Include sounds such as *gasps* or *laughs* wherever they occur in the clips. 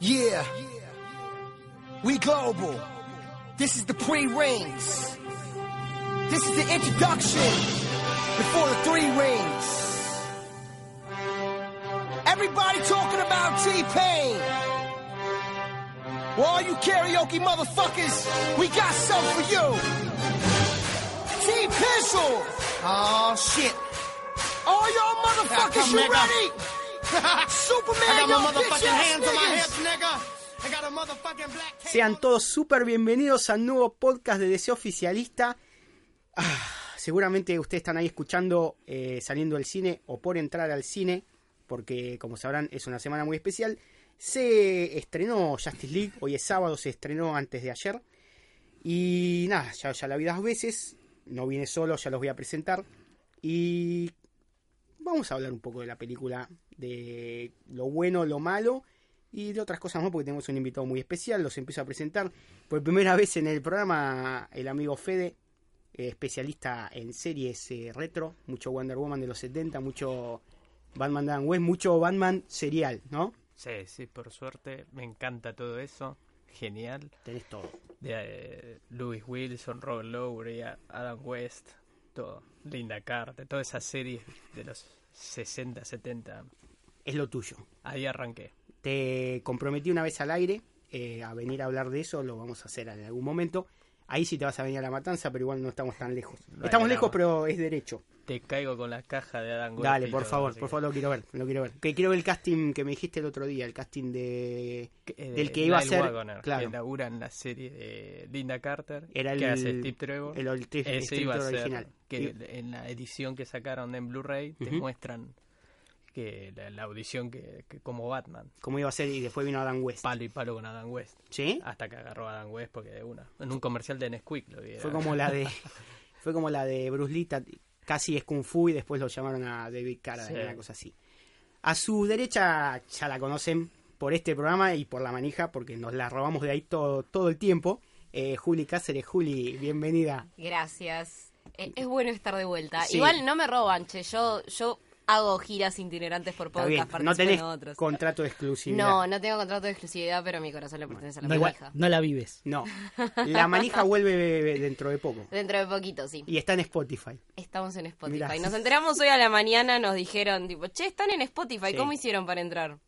Yeah. We global. This is the pre-rings. This is the introduction before the three rings. Everybody talking about T-Pain. Well, all you karaoke motherfuckers, we got something for you. T-Pencil. Oh, shit. All y'all motherfuckers, come, you nigga. ready? Superman, I got y'all my bitch motherfucking ass hands on my niggas. hips, nigga. I got a motherfucking black cape. Sean todos súper bienvenidos al nuevo podcast de Deseo Oficialista. Ah, seguramente ustedes están ahí escuchando eh, saliendo del cine o por entrar al cine, porque como sabrán es una semana muy especial. Se estrenó Justice League, hoy es sábado, se estrenó antes de ayer. Y nada, ya, ya la vi dos veces, no vine solo, ya los voy a presentar. Y vamos a hablar un poco de la película, de lo bueno, lo malo y de otras cosas más, porque tenemos un invitado muy especial. Los empiezo a presentar por primera vez en el programa el amigo Fede, eh, especialista en series eh, retro, mucho Wonder Woman de los 70, mucho Batman Dan West, mucho Batman serial, ¿no? Sí, sí, por suerte. Me encanta todo eso. Genial. Tenés todo. De, eh, Lewis Wilson, Robert Lowry, a- Adam West, todo. Linda Carter, toda esa serie de los 60, 70. Es lo tuyo. Ahí arranqué. Te comprometí una vez al aire eh, a venir a hablar de eso, lo vamos a hacer en algún momento. Ahí sí te vas a venir a la matanza, pero igual no estamos tan lejos. No hay estamos lejos, drama. pero es derecho. Te caigo con la caja de Adam West. Dale, y por todo, favor, así por que- favor, lo quiero ver, lo quiero ver. Que quiero ver el casting que me dijiste el otro día, el casting de que- eh, del que iba a Lyle ser- Wagoner, claro. que labura en la serie de Linda Carter, era el que hace Steve Trevor. el, el tri- Ese Steve iba a Trevor ser original. que Y- en la edición que sacaron en Blu-ray te Ujú. muestran que la, la audición que, que como Batman, Como iba a ser y después vino Adam West. palo y palo con Adam West, ¿Sí? hasta que agarró a Adam West porque de una en un comercial de Nesquik lo vi. eh. Fue como la *laughs* de fue como la de Bruce Lee, ta- casi es kung fu y después lo llamaron a David Carradine, Sí. una cosa así. A su derecha ya la conocen por este programa y por la manija porque nos la robamos de ahí todo todo el tiempo. Eh, Juli Cáceres, Juli, bienvenida. Gracias. Eh, Es bueno estar de vuelta. Sí. Igual no me roban, che. Yo, yo hago giras itinerantes por Está podcast, bien, participo no tenés en otros. contrato de exclusividad. No, no tengo contrato de exclusividad, pero mi corazón le pertenece a la No la, manija. no la vives. No. La manija vuelve dentro de poco. Dentro de poquito, sí. Y está en Spotify. Estamos en Spotify. Mirá. Nos enteramos hoy a la mañana, nos dijeron, tipo, che, están en Spotify, Sí. ¿cómo hicieron para entrar?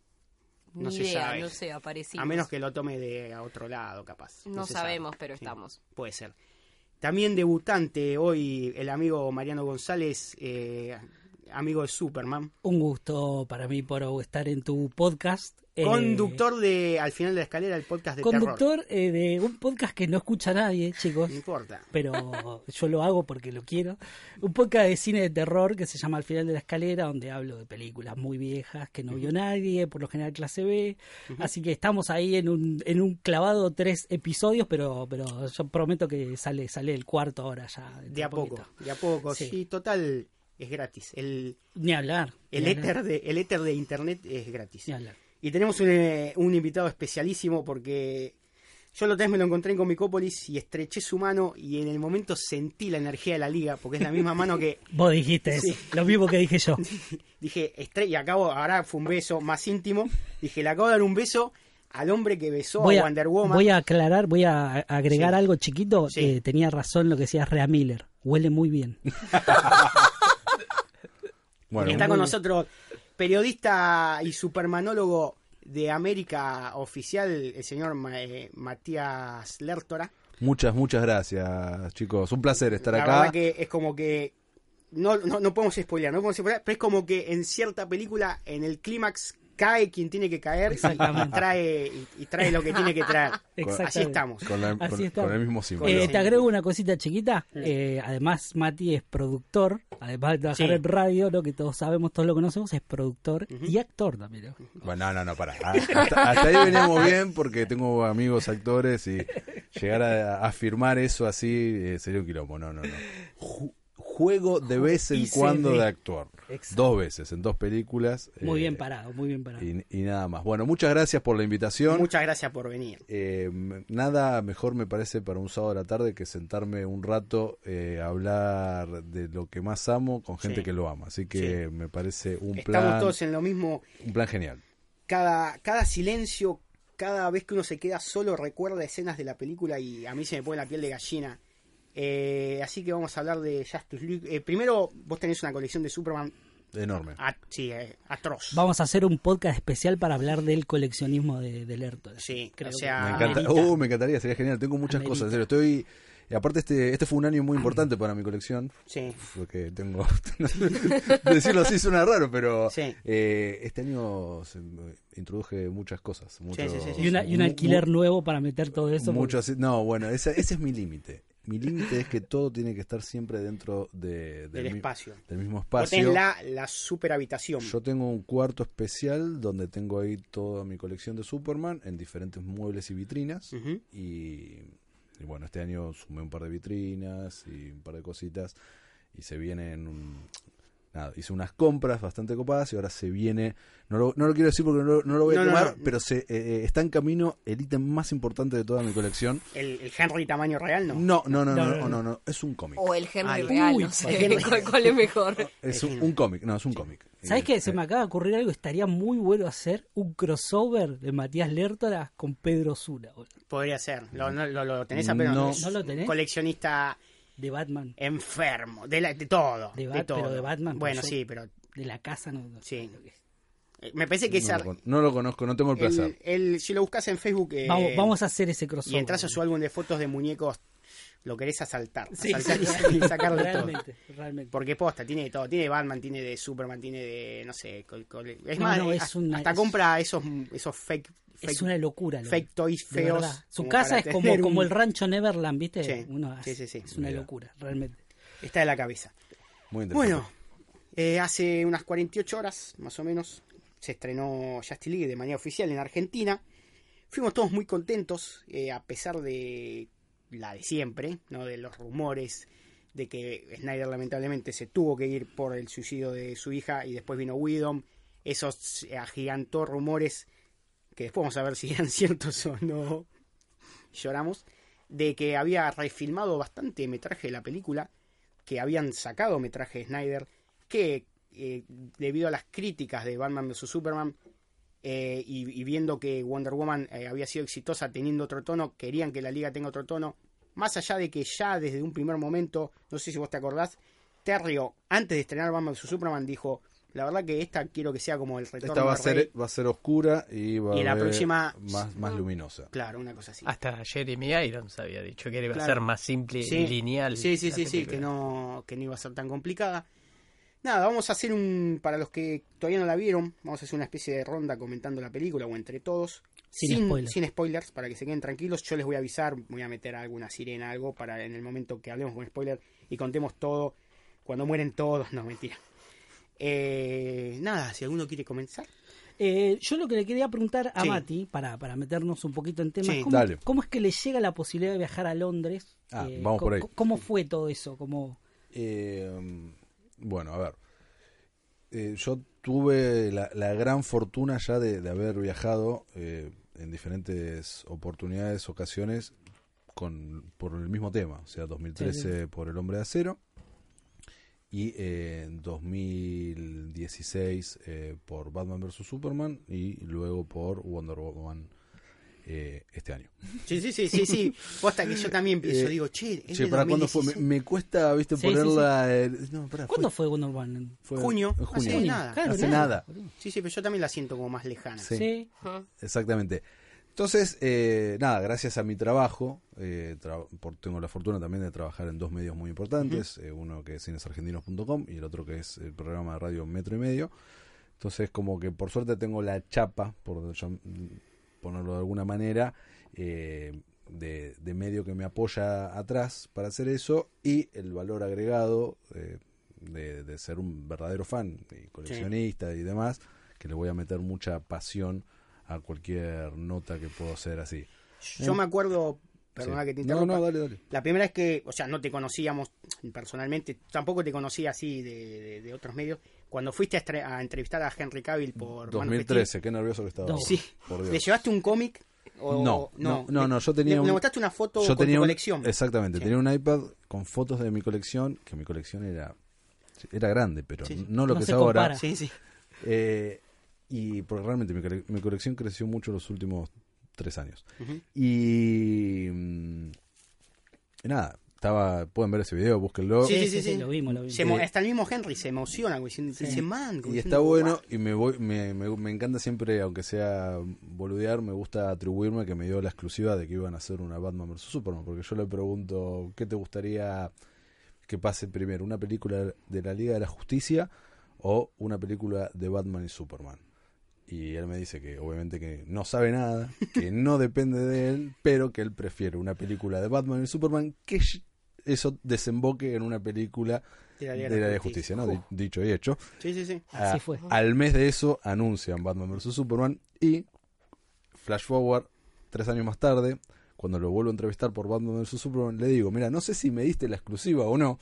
Ni No se idea, sabe. no sé, aparecimos. A menos que lo tome de a otro lado, capaz. No se sabe. sabemos, pero Sí, estamos. Puede ser. También debutante hoy el amigo Mariano González, eh, amigo de Superman. Un gusto para mí por estar en tu podcast. Eh, Conductor de Al final de la escalera, el podcast de terror. Conductor eh, de un podcast que no escucha nadie, *laughs* chicos. No importa. Pero yo lo hago porque lo quiero. Un podcast de cine de terror que se llama Al final de la escalera, donde hablo de películas muy viejas que no vio nadie, por lo general clase B. Así que estamos ahí en un, en un clavado tres episodios, pero, pero yo prometo que sale, sale el cuarto ahora ya. dentro De a poco, poquito. de a poco. Sí, Sí. total, es gratis. El, Ni hablar. el, ni hablar, éter de, el éter de internet es gratis. ni hablar. Y tenemos un, eh, un invitado especialísimo porque yo lo me lo encontré en Comicópolis y estreché su mano y en el momento sentí la energía de la liga porque es la misma mano *laughs* que Vos dijiste eso, Sí. lo mismo que *laughs* dije yo. dije, estre y acabo, ahora fue un beso más íntimo, dije, le acabo de dar un beso al hombre que besó voy a a, Wonder Woman. voy a aclarar, voy a agregar Sí. algo chiquito. Sí. Eh, tenía razón lo que decía Rea Miller. Huele muy bien. Y Bueno, está muy con bien. nosotros periodista y supermanólogo de América oficial, el señor Ma- eh, Matías Lertora. muchas, muchas gracias, chicos. Un placer estar la acá. verdad que es como que no, no, no podemos spoilear, no podemos spoilear, pero es como que en cierta película, en el clímax, cae quien tiene que caer y Exactamente. trae, y, y trae lo que tiene que traer. *laughs* Exactamente. Así estamos. Con, la- Así con- está. con el mismo símbolo. Eh, Sí. te agrego una cosita chiquita. Eh, además, Mati es productor. Además de trabajar Sí. en radio, lo que todos sabemos, todos lo conocemos, es productor y actor también. Bueno, no, no, no, pará. Ah, Hasta, hasta ahí veníamos bien porque tengo amigos actores y llegar a, a firmar eso así eh, sería un quilombo. No, no, no. Ju- juego de vez en ICD. cuando de actuar. Exacto. Dos veces, en dos películas. Muy eh, bien parado, muy bien parado. Y, y nada más. Bueno, muchas gracias por la invitación. Muchas gracias por venir. Eh, nada mejor me parece para un sábado de la tarde que sentarme un rato eh, a hablar de lo que más amo con gente Sí. que lo ama. Así que me parece un Estamos plan, todos en lo mismo. un plan genial. Cada, cada silencio, cada vez que uno se queda solo recuerda escenas de la película y a mí se me pone la piel de gallina. Eh, así que vamos a hablar de Justice League. Eh, primero, vos tenés una colección de Superman Enorme. a- sí, eh, atroz. Vamos a hacer un podcast especial para hablar del coleccionismo de, del Erto. Sí, creo o sea, Me Ah, encanta. amerita. Uh, me encantaría, sería genial. Tengo muchas Amerita. cosas, en serio. Estoy. y aparte, este, este fue un año muy importante para mi colección. Sí. Porque tengo. *laughs* Decirlo así suena raro, pero. Sí. eh, este año se- introduje muchas cosas. mucho- sí, sí, sí. Y, una- y un mu- alquiler mu- nuevo para meter todo eso. porque- mucho así- No, bueno, ese, ese es mi límite. Mi límite es que todo tiene que estar siempre dentro de- Del mi- espacio. Del mismo Vos espacio. tenés la, la superhabitación. Yo tengo un cuarto especial donde tengo ahí toda mi colección de Superman en diferentes muebles y vitrinas. Ujú. y, y bueno, este año sumé un par de vitrinas y un par de cositas. Y se vienen. un- nada, hice unas compras bastante copadas y ahora se viene. No lo, no lo quiero decir porque no, lo- no lo voy a No, no, quemar, no. pero se, eh, eh, está en camino el ítem más importante de toda mi colección. El, el Henry tamaño real, ¿no? No, no, no, no, No, no, no, no, no, es un cómic. Oh, O el Henry Ay, real, uy, no el sé Henry. *laughs* cuál, cuál es mejor. Es un, un cómic, no, es un cómic. ¿Sabes Eh, qué? Se eh, me acaba de ocurrir algo. Estaría muy bueno hacer un crossover de Matías Lertora con Pedro Zula, boludo, Podría ser. Lo, no- lo- lo tenés apenas. No. ¿No lo tenés? Coleccionista de Batman. enfermo. De, la- de todo. De De, Bat- pero todo. de Batman, Bueno, por sí, pero De la casa, no. no Sí. sé lo que es. eh, me parece que no, esa, lo, con- no lo conozco, no tengo el placer. el- el- si lo buscas en Facebook eh, Vamos, vamos a hacer ese crossover. y entras a su boludo. álbum de fotos de muñecos, lo querés asaltar. Sí, asaltar sí, y- *laughs* y sí. sacarle todo. Realmente, realmente. Porque posta, tiene de todo. Tiene de Batman, tiene de Superman, tiene de. No sé. co- co- Es No, más, no, eh, es hasta- una- hasta es- compra esos, esos fake. fake Es una locura. lo- fake toys de feos. verdad. Su como casa para es como, tener como un- el rancho Neverland, ¿viste? Sí, Uno sí, hace- sí, sí. Es una Mira. locura, realmente. Está de la cabeza. Muy interesante. Bueno, eh, hace unas 48 horas, más o menos, se estrenó Justice League de manera oficial en Argentina. Fuimos todos muy contentos, eh, a pesar de la de siempre, ¿no? de los rumores de que Snyder lamentablemente se tuvo que ir por el suicidio de su hija y después vino Widom. Esos eh, agigantó rumores que después vamos a ver si eran *laughs* ciertos o no. Lloramos. De que había refilmado bastante metraje de la película que habían sacado metraje de Snyder, que eh, debido a las críticas de Batman vs. Superman eh, y, y viendo que Wonder Woman eh, había sido exitosa teniendo otro tono, querían que la liga tenga otro tono, más allá de que ya desde un primer momento, no sé si vos te acordás, Terrio, antes de estrenar Batman vs. Superman, dijo, la verdad que esta quiero que sea como el retorno Esta va a del ser, rey". va a ser oscura y va Y a la haber próxima- más, más luminosa. Claro, una cosa así. Hasta Jeremy Irons había dicho que iba Claro. a ser más eh, simple Sí. y lineal. Sí, sí, la sí, sí, película. que no, que no iba a ser tan complicada. Nada, vamos a hacer un, para los que todavía no la vieron, vamos a hacer una especie de ronda comentando la película o entre todos. Sin spoilers. sin spoilers, para que se queden tranquilos. Yo les voy a avisar, voy a meter alguna sirena, algo, para en el momento que hablemos con spoiler y contemos todo. Cuando mueren todos, no, mentira. Eh, nada, si alguno quiere comenzar. Eh, yo lo que le quería preguntar a Sí. Mati, para, para meternos un poquito en tema, Sí. es ¿cómo, Dale. cómo es que le llega la posibilidad de viajar a Londres? Eh, Ah, vamos co- por ahí. co- ¿Cómo fue todo eso? ¿Cómo... Eh, bueno, a ver. Eh, yo tuve la, la gran fortuna ya de, de haber viajado eh, en diferentes oportunidades, ocasiones, con, por el mismo tema. O sea, 2013 por El Hombre de Acero y eh, en 2016 eh, por Batman vs. Superman y luego por Wonder Woman eh, este año. Sí, sí, sí, sí, sí. *laughs* Posta que yo también pienso, Eh, digo, che, es Che, de ¿para cuándo fue? Me, 2016. me cuesta, viste, Sí, sí, ponerla... eh, no, Ah, pará, fue- ¿Cuándo fue Wonder Woman? fue Junio, en junio. hace nada. Claro, hace nada. boludo. Sí, sí, pero yo también la siento como más lejana. Sí. Sí. Exactamente. Entonces, eh, nada, gracias a mi trabajo, eh, tra- por- tengo la fortuna también de trabajar en dos medios muy importantes, eh, uno que es cinesargentinos.com y el otro que es el programa de radio Metro y Medio. Entonces, como que por suerte tengo la chapa, por llam- ponerlo de alguna manera, eh, de, de medio que me apoya atrás para hacer eso y el valor agregado eh, de, de ser un verdadero fan y coleccionista y demás, que le voy a meter mucha pasión a cualquier nota que puedo hacer así. Yo me acuerdo, perdona Sí. que te No, interrumpa. no, dale, dale. La primera es que, o sea, no te conocíamos personalmente, tampoco te conocía así de, de- de otros medios. Cuando fuiste a, estre- a entrevistar a Henry Cavill por Manos 2013, qué nervioso que estaba. Dos. ahora, Vestidas, *laughs* sí. por Dios. ¿Le llevaste un cómic? O- No, no, no, no, yo tenía le, un- le mostraste una foto Yo con tenía tu un- colección. Exactamente, Sí. tenía un iPad con fotos de mi colección, que mi colección era era grande, pero Sí, sí. no lo No que es se ahora. compara. Sí, sí. Eh, y porque realmente mi, cole- mi colección creció mucho los últimos tres años. Ujú. Y. mm, y nada, estaba. Pueden ver ese video, búsquenlo. Sí, sí, sí, sí. Lo vimos, lo vimos. Se emo- hasta el mismo Henry se emociona, güey. Se, se- se man, güey, Eh, Y está diciendo, bueno "Guau". y me, voy, me, me, me encanta siempre, aunque sea boludear, me gusta atribuirme que me dio la exclusiva de que iban a hacer una Batman vs. Superman, porque yo le pregunto, ¿qué te gustaría que pase primero? ¿Una película de la Liga de la Justicia o una película de Batman y Superman? Y él me dice que obviamente que no sabe nada, que no depende de él, pero que él prefiere una película de Batman y Superman que eso desemboque en una película De la de Liga la Liga de la Justicia, ¿no? Di- Dicho y hecho. Sí, sí, sí. Así Ah, fue. Al mes de eso anuncian Batman vs. Superman y Flash Forward, tres años más tarde, cuando lo vuelvo a entrevistar por Batman vs. Superman, le digo, mira, no sé si me diste la exclusiva o no.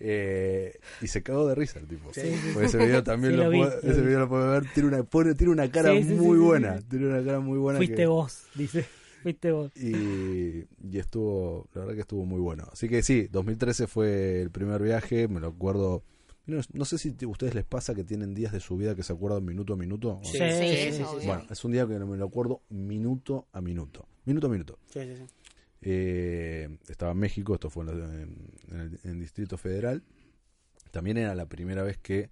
Eh, y se cagó de risa el tipo. Porque ese video también Sí, lo, lo vi, puede, lo ese vi. video lo puede ver, tiene una, pone- tiene una cara Sí, sí, sí, muy sí, sí. buena. Tiene una cara muy buena. Fuiste que- vos, dice. *laughs* Fuiste vos. y, y estuvo, la verdad que estuvo muy bueno. Así que sí, 2013 fue el primer viaje, me lo acuerdo. No, no sé si te- ustedes les pasa que tienen días de su vida que se acuerdan minuto a minuto. Sí, Sí, Sí, sí, sí, obvio. sí. Bueno, es un día que me lo acuerdo minuto a minuto. Minuto a minuto. Sí, sí, sí. Eh, estaba en México, esto fue en, la- en- en el, en el Distrito Federal. También era la primera vez que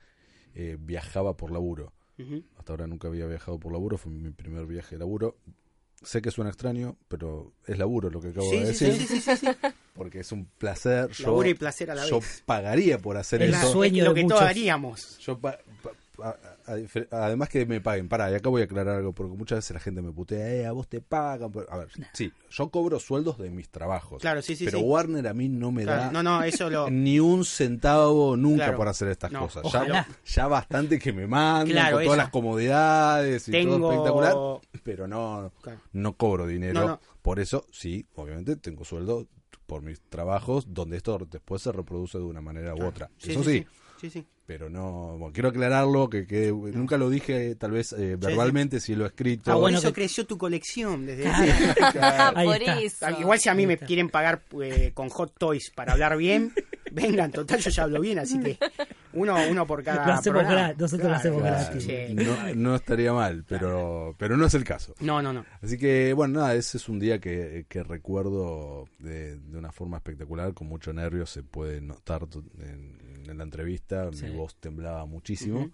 eh, viajaba por laburo. Ujú. Hasta ahora nunca había viajado por laburo, fue mi primer viaje de laburo. Sé que suena extraño, pero es laburo lo que acabo Sí, de sí, decir, sí, sí, sí, sí. *laughs* porque es un placer. Yo, Laburo y placer a la yo vez. pagaría por hacer Es Es la- eso. sueño lo de que muchos. todos haríamos. Yo pa- pa- pa- a- a difer- además que me paguen, pará, y acá voy a aclarar algo, porque muchas veces la gente me putea, eh, a vos te pagan. por-". A ver, sí, yo cobro sueldos de mis trabajos, Claro, sí, sí, pero sí. Warner a mí no me Claro, da No, no, eso *laughs* lo. ni un centavo nunca Claro. por hacer estas No, cosas. Ya, ojalá. ya bastante que me mandan Claro, con todas eso. las comodidades y todo Tengo- espectacular, pero no, Claro. no cobro dinero. No, no. Por eso, sí, obviamente tengo sueldo por mis trabajos, donde esto después se reproduce de una manera u otra. Sí, eso sí, Ah, sí. Sí, sí. sí. pero no, bueno, quiero aclararlo, que, que nunca lo dije tal vez eh, verbalmente, si lo he escrito. Ah, bueno, bueno eso que- creció tu colección desde *laughs* Ahí Por está. eso. Ah, Igual si a mí Ahí me está. quieren pagar eh, con Hot Toys para hablar *laughs* bien, vengan, total yo ya hablo bien, así que uno, uno por cada Lo hacemos programa. gratis, nosotros lo hacemos gratis. che. no, no estaría mal, pero, pero no es el caso. No, no, no. Así que, bueno, nada, ese es un día que, que recuerdo de, de una forma espectacular, con mucho nervio, se puede notar tu- en, en la entrevista, Sí. mi voz temblaba muchísimo.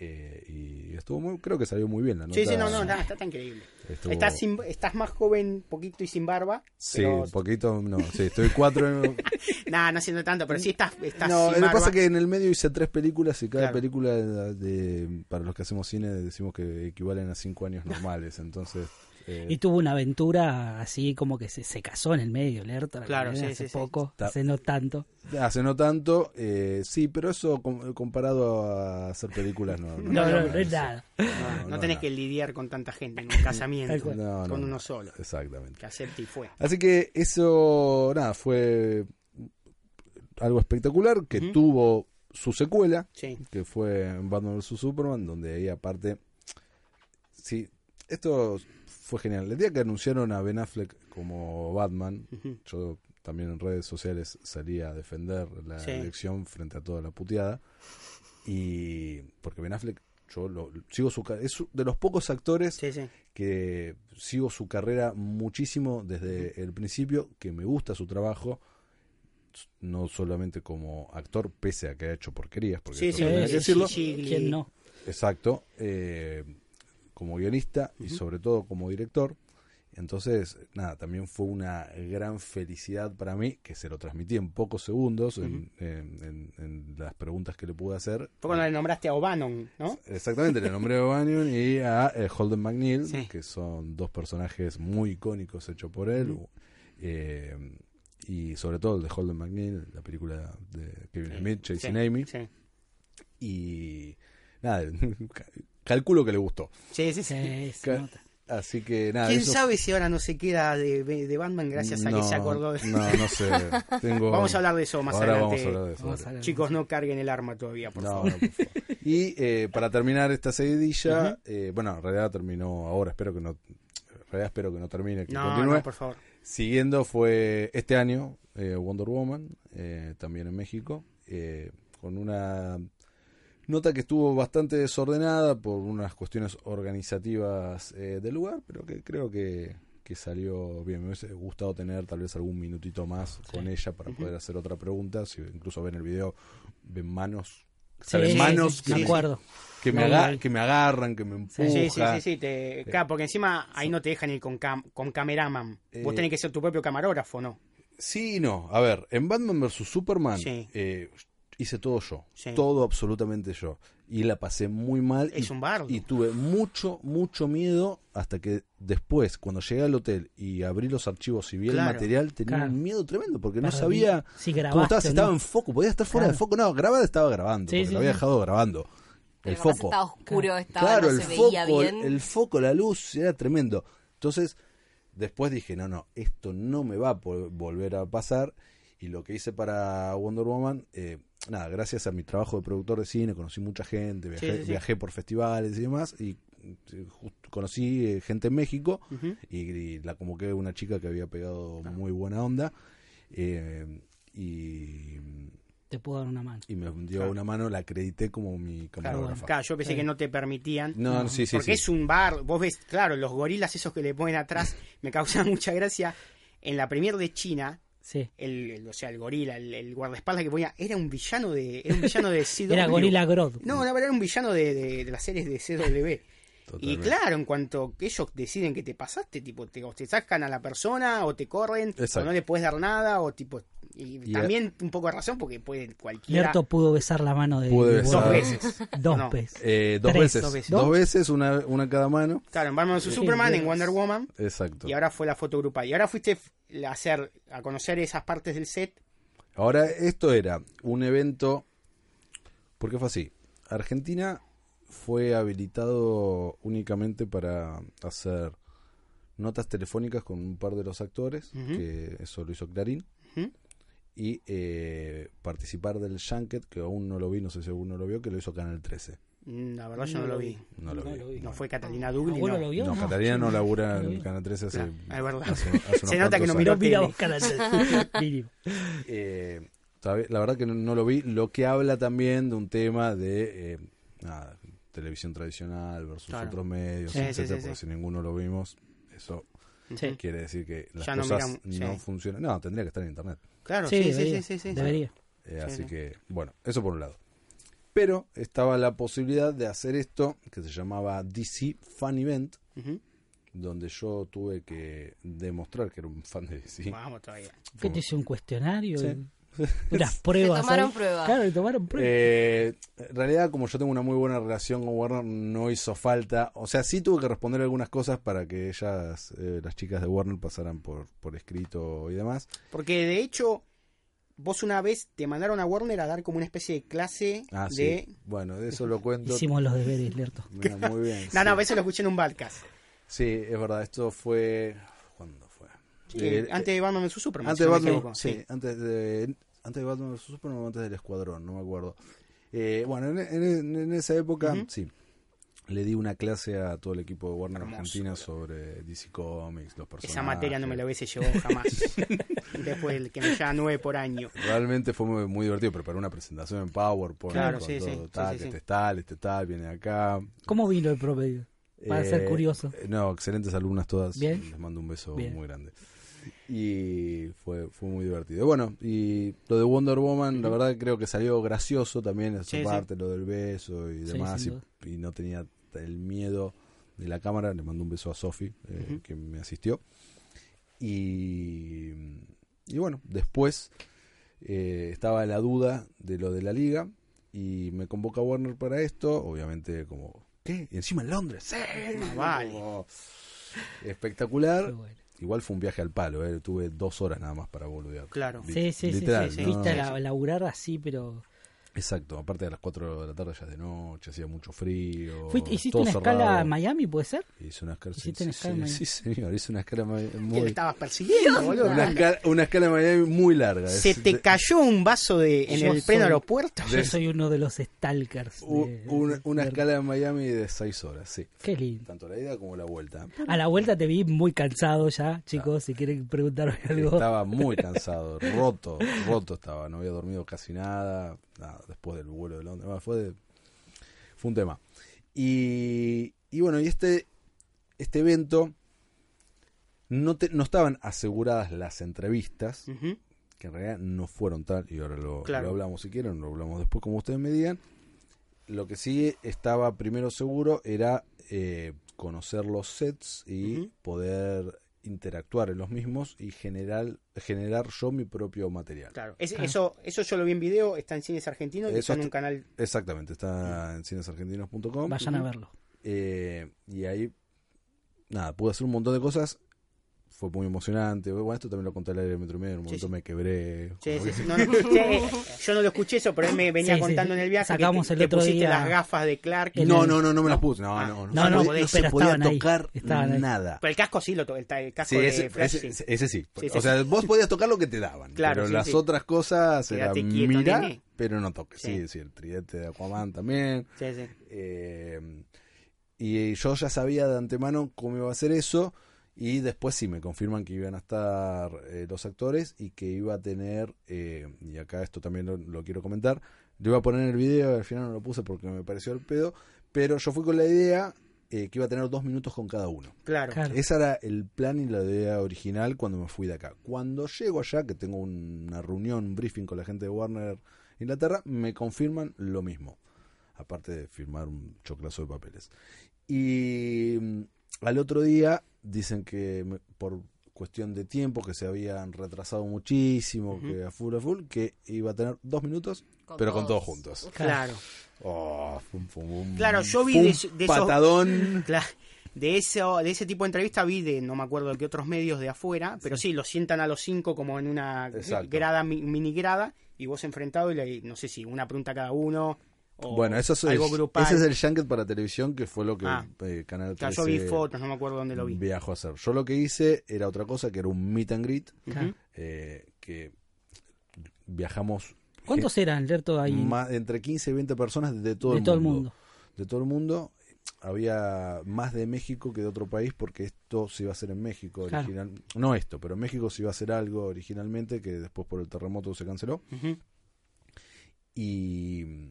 eh, y estuvo muy, creo que salió muy bien la nota. Sí, sí, no, no, nada, está tan increíble. Estuvo- Estás, sin- estás más joven, poquito y sin barba. Sí, pero- un poquito, no, sí, estoy cuatro. *laughs* Nah, no siento tanto, pero sí estás, estás No, lo sin que barba. pasa es que en el medio hice tres películas y cada Claro. película de- de- para los que hacemos cine decimos que equivalen a cinco años normales, entonces... eh, Y tuvo una aventura así como que se, se casó en el medio, Lerta. Claro, sí, hace sí, sí. poco, Ta- hace no tanto. Hace no tanto, eh, sí, pero eso com- comparado a hacer películas no... No, no, no, no, es nada. No, no no, tenés no. que lidiar con tanta gente en un casamiento, Tal cual. No, no, con no. uno solo, Exactamente. que acepte y fue. Así que eso, nada, fue algo espectacular que tuvo su secuela, Sí. que fue en Batman vs. Superman, donde ahí aparte... Sí, esto fue genial. El día que anunciaron a Ben Affleck como Batman, yo también en redes sociales salí a defender la Sí. elección frente a toda la puteada. Y porque Ben Affleck, yo lo, sigo su... ca- Es de los pocos actores Sí, sí. que sigo su carrera muchísimo desde el principio, que me gusta su trabajo, no solamente como actor, pese a que ha hecho porquerías, porque Sí, esto sí, no hay sí, que sí, decirlo, sí. Ghibli. ¿Quién no? exacto, eh, como guionista y sobre todo como director. Entonces, nada, también fue una gran felicidad para mí, que se lo transmití en pocos segundos, en- en, en- en las preguntas que le pude hacer. Fue cuando le nombraste a O'Bannon, ¿no? Exactamente, le nombré a Banyan y a eh, Holden McNeil, Sí. que son dos personajes muy icónicos hechos por él. Eh, y sobre todo el de Holden McNeil, la película de Kevin Smith, Chasing Sí, Amy. sí. Y nada, *laughs* ca- calculo que le gustó. Sí, sí, sí. Sí, se Ca- nota. Así que nada. ¿Quién Ah, eso- sabe si ahora no se queda de, de Batman gracias a que No, se acordó de... No, *laughs* no sé. Tengo- Vamos a hablar de eso más Ahora adelante. Vamos a hablar de eso. Vamos a dale. *laughs* ver. Chicos, no carguen el arma todavía, por No, favor. no, por favor. Y eh, para terminar esta seguidilla, eh, bueno, en realidad terminó ahora, espero que no, en realidad espero que no termine, que No, continúe. no, por favor. Siguiendo fue este año eh, Wonder Woman, eh, también en México, eh, con una Nota que estuvo bastante desordenada por unas cuestiones organizativas eh, del lugar, pero que creo que, que salió bien. Me hubiese gustado tener tal vez algún minutito más con ella para poder hacer otra pregunta. Si incluso ven el video, ven manos. ¿saben? Sí, manos sí, que, sí, me me- acuerdo. que me, Ay, aga- ay. que me agarran, que me empujan. Sí, sí, sí, sí, te- Sí. claro, porque encima ahí no te dejan ir con, cam- con cameraman. Vos Eh, tenés que ser tu propio camarógrafo, ¿no? Sí y no. A ver, en Batman vs. Superman Sí. eh, hice todo yo. Sí. Todo absolutamente yo. Y la pasé muy mal. Es y, un bardo. y tuve mucho, mucho miedo hasta que después, cuando llegué al hotel y abrí los archivos y vi Claro, el material, tenía claro. un miedo tremendo porque no Perdí. sabía Si cómo grabaste estaba, si o estaba no. en foco. Podía estar fuera Claro. de foco. No, grabada estaba grabando. Sí, porque sí, lo había sí. dejado grabando. El Pero capaz foco. Estaba oscuro, estaba, Claro, no el se foco, veía bien. el foco, la luz, era tremendo. Entonces, después dije, no, no, esto no me va a po- volver a pasar. Y lo que hice para Wonder Woman, eh, nada, gracias a mi trabajo de productor de cine, conocí mucha gente, viajé, sí, sí. viajé por festivales y demás, y eh, justo conocí eh, gente en México, Ujú. y, y la convoqué a una chica que había pegado muy buena onda, eh, y Te puedo dar una mano. y me dio una mano, la acredité como mi camarógrafa. Claro, yo pensé Sí. que no te permitían. No, no, sí, sí, porque sí. es un bar, vos ves, claro, los gorilas esos que le ponen atrás me causan *laughs* mucha gracia. En la premier de China, Sí. el, el- o sea, el gorila, el, el guardaespaldas que ponía, era un villano de era un villano *laughs* de CW. Era Gorilla Grodd. No, la verdad era un villano de, de- de las series de *laughs* CW. Y Totalmente. claro, en cuanto que ellos deciden que te pasaste, tipo, te, o te sacan a la persona, o te corren, Exacto. o no le puedes dar nada, o tipo. Y Y- también un poco de razón, porque puede cualquiera. Lerto pudo besar la mano de. Pude de besar. Dos Gordo. veces. Dos No. veces. Eh, dos, Tres, veces, dos dos veces. veces. una, una en cada mano. Claro, en Batman vs Sí, Superman, en Dios. Wonder Woman, Exacto. y ahora fue la foto grupal. Y ahora fuiste f- a hacer, a conocer esas partes del set. Ahora, esto era un evento. Porque fue así. Argentina fue habilitado únicamente para hacer notas telefónicas con un par de los actores, Ujú. que eso lo hizo Clarín, Ujú. y eh, participar del Junket, que aún no lo vi, no sé si alguno lo vio, que lo hizo Canal 13. Mm, La verdad, yo no, lo vi. No lo No vi. lo vi. No Bueno. fue Catalina Dugli. ¿Abuelo no. lo vio? No, Catalina no labura No. en Canal 13 hace. Ah, Claro, es verdad. hace- hace *laughs* unos Se nota que cuantos no miró Pero años. mira tele. vos, *laughs* Canal. Mínimo. Eh, todavía- la verdad que no, no lo vi. Lo que habla también de un tema de eh, nada, televisión tradicional versus Claro. otros medios, Sí, sí, etcétera, sí, sí. porque si ninguno lo vimos, eso Sí. quiere decir que las Ya no cosas no, miramos, sí. funcionan. No, tendría que estar en internet. Claro, Sí, sí, sí, debería. sí, sí, sí. Debería. Eh, Sí, así sí. que, bueno, eso por un lado. Pero estaba la posibilidad de hacer esto que se llamaba DC Fan Event, Ujú. donde yo tuve que demostrar que era un fan de DC. Vamos todavía. ¿Qué te hizo un cuestionario? Sí. Unas pruebas. Se tomaron ahí. pruebas. Claro, le tomaron pruebas. Eh, en realidad, como yo tengo una muy buena relación con Warner, no hizo falta. O sea, sí tuve que responder algunas cosas para que ellas, eh, las chicas de Warner, pasaran por, por escrito y demás. Porque de hecho, vos una vez te mandaron a Warner a dar como una especie de clase Ah, sí. de. Bueno, de eso lo cuento. Hicimos los deberes, Lerto. Mira, muy bien. *laughs* No, sí. no, pues- eso lo escuché en un podcast. Sí, es verdad. Esto fue. ¿Cuándo fue? Sí, Eh, antes de Batman vs Superman. Antes si de no me Batman, equivoco. sí, antes de antes de Batman vs Superman o antes del Escuadrón, no me acuerdo. Eh, bueno, en, en- en esa época, Ujú. sí, le di una clase a todo el equipo de Warner Hermoso, Argentina sobre DC Comics, los personajes. Esa materia no me la hubiese llevado jamás. *laughs* Después el que me lleva nueve por año. Realmente fue muy, muy divertido, preparé una presentación en PowerPoint, Claro, con sí, todo, sí, sí, tal, sí, sí. este es tal, este es tal, viene acá. ¿Cómo vino el promedio? Para ser curioso. eh, No, excelentes alumnas todas. Bien. Les mando un beso Bien. muy grande. Y fue, fue muy divertido. Bueno, y lo de Wonder Woman, la verdad creo que salió gracioso también esa Sí, sí. parte, lo del beso y Sí, demás. sin y- duda. y, no tenía el miedo de la cámara. Le mando un beso a Sofi, eh, que me asistió. Y, y bueno, después eh, estaba la duda de lo de la liga y me convoca Warner para esto, obviamente como ¿qué? Y encima en Londres, ¡sí! Más vale. Como espectacular. Pero bueno. Igual fue un viaje al palo, eh, tuve dos horas nada más para boludear. Claro. Li- Sí, sí, sí, literal, sí. sí. no, Fuiste a no. la- a laburar así, pero. Exacto, aparte de las 4 de la tarde ya es de noche, hacía mucho frío. Fuiste- ¿Hiciste Oh, todo una escala cerrado. a Miami, puede *laughs* ser? Hice una escala, ¿Hiciste sí, una escala sí, en Miami? sí, señor, hice una escala *laughs* ma- Que lo muy, estabas persiguiendo, boludo. una escala, una escala en Miami muy larga. Se es te de- cayó un vaso de, en Yo el pleno soy- aeropuerto. Yo soy uno de los stalkers. de- u- una, una de- escala en Miami de 6 horas, sí. Qué lindo. Tanto la ida como la vuelta. A la vuelta te vi muy cansado ya, chicos, si quieren preguntarme algo. Estaba muy cansado, roto, roto estaba, no había dormido casi nada, nada, después del vuelo de Londres, bueno, fue de fue un tema. Y, y bueno, y este, este evento no, te- no estaban aseguradas las entrevistas, *laughs* Ujú. que en realidad no fueron tal, y ahora lo, Claro. lo hablamos si quieren, lo hablamos después como ustedes me digan. Lo que sí estaba primero seguro era eh, conocer los sets y Ujú. poder interactuar en los mismos y generar, generar yo mi propio material. Claro. Es- Claro. Eso, eso yo lo vi en video, está en cines argentinos y Ah. está Eso en está- un canal. Exactamente, está en cinesargentinos.com. Vayan a verlo. Eh, y ahí, nada, pude hacer un montón de cosas. Fue muy emocionante. Bueno, esto también lo conté al aire de Metro y Medio, en un Sí, momento sí. me quebré. Sí, sí, sí. No, no. Che, *laughs* eh, yo no lo escuché eso, pero él me venía Sí, sí. contando en el viaje. que Sacamos te, el te otro pusiste día- las gafas de Clark. El- No, no, no, no me las puse. No, Ah. no, no. No, se no, podía- no se pero podía estaban ahí, tocar estaban ahí. nada. Pero el casco sí, lo to- el, ta- el casco Sí, de ese, Flash. ese- sí. ese sí. Sí, sí, o sea, sí. vos podías tocar lo que te daban. Claro, pero sí, las sí. otras cosas era Quédate quieto, mirá, nene. pero no toques. Sí. Sí. sí, el tridente de Aquaman también. Sí, sí. Eh, y yo ya sabía de antemano cómo iba a ser eso. Y después sí me confirman que iban a estar eh, los actores y que iba a tener, eh, y acá esto también lo, lo quiero comentar, lo iba a poner en el video, al final no lo puse porque me pareció el pedo, pero yo fui con la idea eh, que iba a tener dos minutos con cada uno. Claro. Claro. Ese era el plan y la idea original cuando me fui de acá. Cuando llego allá, que tengo una reunión, un briefing con la gente de Warner Inglaterra, me confirman lo mismo. Aparte de firmar un choclazo de papeles. Y mm, al otro día dicen que me- por cuestión de tiempo, que se habían retrasado muchísimo, que a full a full, que iba a tener dos minutos, pero con todos juntos. Claro. Oh, fue un- fue un- Claro, yo vi fue un de esos- de esos- patadón. Claro. De, eso, de ese tipo de entrevista vi de, no me acuerdo de qué otros medios de afuera, pero sí, los sientan a los cinco como en una Exacto. grada, mi- mini grada, y vos enfrentado y le- no sé si una pregunta a cada uno. O Bueno, eso es, algo grupal. ese es el Junket para televisión que fue lo que Ah. eh, Canal Claro, 13 yo vi fotos, no me acuerdo dónde lo vi. viajó a hacer. Yo lo que hice era otra cosa, que era un meet and greet, Ujú. eh, que viajamos ¿Cuántos eran, Lerto, ahí? más- entre 15 y 20 personas de todo, de el, todo el mundo. mundo. De todo el mundo. Había más de México que de otro país porque esto se iba a hacer en México Claro. original, no esto, pero en México se iba a hacer algo originalmente que después por el terremoto se canceló Ujú. y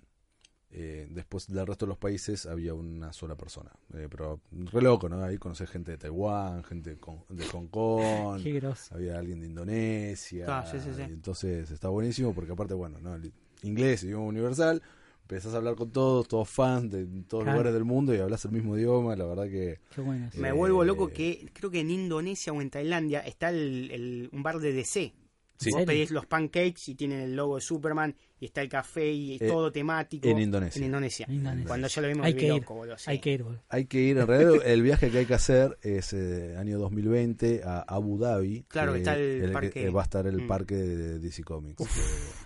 eh, después del resto de los países había una sola persona. Eh, pero re loco, ¿no? Ahí conocí gente de Taiwán, gente de Con- de Hong Kong, Qué groso. había alguien de Indonesia. Claro, Ah, sí, sí, sí. y entonces está buenísimo porque aparte, bueno, ¿no? el inglés, idioma universal, empezás a hablar con todos, todos fans de todos Claro. lugares del mundo y hablas el mismo idioma, la verdad que... Qué bueno. eso. Me Eh, vuelvo loco que creo que en Indonesia o en Tailandia está el, el- un bar de DC. Sí. Vos serio? pedís los pancakes y tienen el logo de Superman y está el café y es Eh, todo temático. en Indonesia. En Indonesia. En Indonesia. eh, Cuando yo lo vimos, Hay me que volví ir. loco, boludo, sí. Hay que ir, boludo. Hay que ir, en realidad *laughs* el viaje que hay que hacer es eh, año 2020 a Abu Dhabi. Claro, que está el que, parque. eh, va a estar el Mm. parque de DC Comics. eh,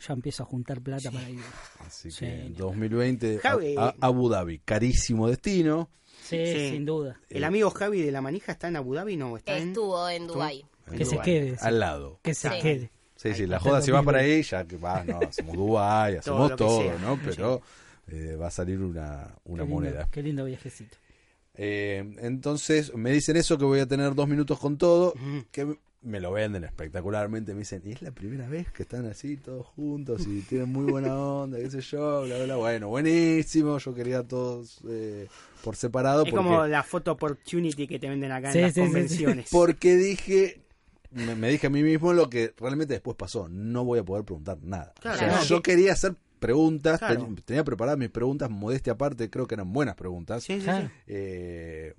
Ya empiezo a juntar plata para ir. así Sí, que no. 2020 a- Javi. a, Abu Dhabi, carísimo destino. Sí, Sí. sin duda. El amigo Javi de la manija está en Abu Dhabi, no, está en... Estuvo en Dubai. en Que se Dubái, quede, sí. Al lado. Que se Sí. quede. Sí, sí, la hasta joda el si vas para 2020. ahí, ya que *laughs* vas, no, hacemos Dubái, hacemos Todo lo todo, que sea. ¿no? Pero eh, va a salir una, una Qué lindo- moneda. Qué lindo viajecito. Eh, entonces me dicen eso, que voy a tener dos minutos con todo, Mm. que me lo venden espectacularmente, me dicen, y es la primera vez que están así todos juntos y tienen muy buena onda, qué sé yo, bla, bla, bla, bueno, buenísimo, yo quería a todos eh, por separado, Es porque, como la photo opportunity que te venden acá Sí, en las sí, sí, sí. *laughs* convenciones. porque dije, me, me dije a mí mismo lo que realmente después pasó, no voy a poder preguntar nada. Claro. O sea, Claro. yo quería hacer preguntas, Claro. ten- tenía preparadas mis preguntas, modestia aparte, creo que eran buenas preguntas. Sí, sí, sí. Claro. Eh,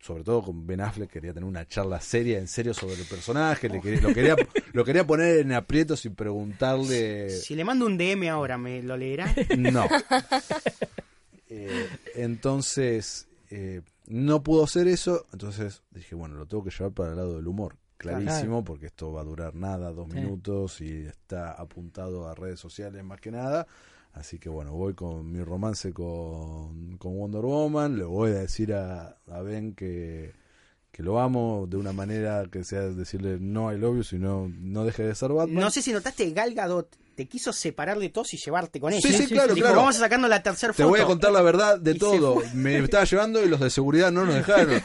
sobre todo con Ben Affleck quería tener una charla seria, en serio, sobre el personaje. le quería- lo, quería, lo quería poner en aprietos *laughs* y preguntarle. Si le mando un DM ahora, ¿me lo leerá? No. Eh, entonces, eh, no pudo hacer eso. Entonces dije, bueno, lo tengo que llevar para el lado del humor. Clarísimo, porque esto va a durar nada, dos Sí. minutos, y está apuntado a redes sociales más que nada. Así que bueno, voy con mi romance con, con Wonder Woman. Le voy a decir a, a Ben que, que lo amo de una manera que sea decirle *laughs* no I love you, sino no deje de ser Batman. No sé si notaste, Gal Gadot te quiso separar de todos y llevarte con ellos. Sí, sí, claro, Dijo, claro. vamos sacando la tercera Te foto. voy a contar la verdad de Y se todo. Me estaba llevando y los de seguridad no nos dejaron.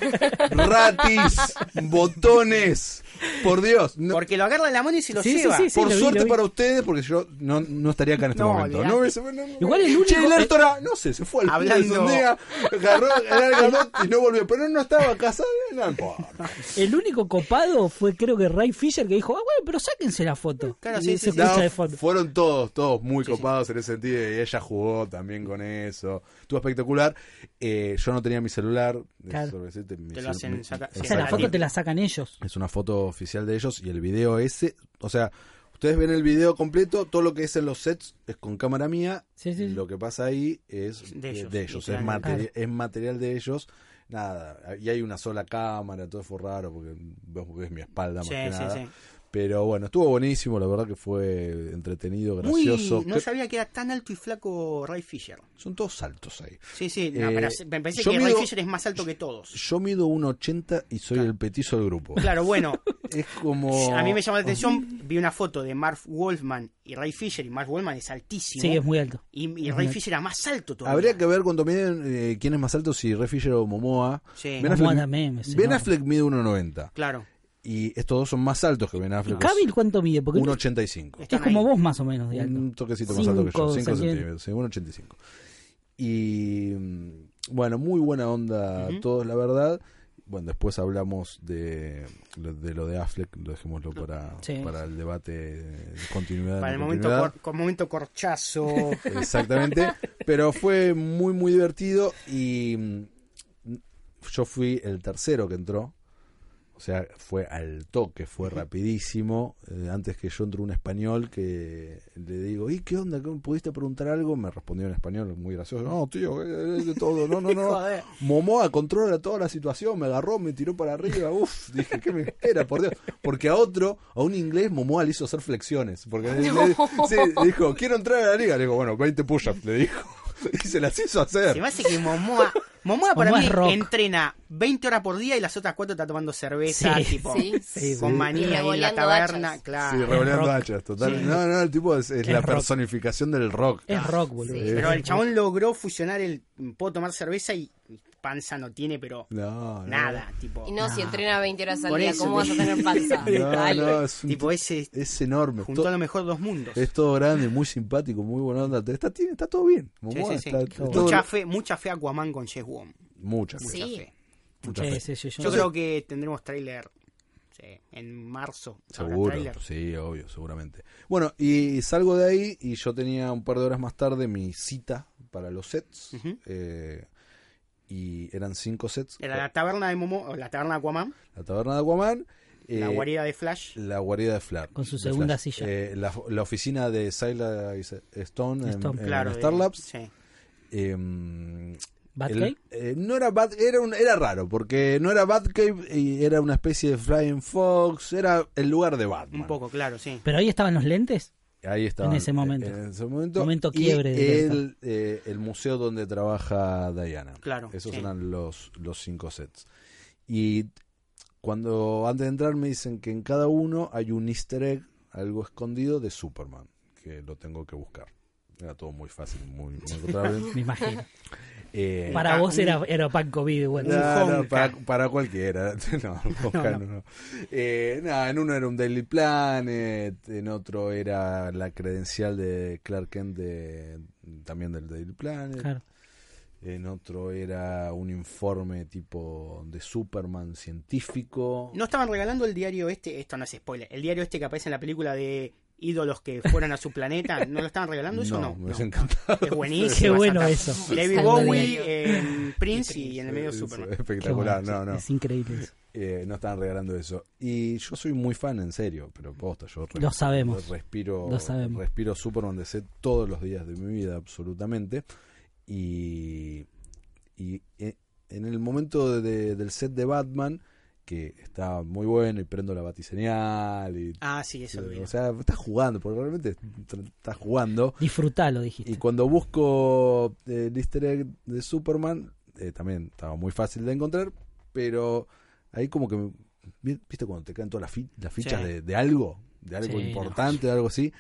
Ratis, botones, por Dios. No- Porque lo agarra de la mano y se lo Sí, sí, lleva. sí, sí. por lo vi, suerte lo vi. para ustedes, porque yo no, no estaría acá en este No, momento. olvidate. No, hubiese- no, no. Igual el único- Che, Lertora, no sé, se fue al Hablando- un día, agarró, agarró y no volvió. Pero no estaba casado, no importa. El único copado fue creo que Ray Fisher que dijo, ah, bueno, pero sáquense la foto. Claro, Y sí, sí, se sí. escucha No, de fondo. Fueron todos, todos muy copados en ese sentido. Y ella jugó también con eso. Estuvo espectacular. Eh, yo no tenía mi celular. Claro. eso, decirte, me Te lo hicieron- hacen me- saca- O sea, la Exactamente. foto te la sacan ellos. Es una foto oficial de ellos y el video ese, o sea, ustedes ven el video completo, todo lo que es en los sets es con cámara mía, Sí, sí, sí. lo que pasa ahí es de, De ellos, de ellos, es, literalmente. materi- es material de ellos, nada, y hay una sola cámara, todo fue raro porque vos ves mi espalda más Sí, que sí, nada. sí. Pero bueno, estuvo buenísimo, la verdad que fue entretenido, Muy- gracioso. no Cre- sabía que era tan alto y flaco Ray Fisher. Son todos saltos ahí. Sí, sí, no, Eh, pero se- me parece yo que Ray mido- Fisher es más alto que todos. Yo mido 1,80 y soy el petizo del grupo. Claro, bueno, Es *laughs* como... a mí me llamó la atención, vi una foto de Mark Wolfman y Ray Fisher, y Mark Wolfman es altísimo. Sí, es muy alto. Y, y Ray Fisher era más alto todavía. Habría que ver cuando miden eh, quién es más alto, si Ray Fisher o Momoa. Sí, Ben Momoa Affleck, también es Ben enorme. Affleck mide 1,90. claro. Y estos dos son más altos que Ben ¿Y Affleck. Cavill cuánto mide? Porque 1,85. es Están como ahí. vos más o menos de alto. Un toquecito más alto que yo, Cinco 5 centímetros. centímetros. sí, 1,85. Y mm, bueno, muy buena onda a todos, la verdad. Bueno, después hablamos de, lo- de lo de Affleck, lo dejémoslo para, Sí. para el debate de continuidad. Para no el momento, continuidad. cor- con momento corchazo. *laughs* Exactamente. Pero fue muy, muy divertido y mm, yo fui el tercero que entró. O sea, fue al toque, fue rapidísimo. Eh, antes que yo entró un español que le digo, ¿y qué onda? ¿Cómo ¿Pudiste preguntar algo? Me respondió en español, muy gracioso. No, tío, eh, es de todo. No, no, no. Joder. Momoa controla toda la situación, me agarró, me tiró para arriba. Uf, dije, ¿qué me espera? Por Dios. Porque a otro, a un inglés, Momoa le hizo hacer flexiones. Porque le- le- sí, dijo, quiero entrar a la liga. Le digo, bueno, 20 push-ups, le dijo. *laughs* Y se las hizo Se hacer. me hace que Momoa. Momoa para Momoa mí es rock. entrena 20 horas por día y las otras cuatro está tomando cerveza, Sí. tipo. Sí. Sí, con sí. manía ahí en la Revoleando taberna. hachas. Sí, Claro. revoleando rock. hachas, total. No, no, el tipo es, es Es la rock. personificación del rock. Eh, Es rock, boludo. Sí. pero Eh. el chabón logró fusionar el. Puedo tomar cerveza y y panza no tiene, pero. No, no. Nada, tipo. Y no, si entrena 20 horas al Por día, eso, ¿cómo vas a *laughs* tener panza? *laughs* No, Dale. no, es, un Tipo, ti- ese es enorme. juntó To- a lo mejor dos mundos. es todo grande, muy simpático, muy buena onda. Está, tiene- está todo bien. Sí, Momoa sí, sí. está- está todo- Mucha fe, mucha fe Aquaman con Jess Wong. Mucha fe, Sí. Mucha fe. mucha Sí, fe. sí, sí, yo- Yo creo que tendremos tráiler sí, en marzo. habrá Seguro, tráiler. sí, obvio, seguramente. Bueno, y salgo de ahí y yo tenía un par de horas más tarde mi cita para los sets. eh, y eran cinco sets. Era la taberna de Momo, o la taberna de Aquaman, La taberna de Aquaman. la eh, guarida de Flash. la guarida de Flash. Con su de segunda Flash. silla. Eh, la, la oficina de Syla Stone, en- Stone, en, Claro, de- Star Labs. sí. Em, Batcave. el- eh, no era Bat, era, un- era raro, porque no era Batcave y era una especie de Flying Fox, era el lugar de Batman. Un poco, claro, sí. Pero ahí estaban los lentes. Ahí estaba. En ese momento. En ese momento. Momento Y quiebre de el, eh, el museo donde trabaja Diana. Claro, Esos sí. eran los, los cinco sets. Y cuando antes de entrar me dicen que en cada uno hay un easter egg, algo escondido de Superman, que lo tengo que buscar. Era todo muy fácil, muy, *laughs* muy Me encontrable. imagino. Eh, Para Ah, vos un- era, era pan COVID, bueno. no, no, Honka. para, para cualquiera. *laughs* No, Honka no, no. Eh, nada, en uno era un Daily Planet, en otro era la credencial de Clark Kent de- también del Daily Planet. Claro. En otro era un informe tipo de Superman científico. No estaban regalando el diario este, esto no es spoiler, el diario este que aparece en la película de ídolos que fueran a su *laughs* planeta, ¿no lo estaban regalando eso? No, me hubiese no. encantado. Es buenísimo. Qué bueno Santa- eso. David Salvo Bowie, diario. eh, Prince y en el *laughs* medio Es Superman. Qué Espectacular, bueno, no, no. Es increíble eso. Eh, no estaban regalando eso. Y yo soy muy fan, en serio, pero posta, yo re- Lo sabemos. respiro, Lo sabemos. respiro Superman DC todos los días de mi vida, absolutamente. Y, y eh, en el momento de- del set de Batman, que está muy bueno y prendo la batiseñal y... Ah, sí, eso lo vi. o sea, está jugando, porque realmente tr- está jugando. Disfrutalo, dijiste. Y cuando busco eh, el easter egg de Superman, eh, también estaba muy fácil de encontrar, pero ahí como que, vi- viste, cuando te caen todas las, fi- las fichas Sí. de, de algo, de algo Sí, importante, de algo así,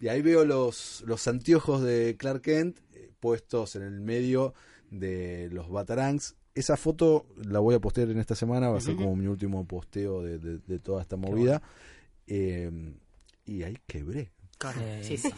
Y ahí veo los, los anteojos de Clark Kent eh, puestos en el medio de los Batarangs. Esa foto la voy a postear en esta semana, va a ser como mi último posteo de, de- de toda esta movida. Eh, y ahí quebré. Sí, sí.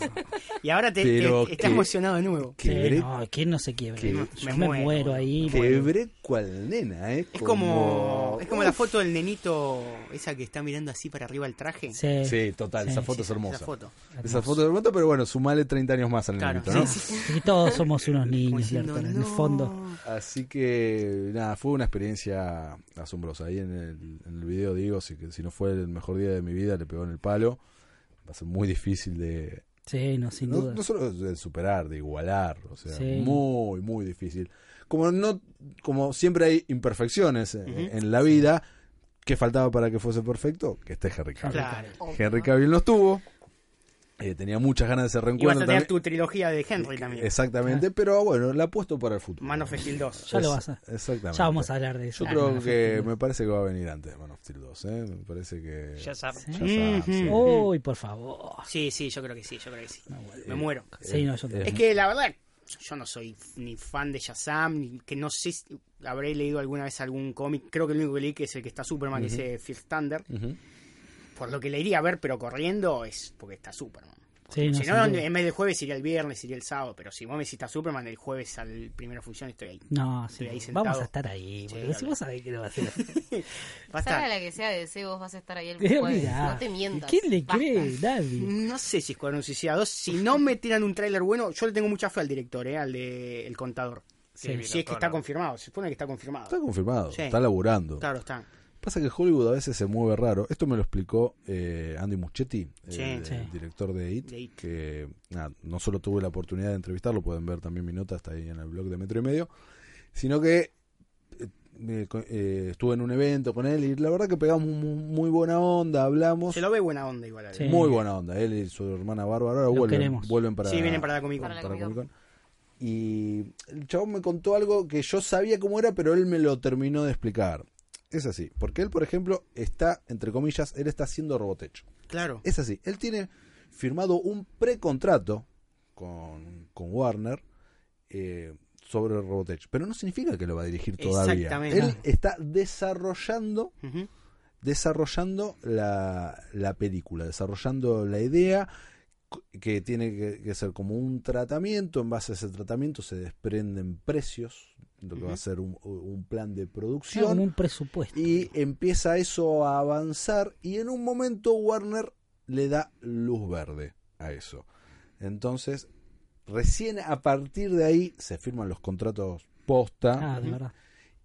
Y ahora te, Pero te- estás que- emocionado de nuevo. Sí, Quebré, no, ¿quién no se quiebra? Que- Yo me me, muero, muero, ahí. quebré cual nena, ¿eh? Es como, es como la foto del nenito, esa que está mirando así para arriba el traje. Sí. Sí, total, Sí, esa sí, foto es hermosa. Esa foto. Esa foto es hermosa, pero bueno, sumale 30 años más al Claro. nenito, ¿no? Sí, sí, sí. Y todos somos unos Como niños, diciendo, Lertora, "No". en el fondo. Así que nada, fue una experiencia asombrosa. Ahí en el, en el video digo, si, que si no fue el mejor día de mi vida, le pegó en el palo. Va a ser muy difícil de... Sí, no, sin No, duda. no solo de superar, de igualar. O sea, Sí. muy, muy difícil. Como, no, como siempre hay imperfecciones en, en la vida, ¿qué faltaba para que fuese perfecto? Que esté Henry Cavill. Claro. Henry Cavill no estuvo. Eh, tenía muchas ganas de ese Y vas a tener reencuentro también. tu trilogía de Henry también. Exactamente, pero bueno, la apuesto para el futuro. Man of Steel 2. Ya lo vas a- *laughs* Exactamente. Ya vamos a Ah, hablar de eso. Yo creo que me parece que va a venir antes Man of Steel 2, ¿eh? Me parece que... Ya sabes. Ya saben, Ujú. sí. Uy, por favor. Sí, sí, yo creo que sí, yo creo que sí. Me muero. Sí, no, yo eh, Es que la verdad, yo no soy ni fan de Shazam, ni que no sé si habré leído alguna vez algún cómic. Creo que el único que leí que es el que está Superman, que es eh, First Thunder. Ujú. Por lo que le iría a ver, pero corriendo es porque está Superman. Sí, no, si sin no, duda. en vez del jueves iría el viernes, iría el sábado. Pero si vos me hiciste Superman, el jueves a la primera función estoy ahí. No, Estoy sí, ahí sentado. vamos a estar ahí. Sí, porque si dale. vos sabés que lo va a hacer. Va a Salga estar- la que sea de DC, vos vas a estar ahí el Eh, jueves. mirá. No te mientas. ¿Quién le Basta. cree? Nadie. No sé si Escuadrón Suicida 2, si no me tiran un tráiler bueno, yo le tengo mucha fe al director, eh, al de El Contador. Sí, si vino es que está Conan. confirmado, se supone que está confirmado. Está confirmado, Sí. está laburando. Claro, está. Pasa que Hollywood a veces se mueve raro. Esto me lo explicó eh, Andy Muschietti, Sí. el, Sí. el director de IT, De IT. que nada, no solo tuve la oportunidad de entrevistarlo, pueden ver también mi nota, está ahí en el blog de Metro y Medio, sino que eh, me co- eh, estuve en un evento con él y la verdad que pegamos mu- muy buena onda, hablamos. Se lo ve buena onda igual. al- Sí. Muy buena onda, él y su hermana Bárbara ahora Los vuelven, queremos. vuelven para Sí, vienen para la Comic Con. Para la para Comic Con. Comic Con. Y el chabón me contó algo que yo sabía cómo era, pero él me lo terminó de explicar. Es así, porque él, por ejemplo, está, entre comillas, él está haciendo Robotecho. Claro. Es así, él tiene firmado un precontrato con, con Warner eh, sobre Robotech, pero no significa que lo va a dirigir todavía. Exactamente. Él está desarrollando Ujú. desarrollando la, la película, desarrollando la idea cu- que tiene que, que ser como un tratamiento, en base a ese tratamiento se desprenden precios, lo que va a ser un, un plan de Claro, producción, Ah, Con un presupuesto. y empieza eso a avanzar y en un momento Warner le da luz verde a eso. Entonces, recién a partir de ahí se firman los contratos posta Ah, de verdad.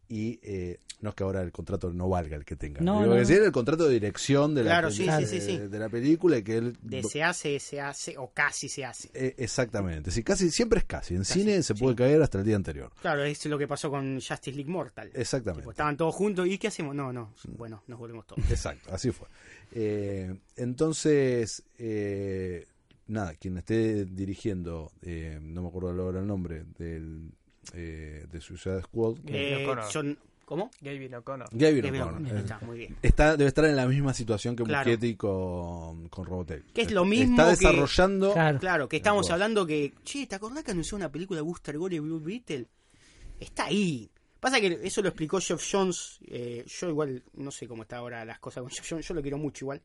y eh, no es que ahora el contrato no valga el que tenga. No, Digo, no, que no. sí, el contrato de dirección de, Claro, la, sí, de, sí, sí, sí. de la película y que él... De se hace, se hace, o casi se hace. Eh, exactamente, sí, casi, siempre es casi. En Casi, cine se sí. puede caer hasta el día anterior. Claro, es lo que pasó con Justice League Mortal. Exactamente. Tipo, estaban todos juntos y ¿qué hacemos? No, no. Bueno, nos volvemos todos. Exacto, así fue. Eh, entonces, eh, nada, quien esté dirigiendo, eh, no me acuerdo ahora el nombre, del, eh, de Suicide Squad, Eh, O'Connor. son- ¿Cómo? Gavin O'Connor. Gavin Kevin O'Connor. O'Connor. Eh, Está, muy bien. Está, debe estar en la misma situación que Claro. Muschietti con, con Robotech. Que es lo Está mismo que- desarrollando Claro. Claro, que estamos Vos. hablando que, che, ¿te acordás que anunció una película de Buster Gore y Blue Beetle? Está ahí. Pasa que eso lo explicó Jeff Jones. eh, yo igual no sé cómo está ahora las cosas con Jeff Jones, yo lo quiero mucho igual.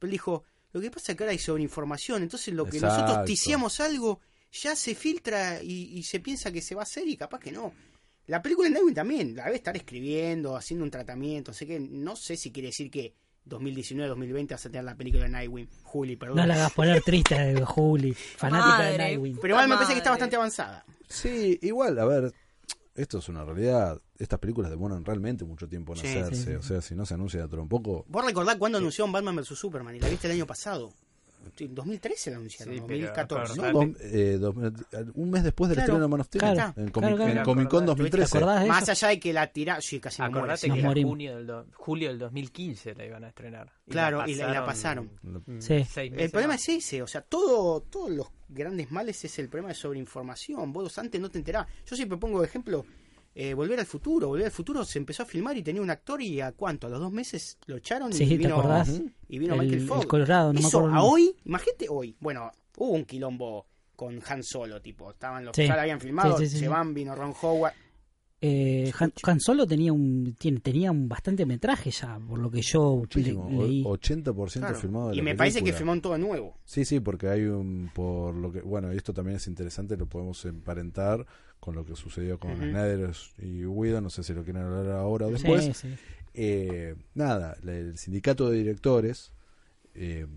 Pero él dijo, lo que pasa es que ahora hay sobreinformación, entonces lo que nosotros Exacto. ticiamos algo ya se filtra y, y se piensa que se va a hacer y capaz que no. La película de Nightwing también, la debe estar escribiendo, haciendo un tratamiento, sé que no sé si quiere decir que 2019-2020 vas a tener la película de Nightwing, Juli, perdón. No la hagas poner triste, eh, Juli. Fanática de Madre. Nightwing. Pero igual me parece que está Madre. bastante avanzada. Sí, igual, a ver, esto es una realidad. Estas películas demoran realmente mucho tiempo en Sí, sí. hacerse. O sea, si no se anuncia dentro de un poco. Vos recordás cuándo anunciaron Batman vs Superman y la viste el año pasado. En 2013 la anunciaron, Sí, pero 2014. acordate. dos- eh, dos- un mes después del Claro, estreno de Man of Steel, claro, en, Comic, claro, claro. en Comic Con ¿Te 2013. acordás de Más eso? allá de que la tira, sí, casi me muero, Acordate sí. Nos que era morimos. junio del do- julio del 2015 la iban a estrenar. Claro, y la- y la pasaron. mm, Sí. seis meses El problema más. es ese, o sea, todo, todos los grandes males es el problema de sobreinformación. Vos antes no te enterás. Yo siempre pongo de ejemplo eh, Volver al Futuro. Volver al Futuro se empezó a filmar y tenía un actor y a cuánto, a los dos meses lo echaron Sí, y ¿te vino, acordás? y vino El- Michael Fogg. el Colorado, no me Eso acuerdo el a nombre. hoy, imagínate hoy. Bueno, hubo un quilombo con Han Solo, tipo, estaban los Sí. ya la habían filmado, Sí, sí, sí, se sí. van, vino Ron Howard. Eh, Han, Han Solo tenía un tiene, tenía un bastante metraje ya, por lo que yo le- Muchísimo, o- leí. 80% Claro. filmado de Y la me parece que película. filmaron todo nuevo. Sí, sí, porque hay un por lo que bueno, y esto también es interesante, lo podemos emparentar con lo que sucedió con Ujú. Snyder y Guido, no sé si lo quieren hablar ahora o Sí, después. sí. Eh, nada, la- el sindicato de directores eh,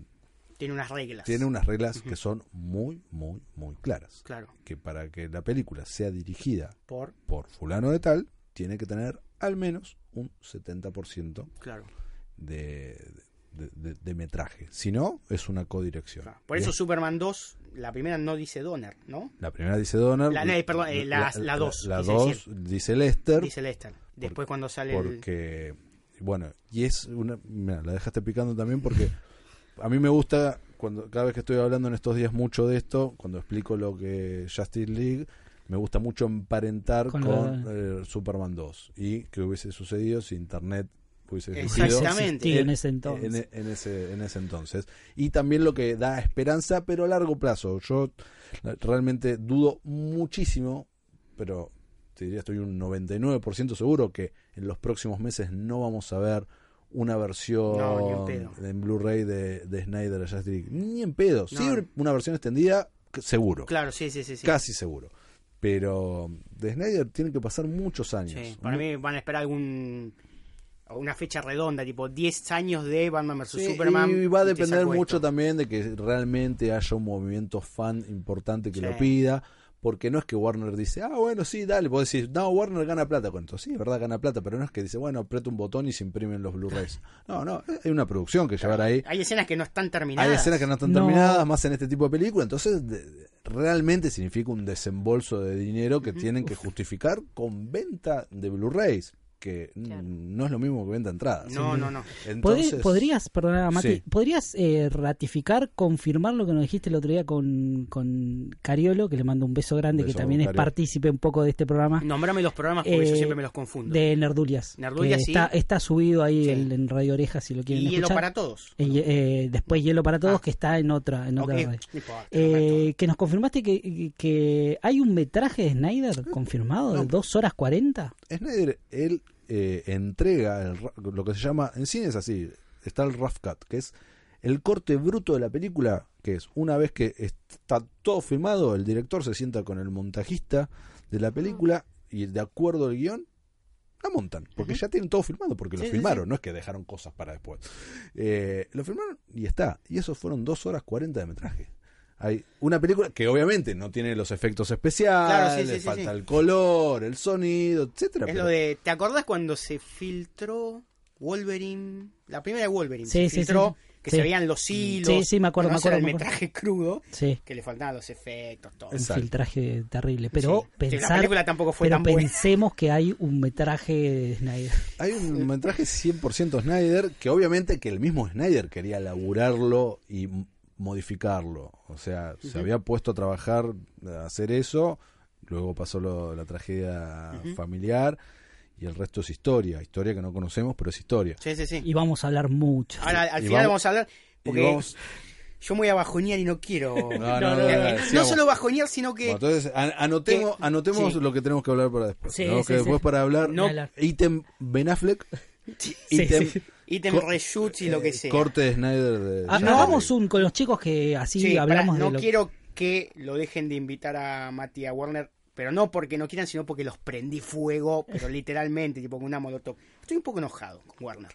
Tiene unas reglas. tiene unas reglas que son muy, muy, muy claras. Claro, Que para que la película sea dirigida por, por fulano de tal, tiene que tener al menos un 70% claro. de, de, de- de metraje. Si no, es una codirección. claro. Ah, Por Y eso es- Superman 2, la primera no dice Donner, ¿no? la primera dice Donald. La- no, perdón, eh, la- la dos, La dice 2 dice Lester. Dice Lester. Después cuando sale el- porque bueno y es una mirá, la dejaste picando también porque a mí me gusta cuando cada vez que estoy hablando en estos días mucho de esto cuando explico lo que Justice League me gusta mucho emparentar con, Con eh, Superman 2 y que hubiese sucedido si internet hubiese existido Exactamente. Sí, en ese entonces. en, en ese, en ese entonces. Y también lo que da esperanza, pero a largo plazo. Yo la- realmente dudo muchísimo, pero te diría estoy un 99% seguro que en los próximos meses no vamos a ver una versión No, ni en pedo. en Blu-ray de, de Snyder a Justice League. Ni en pedo. Sí, No. una versión extendida, que- seguro. Claro, sí, sí, sí. sí. Casi seguro. Pero de Snyder tienen que pasar muchos años. Sí, para Mu- mí van a esperar algún una fecha redonda, tipo 10 años de Batman vs Sí, Superman. Y va a te depender saco mucho esto. también de que realmente haya un movimiento fan importante que Sí. lo pida. Porque no es que Warner dice, ah, bueno, sí, dale. Vos decís, no, Warner gana plata con esto. Sí, es verdad, gana plata, pero no es que dice, bueno, aprieta un botón y se imprimen los Blu-rays. No, no, hay una producción que llevar ahí. Hay escenas que no están terminadas. Hay escenas que no están No. terminadas, más en este tipo de película. Entonces, de- de- realmente significa un desembolso de dinero que tienen que justificar con venta de Blu-rays, que mm, Claro. no es lo mismo que venta de entradas. No, no, no. ¿Podrí- Entonces, ¿Podrías, perdona, Mati, Sí. podrías eh, ratificar, confirmar lo que nos dijiste el otro día con, con Cariolo, que le mando un beso grande, Beso, que también es Cariolo. partícipe un poco de este programa, Nombrame los programas porque yo Eh, siempre me los confundo. de Nerdulias. Nerdulias, que sí. está, está subido ahí Sí. el- en Radio Orejas si lo quieren Y hielo escuchar. para todos. Eh, eh, después Hielo para Todos, Ah. que está en otra, en Ok, Este otra radio. no importa, Eh, no que nos confirmaste que, que hay un metraje de Mm. Snyder confirmado de 2 horas 40. Snyder, él eh, entrega el ra- lo que se llama, en cine es así, está el rough cut, que es el corte bruto de la película, que es una vez que está todo filmado, el director se sienta con el montajista de la película y de acuerdo al guión, la montan, porque ya tienen todo filmado, porque Sí, lo sí, filmaron, no es que dejaron cosas para después. Eh, lo filmaron y está, y eso fueron 2 horas 40 de metraje. Hay una película que obviamente no tiene los efectos especiales, Claro, sí, sí, sí, falta sí. el color, el sonido, etcétera. Es pero- lo de ¿Te acordás cuando se filtró Wolverine? La primera de Wolverine Sí, se sí, filtró que Sí. se veían los hilos. Sí, sí, me acuerdo, que no me acuerdo, era me el acuerdo. metraje crudo Sí. que le faltaban los efectos, todo. Exacto. Un filtraje terrible. Pero Sí. Sí, pensar, la película tampoco fue pero tan buena. pensemos que hay un metraje de Snyder. Hay un metraje 100% Snyder que obviamente que el mismo Snyder quería laburarlo y m- modificarlo. O sea, se había puesto a trabajar, a hacer eso, luego pasó lo- la tragedia familiar y el resto es historia. Historia que no conocemos, pero es historia. Sí, sí, sí. Y vamos a hablar mucho. Ahora al Y final vamos- vamos a hablar Y porque vamos- yo me voy a bajonear y no quiero. Eh, no, no, no, no, sigamos. solo bajonear, sino que Bueno, entonces, an- anotemos, que- anotemos sí. lo que tenemos que hablar para después. Sí, Tenemos sí, que sí. después para hablar, No. Hablar. ítem Ben *laughs* Affleck, Sí, ítem sí. ítem Cor- reshoots y lo que sea. corte de Snyder. De Ah, Snyder. Hagamos un con los chicos que así Sí, pará, hablamos no de lo quiero que lo dejen de invitar a Mati a Warner, pero no porque no quieran, sino porque los prendí fuego, *laughs* pero literalmente, tipo con una molotov. Estoy un poco enojado con Warner.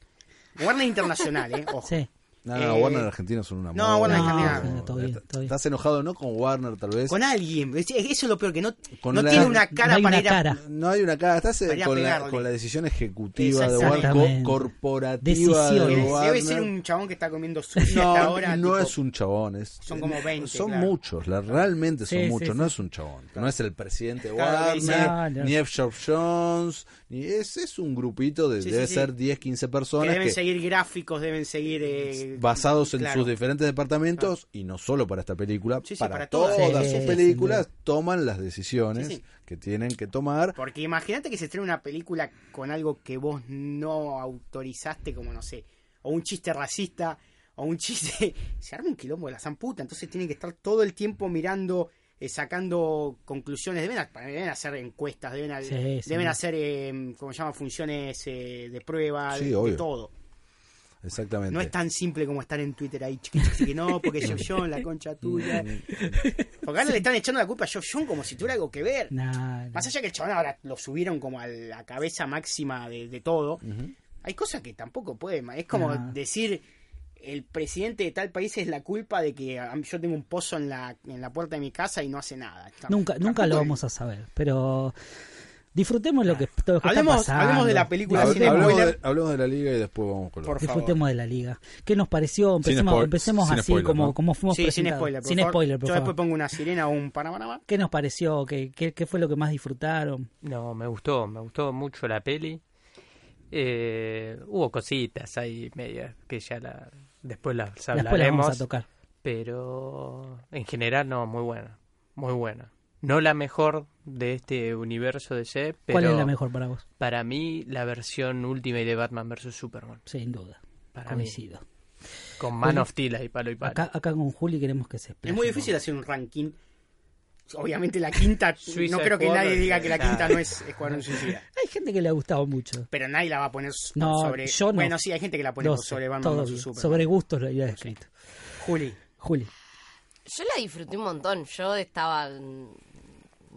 Warner Internacional, ¿eh? Ojo. Sí. No, Eh, Warner Argentina son una no, moda. Warner No, Argentina. todo bien, todo bien. Estás enojado no con Warner tal vez. Con alguien. es- Eso es lo peor, que no, Con no la- tiene una No cara hay para una ir a- cara. No hay una cara, estás eh, Para ir a con la, pegarle. con la decisión ejecutiva de Warner, Exactamente. co- corporativa Decisiones. de Debe- Debe Warner. ser un chabón que está *laughs* comiendo sushi *laughs* No, hasta ahora. no tipo, es un chabón. es- son como 20, Son claro. muchos, la- realmente son Sí, sí, muchos. sí. No es un chabón. No es el presidente de Claro, Warner, dice- No, no. ni F. Sharp Jones. Ni, es, es un grupito de, Sí, sí, debe sí. ser 10, 15 Que personas deben que- seguir gráficos, deben seguir. eh, basados en claro. sus diferentes departamentos y no solo para esta película, Sí, sí, para, para todas, todas. Sí, sus sin películas toman las decisiones Sí, sí. que tienen que tomar. Porque imagínate que se estrena una película con algo que vos no autorizaste, como no sé, o un chiste racista, o un chiste, *laughs* se arma un quilombo de la zamputa. Entonces tienen que estar todo el tiempo mirando, eh, sacando conclusiones. Deben, ha- deben hacer encuestas, deben, al- Sí, sí. deben hacer, eh, como se llama, funciones eh, de prueba, Sí, de- de obvio. todo. Exactamente. No es tan simple como estar en Twitter ahí, chiqui, chiqui, que no, porque yo, John, la concha Mm, *laughs* *laughs* tuya. Porque ahora le están echando la culpa a yo, John, como si tuviera algo que ver. Nah, nah. Más allá que el chabón ahora lo subieron como a la cabeza máxima de, de todo, hay cosas que tampoco puede. ma- Es como No. decir, el presidente de tal país es la culpa de que a- yo tengo un pozo en la, en la puerta de mi casa y no hace nada. Tam- Nunca, nunca tampoco lo es- vamos a saber, pero disfrutemos lo que, todo lo que Hablemos- está pasando. hablemos de la película Hab- sin Disfrutemos, hablemos, spoiler. de, hablemos de la liga y después vamos con lo Por otro. disfrutemos de la liga. ¿Qué nos pareció? Sin Empecemos, spoil- empecemos sin así spoiler, como, ¿no? como fuimos Sí, sin presentados. spoiler, por Sin favor. spoiler, por Yo favor. después pongo una sirena o un panorama. ¿Qué nos pareció? ¿Qué, qué, qué fue lo que más disfrutaron? No, me gustó, me gustó mucho la peli. Eh, hubo cositas ahí medias que ya la, después las Después las vamos a hablaremos. tocar. pero en general no, muy buena, muy buena. No la mejor de este universo de C, pero ¿Cuál es la mejor para vos? para mí la versión última y de Batman vs Superman. Sin duda. Para mí, Coincido. con Man Coinc- of Steel ahí palo y palo. Acá, acá con Juli queremos que se explique. Es muy difícil hacer un ranking. Obviamente la quinta, no Suicide creo que Squad, nadie o diga sea, que la nada. quinta no es Escuadrón Suicida. Hay gente que le ha gustado mucho. Pero nadie la va a poner s- No, sobre... yo no. Bueno, sí, hay gente que la pone Lo por sé, sobre Batman todo vs bien. Superman. Sobre gustos lo había escrito. Juli. Juli. Yo la disfruté un montón. Yo estaba. mm,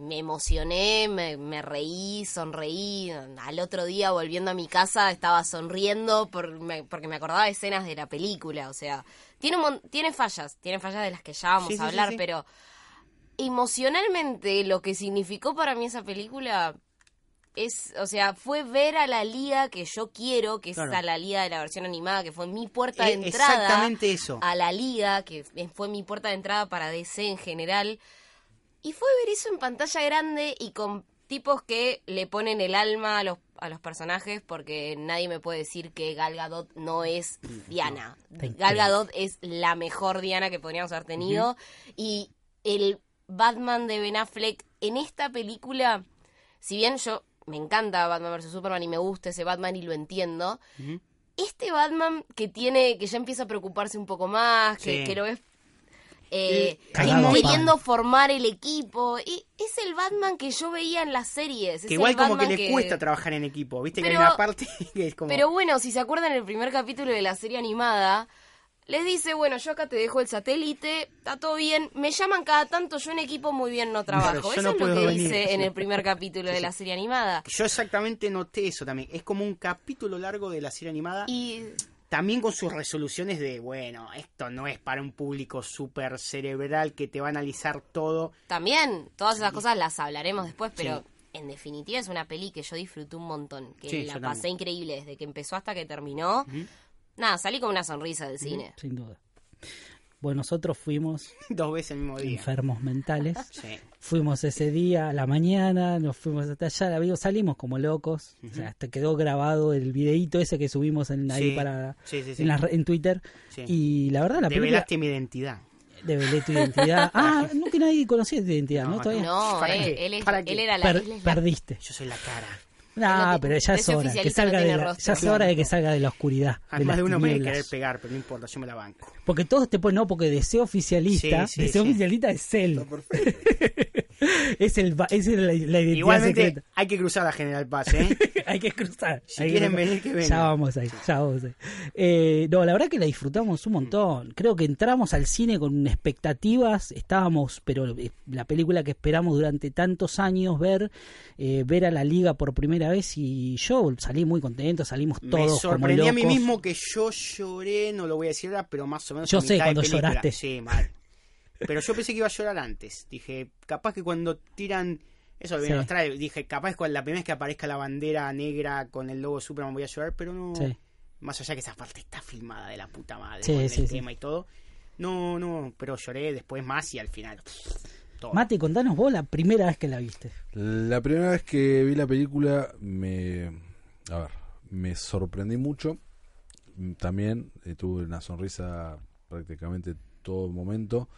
Me emocioné, me, me reí, sonreí. Al otro día, volviendo a mi casa, estaba sonriendo por- me- porque me acordaba de escenas de la película. O sea, tiene, un mon- tiene fallas, tiene fallas de las que ya vamos Sí, sí, a sí, hablar, sí. pero emocionalmente lo que significó para mí esa película es, o sea, fue ver a la liga que yo quiero, que Claro. es a la liga de la versión animada, que fue mi puerta de Eh, entrada exactamente eso. a la liga, que fue mi puerta de entrada para DC en general. Y fue ver eso en pantalla grande y con tipos que le ponen el alma a los, a los personajes porque nadie me puede decir que Gal Gadot no es Diana. Está increíble. Gal Gadot es la mejor Diana que podríamos haber tenido y el Batman de Ben Affleck en esta película, si bien yo me encanta Batman vs Superman y me gusta ese Batman y lo entiendo, este Batman que tiene que ya empieza a preocuparse un poco más, que, Sí. que lo ves eh, Cagado a queriendo palo. formar el equipo. Y es el Batman que yo veía en las series. es Que igual el como que Batman le cuesta trabajar en equipo. Viste que Pero- hay una parte *laughs* que es como... Pero bueno, si se acuerdan el primer capítulo de la serie animada, les dice, bueno, yo acá te dejo el satélite, está todo bien, me llaman cada tanto, yo en equipo muy bien no Claro, yo trabajo. Eso no es lo puedo que venir. dice en *laughs* el primer capítulo de la serie animada. Yo exactamente noté eso también. Es como un capítulo largo de la serie animada. Y También con sus resoluciones de, bueno, esto no es para un público súper cerebral que te va a analizar todo. *laughs* también, todas esas cosas las hablaremos después, pero Sí. en definitiva es una peli que yo disfruté un montón, que Sí, la yo pasé también. increíble desde que empezó hasta que terminó. Nada, salí con una sonrisa del cine. Sin duda. Bueno, nosotros fuimos Dos veces el mismo día. enfermos mentales. *laughs* Sí. Fuimos ese día a la mañana, nos fuimos hasta allá, la vimos, salimos como locos. O sea, hasta quedó grabado el videíto ese que subimos en, Sí, ahí para, sí, sí, sí. En, las re- en Twitter. Sí. Y la verdad, la película Develaste mi identidad. develé *laughs* tu identidad. Ah, nunca nadie conocía tu identidad, ¿no? No, Todavía. No, ¿Para él, qué? él es- ¿Para qué? él era la... Per- él es la- perdiste. Yo soy la cara. No, no te- pero ya es ese hora que oficialista salga no de tiene la, rostro. ya es hora de que salga de la oscuridad. de Además las de uno me va a tinieblas. querer pegar, pero no importa, yo me la banco. Porque todos te ponen, no, porque deseo oficialista, Sí, sí, deseo sí. oficialista es él. *laughs* es el, va- es el- la, la identidad Igualmente, secreta. hay que cruzar la General Paz, *laughs* ¿eh? hay que cruzar. Si hay que quieren cruzar. venir, que vengan. Ya vamos ahí, ya vamos ahí. Eh, no, la verdad que la disfrutamos un montón. Creo que entramos al cine con expectativas, estábamos, pero eh, la película que esperamos durante tantos años ver, eh, ver a la liga por primera vez y yo salí muy contento, salimos Me todos como sorprendí a mí locos. mismo que yo lloré, no lo voy a decir ahora, pero más o menos. Yo a sé mitad de cuando película. lloraste. Sí, mal. Pero yo pensé que iba a llorar antes. Dije, capaz que cuando tiran. Eso viene Sí. los trae. Dije, capaz cuando la primera vez que aparezca la bandera negra con el logo de Superman voy a llorar, pero no. Sí. Más allá que esa parte está filmada de la puta madre, Sí, con sí, el sí. tema y todo. No, no, pero lloré después más y al final. Todo. Mate, contanos vos la primera vez que la viste. La primera vez que vi la película me... A ver, me sorprendí mucho. También eh, tuve una sonrisa prácticamente todo el momento.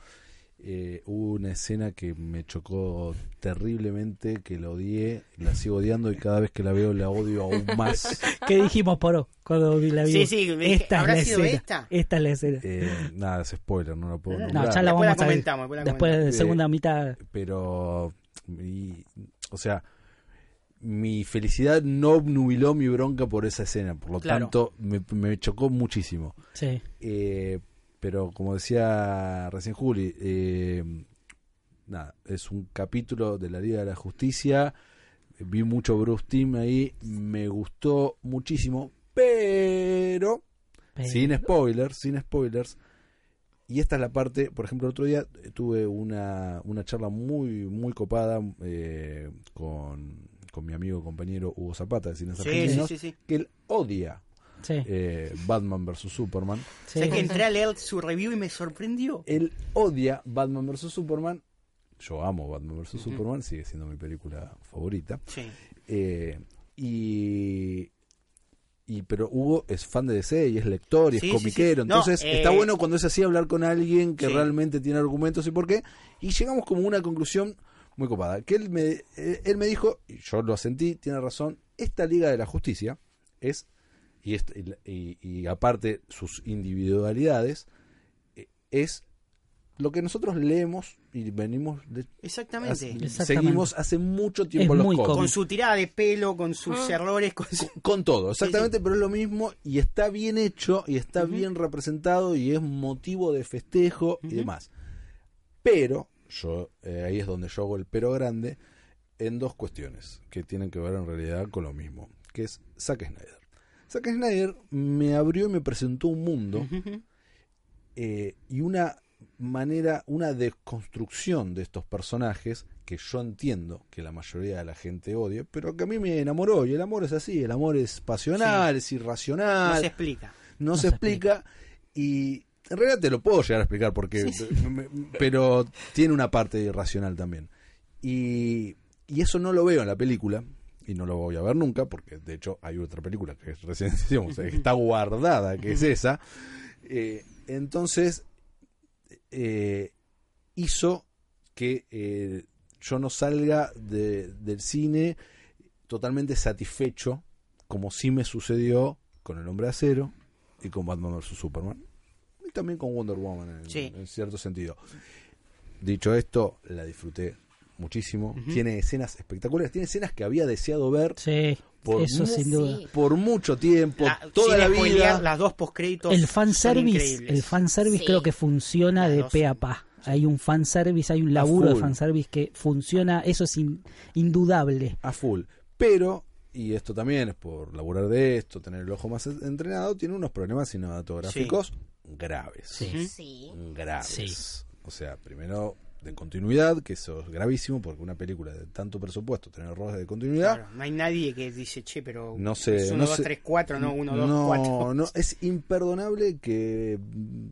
eh, hubo una escena que me chocó terriblemente, que la odié, la sigo odiando y cada vez que la veo la odio aún *laughs* más. ¿Qué dijimos, Poro, cuando vi la vi? Sí, sí, me dije, esta es ¿habrá la sido escena. esta? es la escena. Eh, nada, es spoiler, no la puedo nombrar. Eh, no, ya la Después la vamos a ver. comentamos, después la Después de comentamos. segunda mitad. pero y- o sea mi felicidad no obnubiló mi bronca por esa escena por lo Claro. tanto me, me chocó muchísimo Sí. Eh, pero como decía recién Juli eh, nada es un capítulo de la Liga de la Justicia vi mucho Bruce Team ahí me gustó muchísimo pero sin spoilers, sin spoilers. Y esta es la parte, por ejemplo, el otro día tuve una, una charla muy, muy copada eh, con, con mi amigo compañero Hugo Zapata de Cines Sí, sí, Argentinos, sí, sí. que él odia Sí, eh, Batman vs. Superman. sí. ¿Sabés que entré a leer su review y me sorprendió? Él odia Batman vs. Superman. Yo amo Batman vs. Superman, sigue siendo mi película favorita. Sí. Eh, y, y pero Hugo es fan de DC y es lector y Sí, es sí, sí. comiquero, No, entonces eh, está bueno cuando es así hablar con alguien que Sí. realmente tiene argumentos y por qué. Y llegamos como a una conclusión muy copada, que él me, eh, él me dijo, y yo lo sentí, tiene razón, esta Liga de la Justicia es, y, est- y la- y- y aparte sus individualidades, eh, es lo que nosotros leemos y venimos le- Exactamente. as- Exactamente. seguimos hace mucho tiempo Es los muy cómics Con su tirada de pelo, con sus errores, *laughs* con su... con todo, exactamente, Sí, pero es lo mismo y está bien hecho y está bien representado y es motivo de festejo y demás. Pero, yo eh, ahí es donde yo hago el pero grande, en dos cuestiones que tienen que ver en realidad con lo mismo, que es Zack Snyder. Zack Snyder me abrió y me presentó un mundo eh, y una manera, una desconstrucción de estos personajes que yo entiendo que la mayoría de la gente odia, pero que a mí me enamoró. Y el amor es así, el amor es pasional, es No irracional, se explica. no se explica. Y en realidad te lo puedo llegar a explicar porque, me- me- pero tiene una parte irracional también. Y, y eso no lo veo en la película. Y no lo voy a ver nunca, porque de hecho hay otra película que recién *laughs* decíamos, que está guardada, que es esa. Eh, entonces, eh, hizo que eh, yo no salga de- del cine totalmente satisfecho, como sí me sucedió con El Hombre de Acero y con Batman vs. Superman. Y también con Wonder Woman, en, Sí. en cierto sentido. Dicho esto, la disfruté muchísimo. Tiene escenas espectaculares, tiene escenas que había deseado ver Sí, Por eso mu- sin duda. Sí. por mucho tiempo, La- toda sin la spoilear, vida. Las dos postcréditos. El son fanservice, increíbles. el fanservice Sí. creo que funciona Las de dos. pe a pa. Hay un fanservice, hay un laburo de full. fanservice que funciona, eso es in- indudable. a full. Pero, y esto también es por laburar de esto, tener el ojo más entrenado, tiene unos problemas cinematográficos graves. ¿Mm? Sí. Graves. Sí. O sea, primero de continuidad, que eso es gravísimo, porque una película de tanto presupuesto, tener errores de continuidad, Claro, no hay nadie que dice, che, pero. no sé. Es 1, no 2, sé- 3, 4, no 1, 2, no, 4. *laughs* no, es imperdonable que. mm,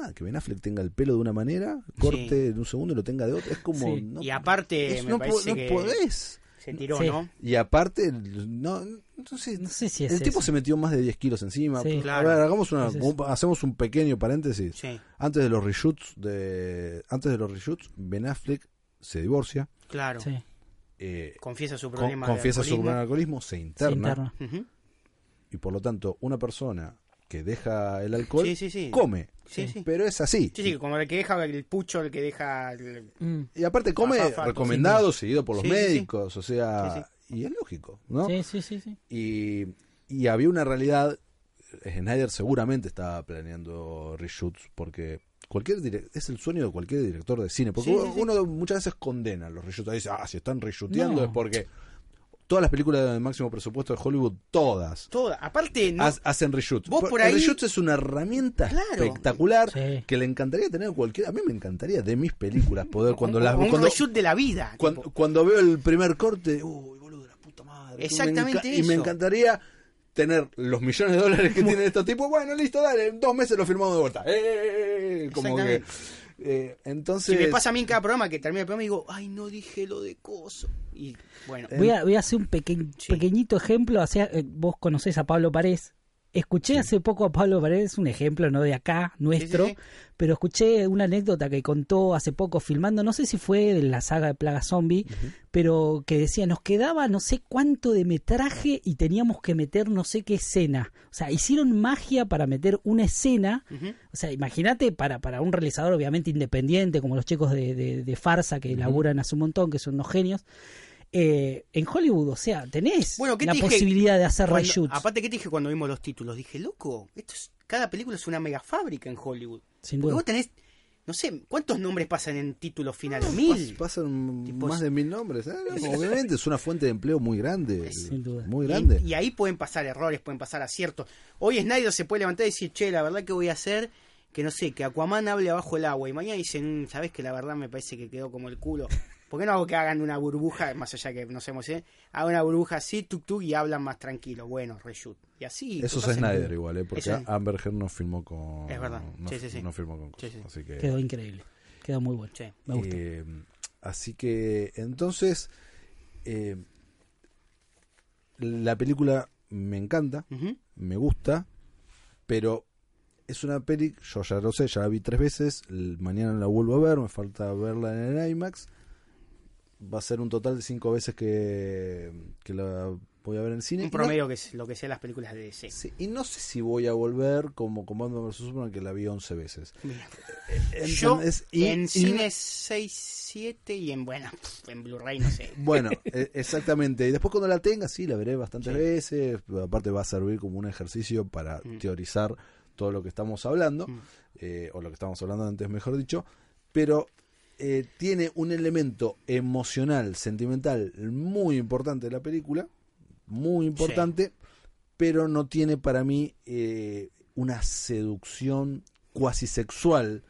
ah, que Ben Affleck tenga el pelo de una manera, corte Sí. en un segundo y lo tenga de otra. Es como. Sí. no- Y aparte, es- me no, po- parece no que podés. se tiró, Sí. ¿no? Y aparte, no, no sé, No sé si es el tipo eso. se metió más de 10 kilos encima. Sí. A Claro. ver, hagamos una, Es eso. hacemos un pequeño paréntesis. Sí, Antes de los reshoots, de, antes de los reshoots, Ben Affleck se divorcia, claro. Sí, eh, Confiesa su con- problema. de confiesa su alcoholismo. alcoholismo, se interna, interna. Ujú. y por lo tanto una persona que deja el alcohol Sí, sí, sí. come, Sí, sí. pero es así. Sí, sí, como el que deja el pucho, el que deja. el- Mm. Y aparte come Alfalfa, recomendado, seguido por los Sí, sí, sí. médicos, o sea, y es lógico, ¿no? Sí, sí, sí, sí. y, y había una realidad. Snyder seguramente estaba planeando reshoots porque cualquier dire- es el sueño de cualquier director de cine. Porque Sí, uno, sí, sí. uno muchas veces condena los reshoots. Dice, ah, si están reshooteando No. es porque todas las películas de máximo presupuesto de Hollywood, todas, Toda. Aparte, no. ha- hacen reshoots. Vos Por- por El ahí- reshoots es una herramienta Claro. espectacular Sí. que le encantaría tener a cualquiera. A mí me encantaría de mis películas poder cuando las *laughs* un cuando, reshoot de la vida. cuan- tipo. cuando, veo el primer corte, uy, boludo, la puta madre. tú, me Exactamente enca- Y me eso. encantaría tener los millones de dólares que tienen estos tipos. Bueno, listo, dale, en dos meses lo firmamos de vuelta. ¡Eh! Como que. Exactamente. eh, entonces. Si me pasa a mí en cada programa que termina el programa y digo, ay, no dije lo de coso. Y bueno, eh, Voy a, voy a hacer un peque- pequeñito ejemplo. o sea, eh, vos conocés a Pablo Parés, Escuché hace poco a Pablo Paredes, un ejemplo, no de acá, nuestro, sí, sí. pero escuché una anécdota que contó hace poco filmando, no sé si fue de la saga de Plaga Zombie, pero que decía, nos quedaba no sé cuánto de metraje y teníamos que meter no sé qué escena. O sea, hicieron magia para meter una escena. O sea, imagínate para, para un realizador obviamente independiente, como los chicos de, de- de farsa que laburan hace un montón, que son unos genios. eh, en Hollywood, o sea, tenés Bueno, ¿qué la te dije? posibilidad de hacer Cuando- reshoots. Aparte, ¿qué te dije cuando vimos los títulos? Dije, loco, esto es- cada película es una mega fábrica en Hollywood. Sin Porque duda. vos tenés, no sé, ¿cuántos nombres pasan en títulos finales? Mil. Pasan Tipo, más de mil nombres. ¿eh? No, Obviamente es una fuente de empleo muy grande. Sin duda. Muy Y- grande. Y, ahí pueden pasar errores, pueden pasar aciertos. Hoy Snyder se puede levantar y decir, che, la verdad que voy a hacer que no sé, que Aquaman hable abajo el agua. Y mañana dicen, ¿sabes que la verdad me parece que quedó como el culo? ¿Por qué no hago que hagan una burbuja, más allá que no sé ¿eh? Hagan una burbuja así, tuk tuk, y hablan más tranquilo. Bueno, reshoot. Y así. Eso es cosas en- Snyder igual, ¿eh? porque Eso es- Amber Heard no filmó con... Es verdad. No, Sí, sí, sí. no filmó con... Sí, sí. Así que... Quedó increíble. Quedó muy bueno. Sí. Me gustó. Eh, así que entonces eh, la película me encanta, Ujú. me gusta, pero es una peli, yo ya lo sé, ya la vi tres veces, el- mañana la vuelvo a ver, me falta verla en el IMAX, va a ser un total de cinco veces que, que la voy a ver en el cine. Un Y no- promedio que es lo que sean las películas de DC. sí, y no sé si voy a volver como con Batman vs Superman que la vi 11 veces. Mira. ¿Entendés? Yo Y- en y- cines 6, 7 y en, bueno, pf, en Blu-ray no sé. Bueno, e- exactamente. Y después cuando la tenga, sí, la veré bastantes veces. Aparte va a servir como un ejercicio para teorizar todo lo que estamos hablando, eh, o lo que estábamos hablando antes, mejor dicho. Pero eh, tiene un elemento emocional, sentimental, muy importante de la película, muy importante, pero no tiene para mí eh, una seducción cuasi sexual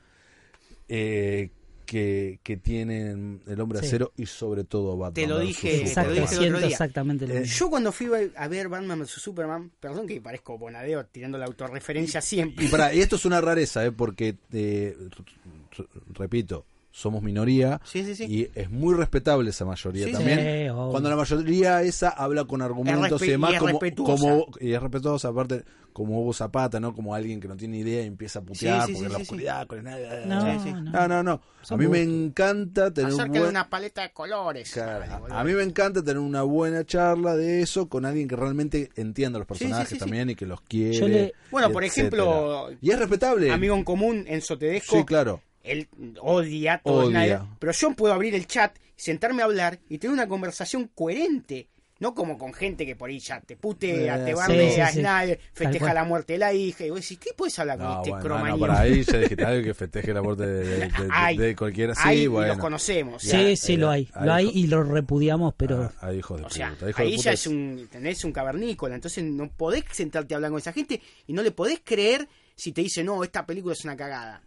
eh, que, que tienen el hombre Sí. acero y sobre todo Batman. Te lo versus dije, te Exacto, lo dije Superman. el otro siento día. exactamente lo Eh, mismo. Yo cuando fui a ver Batman vs Superman, perdón que parezco bonadeo tirando la autorreferencia siempre. Y, pará, y esto es una rareza, ¿eh? porque, eh, r- r- repito, somos minoría Sí, sí, sí. y es muy respetable esa mayoría Sí, sí. también. Sí, obvio. cuando la mayoría esa habla con argumentos respe- y demás, y es como, respetuosa. como- y es respetuosa, aparte, como Hugo Zapata, ¿no? Como alguien que no tiene idea y empieza a putear sí, porque sí, en la sí, sí. oscuridad, con el nada. No, Sí, sí. no. No, no, no. A Son mí me gustos. encanta tener un Acerca buen- de una paleta de colores. Claro, Dale, a- boludo. a mí me encanta tener una buena charla de eso con alguien que realmente entienda los sí, personajes sí, sí. también y que los quiere. Yo le- Bueno, por ejemplo, etcétera. Y es respetable. Amigo en común, Enzo Tedesco. Sí, claro. Él odia todo Odia. Snyder, Pero yo puedo abrir el chat, sentarme a hablar y tener una conversación coherente. No como con gente que por ahí ya te putea, Eh, te sí, bardea, sí, sí. Snyder, festeja cual. la muerte de la hija. Y vos decís, ¿qué puedes hablar con No, este bueno, cromañón? no, por ahí ya dijiste algo que festeje la muerte *laughs* de, de- de- Hay, de cualquiera. Sí, hay y bueno. los conocemos. Ya, Sí, sí, eh, lo hay. ahí Lo hay dijo- y lo repudiamos, pero Ah, ah, hijos de O sea, puta, hijos de ahí puta ya es- es un, tenés un cavernícola, entonces no podés sentarte a hablar con esa gente y no le podés creer si te dice, no, esta película es una cagada.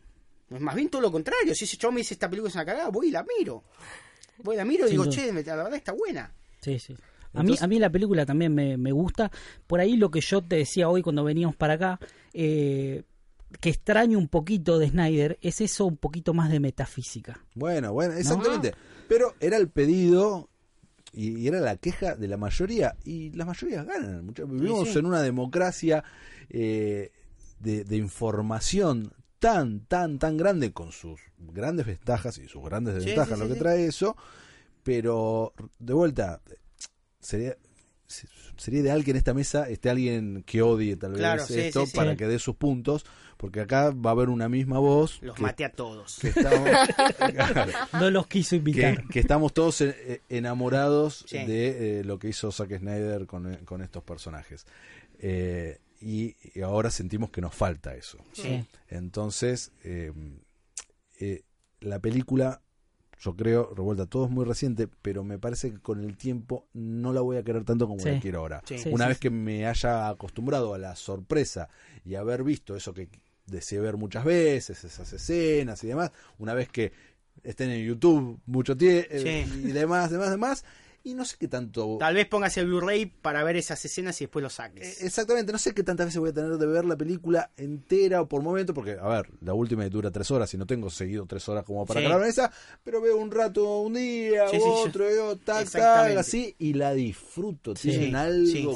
Es más bien todo lo contrario, si ese chavo me dice, esta película es una cagada, voy y la miro. Voy y la miro y Sin digo, duda. che, me- la verdad está buena. Sí, sí. A mí, Entonces- a mí la película también me, me gusta. Por ahí lo que yo te decía hoy cuando veníamos para acá, eh, que extraño un poquito de Snyder, es eso un poquito más de metafísica. Bueno, bueno, exactamente. Pero era el pedido y, y era la queja de la mayoría. Y las mayorías ganan. muchachos. Vivimos en una democracia eh, de, de información tan, tan, tan grande, con sus grandes ventajas y sus grandes desventajas, sí, lo sí, que sí. trae eso. Pero, de vuelta, sería... se- Sería ideal que en esta mesa esté alguien que odie tal vez Claro, sí, esto sí, sí. para Sí. que dé sus puntos, porque acá va a haber una misma voz Los que- maté a todos. que *laughs* estamos- No los quiso que, invitar. que estamos todos en- eh, enamorados Sí. de eh, lo que hizo Zack Snyder con, eh, con estos personajes. Eh, y, y ahora sentimos que nos falta eso. Sí. Entonces, eh, eh, la película, yo creo, revuelta, todo es muy reciente, pero me parece que con el tiempo no la voy a querer tanto como Sí. la quiero ahora. Sí. Sí, Una sí, vez sí. que me haya acostumbrado a la sorpresa y haber visto eso que deseé ver muchas veces, esas escenas y demás, una vez que estén en YouTube mucho tiempo Sí. y demás, demás, demás, Y no sé qué tanto... Tal vez pongas el Blu-ray para ver esas escenas y después lo saques. Eh, Exactamente, no sé qué tantas veces voy a tener de ver la película entera o por momento, porque, a ver, la última dura tres horas y no tengo seguido tres horas como para Sí. grabar esa, pero veo un rato un día, Sí, sí, yo- otro, y otro, tac, tac, Exactamente. así, y la disfruto. Sí, Tienen algo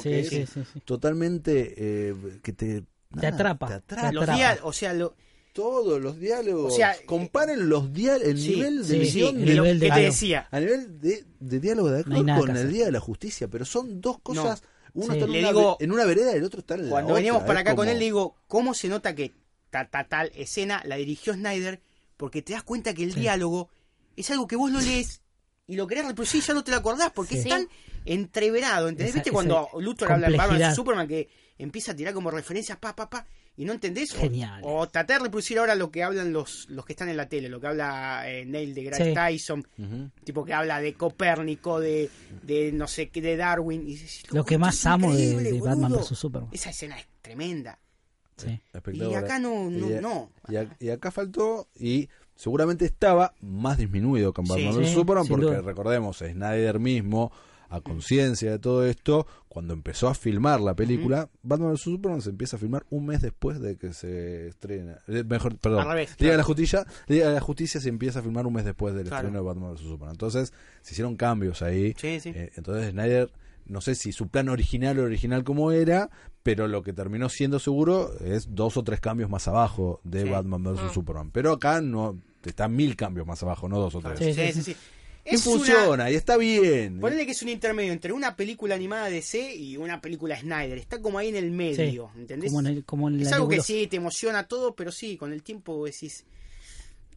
sí, sí, que sí, es sí, sí. totalmente eh, que te... Te atrapa, Te te atrapa. Los atrapa. días, o sea, lo, Todos los diálogos. O sea, eh, Comparen los diálogos, el sí, nivel de sí, sí, visión el de lo nivel de que te diálogo. decía. a nivel de, de diálogo de No hay actor nada que con el hacer. Día de la Justicia, pero son dos cosas. Uno Sí. está en Le una, digo- ve- en una vereda y el otro está en la Cuando otra, veníamos para es acá con como- él, le digo, ¿cómo se nota que ta, ta- tal escena la dirigió Snyder? Porque te das cuenta que el diálogo es algo que vos lo lees y lo querés reproducir y ya no te lo acordás porque es Sí. tan entreverado. ¿Entendés? Esa- ¿Viste esa cuando Luthor habla en Batman complejidad. vs Superman que empieza a tirar como referencias, pa, pa, pa, y no entendés? O- Genial. O, tratar de reproducir ahora lo que hablan los, los que están en la tele, lo que habla eh, Neil de Sí. Tyson, Ujú. tipo que habla de Copérnico, de, de no sé qué, de Darwin. y decís, Lo que "Esto más es amo de, increíble, de Batman boludo". vs Superman. Esa escena es tremenda. Sí. Y acá no, no, Y eh, a- no. Y, a- y acá faltó y seguramente estaba más disminuido que en Batman Sí. vs Sí, Superman sin porque duda. recordemos, Snyder mismo, a conciencia de todo esto, cuando empezó a filmar la película, Batman vs Superman se empieza a filmar un mes después de que se estrena. Eh, Mejor, perdón. Al revés, Liga de la Justicia, Liga de la Justicia se empieza a filmar un mes después del Claro. estreno de Batman vs Superman. Entonces, se hicieron cambios ahí. Sí, sí. Eh, entonces Snyder, no sé si su plan original original como era, pero lo que terminó siendo seguro es dos o tres cambios más abajo de Sí. Mm. Batman vs Superman. Pero acá no están mil cambios más abajo, no dos o tres. Sí, Sí, sí, sí, sí. sí. Y Es funciona y está bien. Una, ponele que es un intermedio entre una película animada de DC y una película Snyder. Está como ahí en el medio, ¿entendés? Como en el- como en es la algo que nebulosa. sí, te emociona todo, pero sí, con el tiempo decís...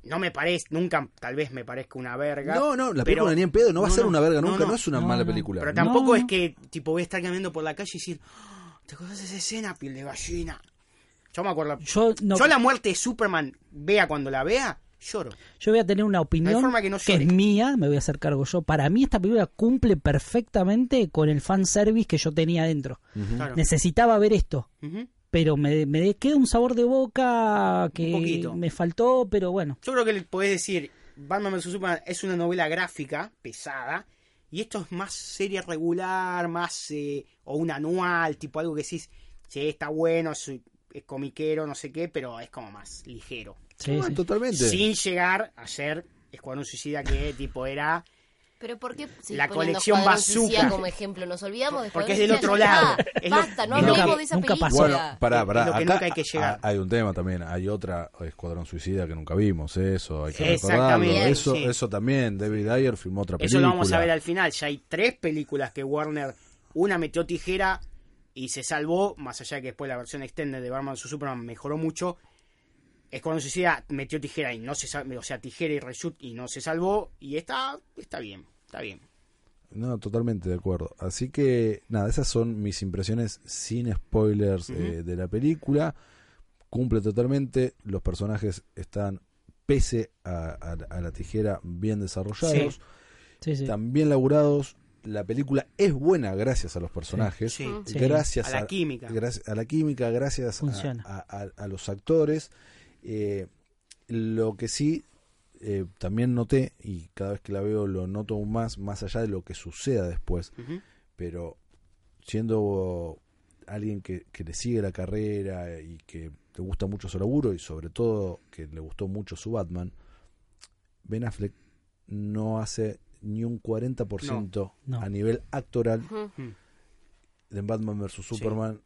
No me parece, nunca, tal vez me parezca una verga. No, no, pero- la película ni en pedo, no va a ser una verga nunca, no, no. es una No, mala no. película. Pero No, tampoco es no. que tipo voy a estar caminando por la calle y decir, "Ah, ¿te acuerdas de esa escena, piel de gallina? Yo me acuerdo. Yo, no, Yo la muerte de Superman, vea cuando la vea, lloro. yo voy a tener una opinión forma que no es llore. mía, me voy a hacer cargo yo. Para mí esta película cumple perfectamente con el fanservice que yo tenía adentro. Claro. Necesitaba ver esto, Ujú. pero me, me de- queda un sabor de boca Un que poquito. me faltó, pero bueno. Yo creo que le podés decir, Batman vs. Superman es una novela gráfica, pesada, y esto es más serie regular, más... eh, o un anual, tipo algo que decís, sí, está bueno, es, es comiquero, no sé qué, pero es como más ligero. Sí, Ah, sí. Totalmente. Sin llegar a ser Escuadrón Suicida que tipo era... Pero ¿por qué seguís La poniendo colección Escuadrón Suicida Bazooka. como ejemplo? Nos olvidamos de Porque Escuadrón es del Suicida, otro ya lado. está. Es lo- Basta, no es lo que hablemos de esa nunca película. pasó. Bueno, Es pará, lo pará. que acá nunca hay que llegar. a- hay un tema también. Hay otra Escuadrón Suicida que nunca vimos. Eso, hay que recordarlo. Exactamente, Eso, sí. eso también. David Ayer filmó otra película. Eso lo vamos a ver al final. Ya hay tres películas que Warner, una metió tijera y se salvó, más allá de que después la versión extended de Batman vs Superman mejoró mucho. Es cuando suicida metió tijera y no se salvó, o sea, tijera y reshoot y no se salvó y está está bien, está bien. No, totalmente de acuerdo. Así que, nada, esas son mis impresiones sin spoilers eh, de la película. Cumple totalmente. Los personajes están, pese a, a- a la tijera, bien desarrollados. Sí, sí. También laburados. La película es buena gracias a los personajes. Sí. Mm. Sí. Gracias A la química. gracias a la química, gracias a, Funciona. a- a- a los actores. Eh, lo que sí eh, también noté, y cada vez que la veo lo noto aún más, más allá de lo que suceda después, Ujú. pero siendo alguien que, que le sigue la carrera y que le gusta mucho su laburo y sobre todo que le gustó mucho su Batman, Ben Affleck no hace ni un 40% No. a nivel actoral Ujú. de Batman vs Superman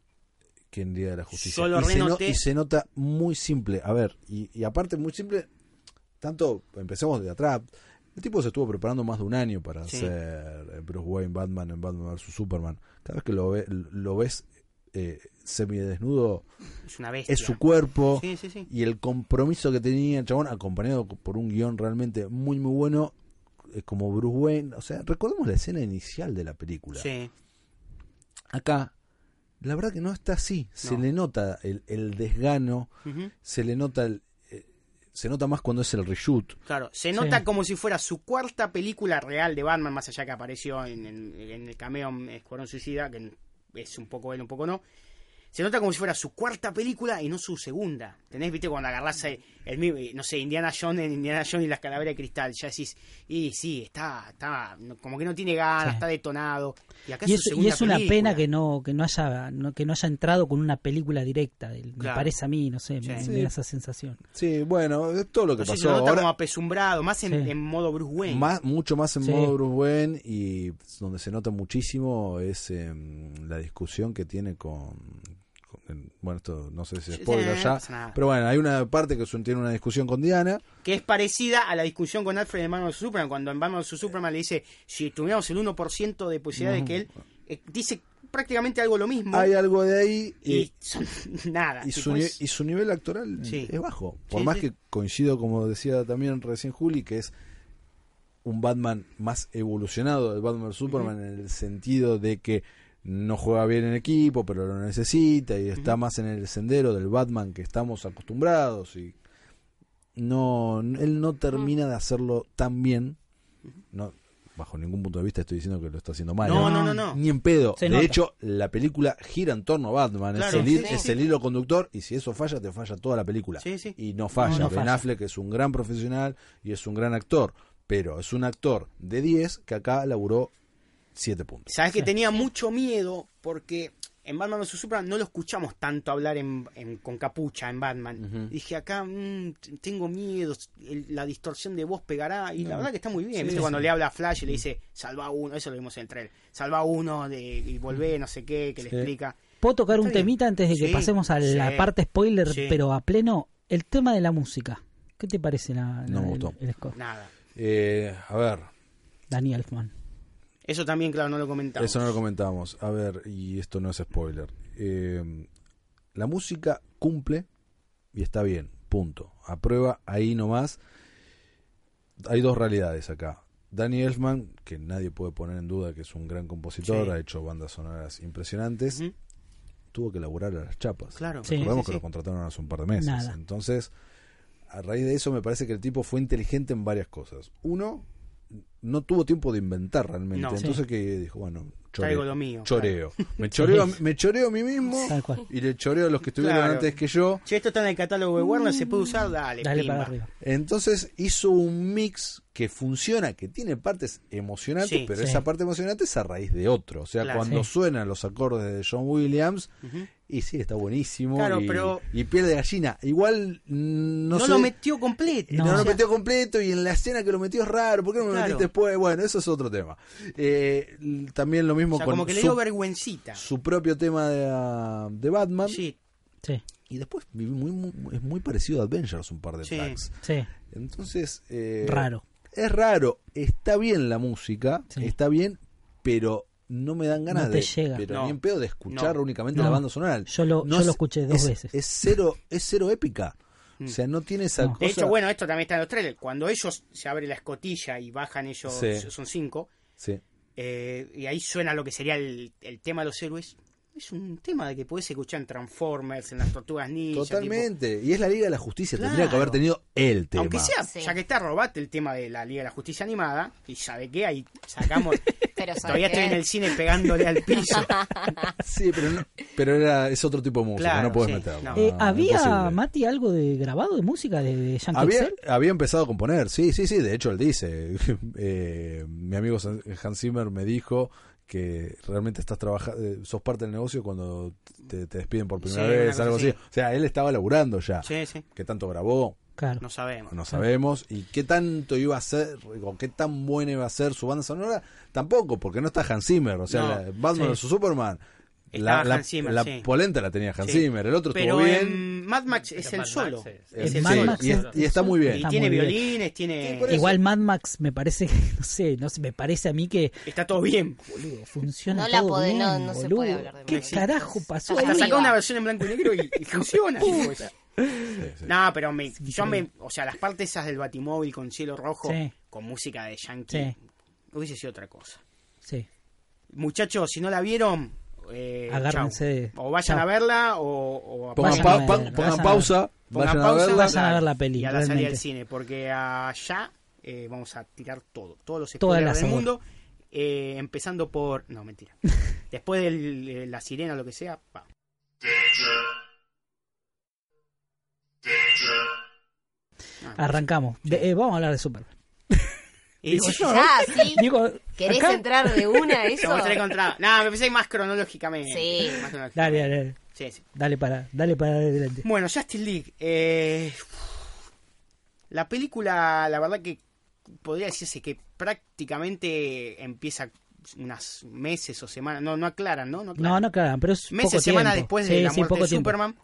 que en Día de la Justicia. Solo y, se no- renoté- y se nota muy simple. A ver, y, y aparte muy simple, tanto, empecemos de atrás. El tipo se estuvo preparando más de un año para Sí. hacer Bruce Wayne Batman en Batman vs Superman. Cada vez que lo, ve- lo ves eh, semidesnudo, Es una bestia. es su cuerpo Sí, sí, sí. y el compromiso que tenía el chabón, acompañado por un guión realmente muy, muy bueno, eh, como Bruce Wayne. O sea, recordemos la escena inicial de la película Sí. acá, la verdad que no está así. Se No. le nota el, el desgano, Ujú. se le nota el, eh, se nota más cuando es el reshoot. Claro, se Sí. nota como si fuera su cuarta película real de Batman, más allá que apareció en, en- en el cameo en Escuadrón Suicida, que es un poco él, un poco no. Se nota como si fuera su cuarta película y no su segunda. ¿Tenés, viste, cuando agarrás, eh, el, mismo, eh, no sé, Indiana Jones en Indiana Jones y las calaveras de cristal? Ya decís, y sí, está, está, no- como que no tiene ganas, Sí. está detonado. Y acá Y es es, su y segunda es una película. pena que no, que no haya no- que no haya entrado con una película directa, del- me Claro. parece a mí, no sé, me, Sí. me da esa sensación. Sí, bueno, es todo lo que No sé, se pasó lo nota como ahora. apesumbrado, más en, Sí. en modo Bruce Wayne. Más, mucho más en Sí. modo Bruce Wayne y donde se nota muchísimo es em, la discusión que tiene con, con el- bueno esto no sé si es Sí, spoiler no ya pasa nada. pero bueno hay una parte que su- tiene una discusión con Diana que es parecida a la discusión con Alfred de Batman vs Superman, cuando en Batman vs Superman le dice, si tuviéramos el 1% de posibilidad de que él, eh, dice prácticamente algo lo mismo, hay algo de ahí y, y, son- *laughs* nada. y tipo, su, es- ni- y su nivel actoral Sí. es bajo por Sí, más sí. que coincido como decía también recién Juli que es un Batman más evolucionado del Batman Superman en el sentido de que no juega bien en equipo, pero lo necesita y está más en el sendero del Batman que estamos acostumbrados y no él no termina de hacerlo tan bien. No bajo ningún punto de vista estoy diciendo que lo está haciendo mal. no, ¿eh? no, no, no. Ni en pedo. Se de nota. hecho, la película gira en torno a Batman. Claro, es, el, sí, hil- sí. es el hilo conductor y si eso falla, te falla toda la película. Sí, sí. Y no falla. No, no Ben falla. Affleck es un gran profesional y es un gran actor. Pero es un actor de 10 que acá laburó 7 puntos. Sabes que tenía mucho miedo porque en Batman vs Superman no lo escuchamos tanto hablar en, en- con capucha en Batman. Dije acá, mm, t- tengo miedo, el- la distorsión de voz pegará. Y la verdad que está muy bien. ¿viste? Cuando le habla a Flash y le dice, salva a uno, eso lo vimos en el trailer, salva a uno de, y volvé, no sé qué, que le Sí. explica. ¿Puedo tocar Está un bien. temita antes de que Sí, pasemos a la sí, parte spoiler, sí. pero a pleno? El tema de la música. ¿Qué te parece la, la- No me el- gustó. el score? Nada. Eh, a ver, Danny Elfman. Eso también, claro, no lo comentamos. Eso no lo comentamos. A ver, y esto no es spoiler. Eh, la música cumple y está bien. Punto. Aprueba ahí nomás. Hay dos realidades acá. Danny Elfman, que nadie puede poner en duda que es un gran compositor, Sí. ha hecho bandas sonoras impresionantes, Ujú. tuvo que laburar a las chapas. Claro. Sí. Recordemos que sí. lo contrataron hace un par de meses. Nada. Entonces, a raíz de eso me parece que el tipo fue inteligente en varias cosas. Uno, no tuvo tiempo de inventar realmente. No. Entonces que dijo, bueno, Traigo choreo. lo mío, choreo. Me, choreo a- me choreo a mí mismo Tal cual. y le choreo a los que estuvieron Claro. antes que yo. Che, esto está en el catálogo Mm. de Warner, se puede usar, dale, Dale pimba. para arriba. Entonces hizo un mix que funciona, que tiene partes emocionantes, Sí, pero sí. esa parte emocionante es a raíz de otro. O sea, Claro. cuando Sí. suenan los acordes de John Williams, Ujú. y sí, está buenísimo. Claro, y, pero- y piel de gallina. Igual mm, no, No, sé- lo metió completo. No, No, lo o sea- metió completo y en la escena que lo metió es raro. ¿Por qué no lo Claro. metiste después? Bueno, eso es otro tema. Eh, l- también lo mismo O sea, con como que le su, dio vergüencita. su propio tema de, ah, de Batman. Sí, Sí, Y después vi- muy, muy- es muy parecido a Avengers un par de Sí. tracks. sí. Entonces. eh, Raro. Es raro. Está bien la música. Sí. Está bien, pero no me dan ganas No te de llega. pero No. ni en pedo de escuchar No. únicamente No. la banda sonora Yo lo- yo es- lo escuché dos es- veces. es cero es cero épica o sea no tiene esa No. cosa Mm. De hecho, bueno, esto también está en los trailers. Cuando ellos se abre la escotilla y bajan ellos, Sí. son cinco, Sí. eh, y ahí suena lo que sería el, el tema de los héroes. Es un tema de que podés escuchar en Transformers, en las Tortugas Ninja. Totalmente. Y es la Liga de la Justicia. Tendría que Claro. haber tenido el tipo. tema. Aunque sea, Sí. ya que está, robate el tema de la Liga de la Justicia Animada, y sabe qué, ahí *laughs* sacamos... Pero ¿sabes Todavía estoy qué? en el cine pegándole al *laughs* piso. Sí, pero, no- pero era, es otro tipo de música. Claro, no puedes sí, meterlo. no. No, Eh, no, ¿Había, Ah, imposible. Mati, algo de grabado de música de, de Yankee había, Excel? había empezado a componer. Sí, sí, sí. De hecho, él dice. *laughs* eh, mi amigo San- Hans Zimmer me dijo que realmente estás trabajando, sos parte del negocio cuando te, te despiden por primera Sí, una vez, cosa algo así. así. O sea, él estaba laburando ya. Sí, sí, ¿Qué tanto grabó? Claro. no sabemos. No sabemos. ¿Y qué tanto iba a ser? ¿O qué tan buena iba a ser su banda sonora? Tampoco, porque no está Hans Zimmer. O sea, No, la- Batman sí. vs Superman. La, Estaba la- Hans Zimmer, la sí. polenta la tenía Hans Sí. Zimmer. El otro Pero estuvo bien. en Mad Max es Pero el Mad solo. Max es- Es Eh, el Mad sí, solo. Max y, es- y está muy bien. Y Está tiene muy bien. violines, tiene... por eso- Igual Mad Max me parece que, *laughs* no sé, no sé, me parece a mí que Está todo bien. boludo, funciona No la todo podés- bien, no- no se boludo. puede hablar de ¿Qué Mad Max. carajo pasó Está Hasta ahí? sacado. sacó una versión en blanco y negro y, *laughs* y funciona. tipo, es- No, pero me, yo me. O sea, las partes esas del Batimóvil con cielo rojo, Sí. con música de Yankee, Sí. hubiese sido otra cosa. Sí. Muchachos, si no la vieron, eh, Agárrense. chau. O vayan Chau. a verla o. o Pongan, Vayan pa- a ver, pa- vayan pongan a ver. pausa. pongan vayan pausa, a verla. Vayan a ver la peli, Y a la salida realmente. del cine, porque allá eh, vamos a tirar todo. Todos los Todas spoilers las del sabor. mundo. *laughs* eh, empezando por. No, mentira. Después de la sirena, lo que sea, pa. Arrancamos. De- eh, vamos a hablar de Superman. Y Digo, yo, Ya, sí. Digo, ¿Querés acá- entrar de una a eso? Somos tres contra. No, me pensé más cronológicamente. Sí. Más cronológicamente. Dale, dale, Sí, sí. dale para, dale para adelante. Bueno, Justice League. eh, la película, la verdad que podría decirse que prácticamente empieza unas meses o semanas. No, no aclaran, ¿no? No, aclaran. no, claro, pero es Meses, poco semanas tiempo. después Sí, de la sí, muerte poco de tiempo. Superman.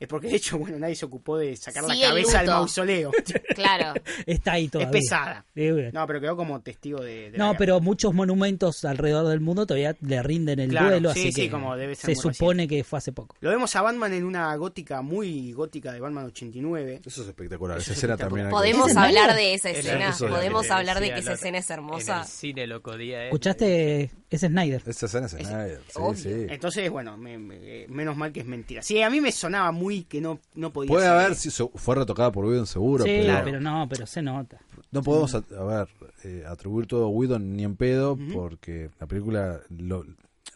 Es porque de hecho, bueno, nadie se ocupó de sacar Sigue la el cabeza al luto. *laughs* mausoleo. Claro. Está ahí todavía. Es pesada. De una. No, pero quedó como testigo de. de la No, guerra. pero muchos monumentos alrededor del mundo todavía le rinden el Claro, duelo, sí, así sí, que como debe ser se muy reciente. supone que fue hace poco. Lo vemos a Batman en una gótica muy gótica de Batman 89. Eso es espectacular. Eso Esa es escena espectacular. también. hay que- Podemos ¿Es en hablar medio? de esa escena. eso es lo que Podemos te hablar de decía que esa el otro. escena es En hermosa. el cine eh. lo codía él. ¿Escuchaste? Es Snyder. Esa escena es Snyder. Sí, obvio. sí. Entonces, bueno, me- me- eh, menos mal que es mentira. Sí, a mí me sonaba muy que no, no podía Puede ser. ¿eh? haber, si so- fue retocada por Whedon seguro, sí, pero, pero no, pero se nota. no podemos a, a ver, eh, atribuir todo a Whedon ni en pedo, porque la película, lo-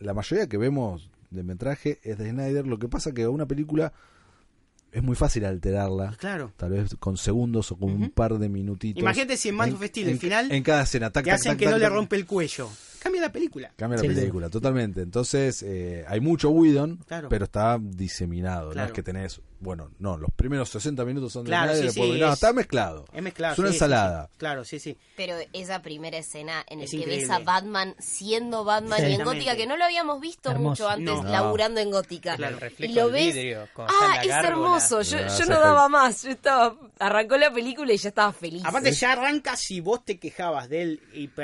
la mayoría que vemos de metraje es de Snyder. Lo que pasa que a una película es muy fácil alterarla. Claro. Tal vez con segundos o con un par de minutitos. Imagínate si en Man of Steel, el final, En cada escena, tac, Te tac, hacen tac, que tac, no le tac. rompe el cuello. Cambia la película. Cambia Sí, la sí. película, totalmente. Entonces, eh, hay mucho Whedon, Claro. pero está diseminado. Claro. No es que tenés, bueno, no, los primeros 60 minutos son de Claro, nadie, sí, después sí, de- no, es- está mezclado. Es mezclado. Es una sí, sí, ensalada. sí. Claro, sí, sí. Pero esa primera escena en la Es que ves increíble. a Batman siendo Batman y en Exactamente. Gótica, que no lo habíamos visto Hermoso. mucho antes No. laburando en Gótica. Claro, el y reflejo lo del ves. vidrio, cuando está en ah, la es gárgola. hermoso. Yo, Ah, yo sí. no daba más. Yo estaba. Arrancó la película y ya estaba feliz. Aparte ya arranca si vos te quejabas del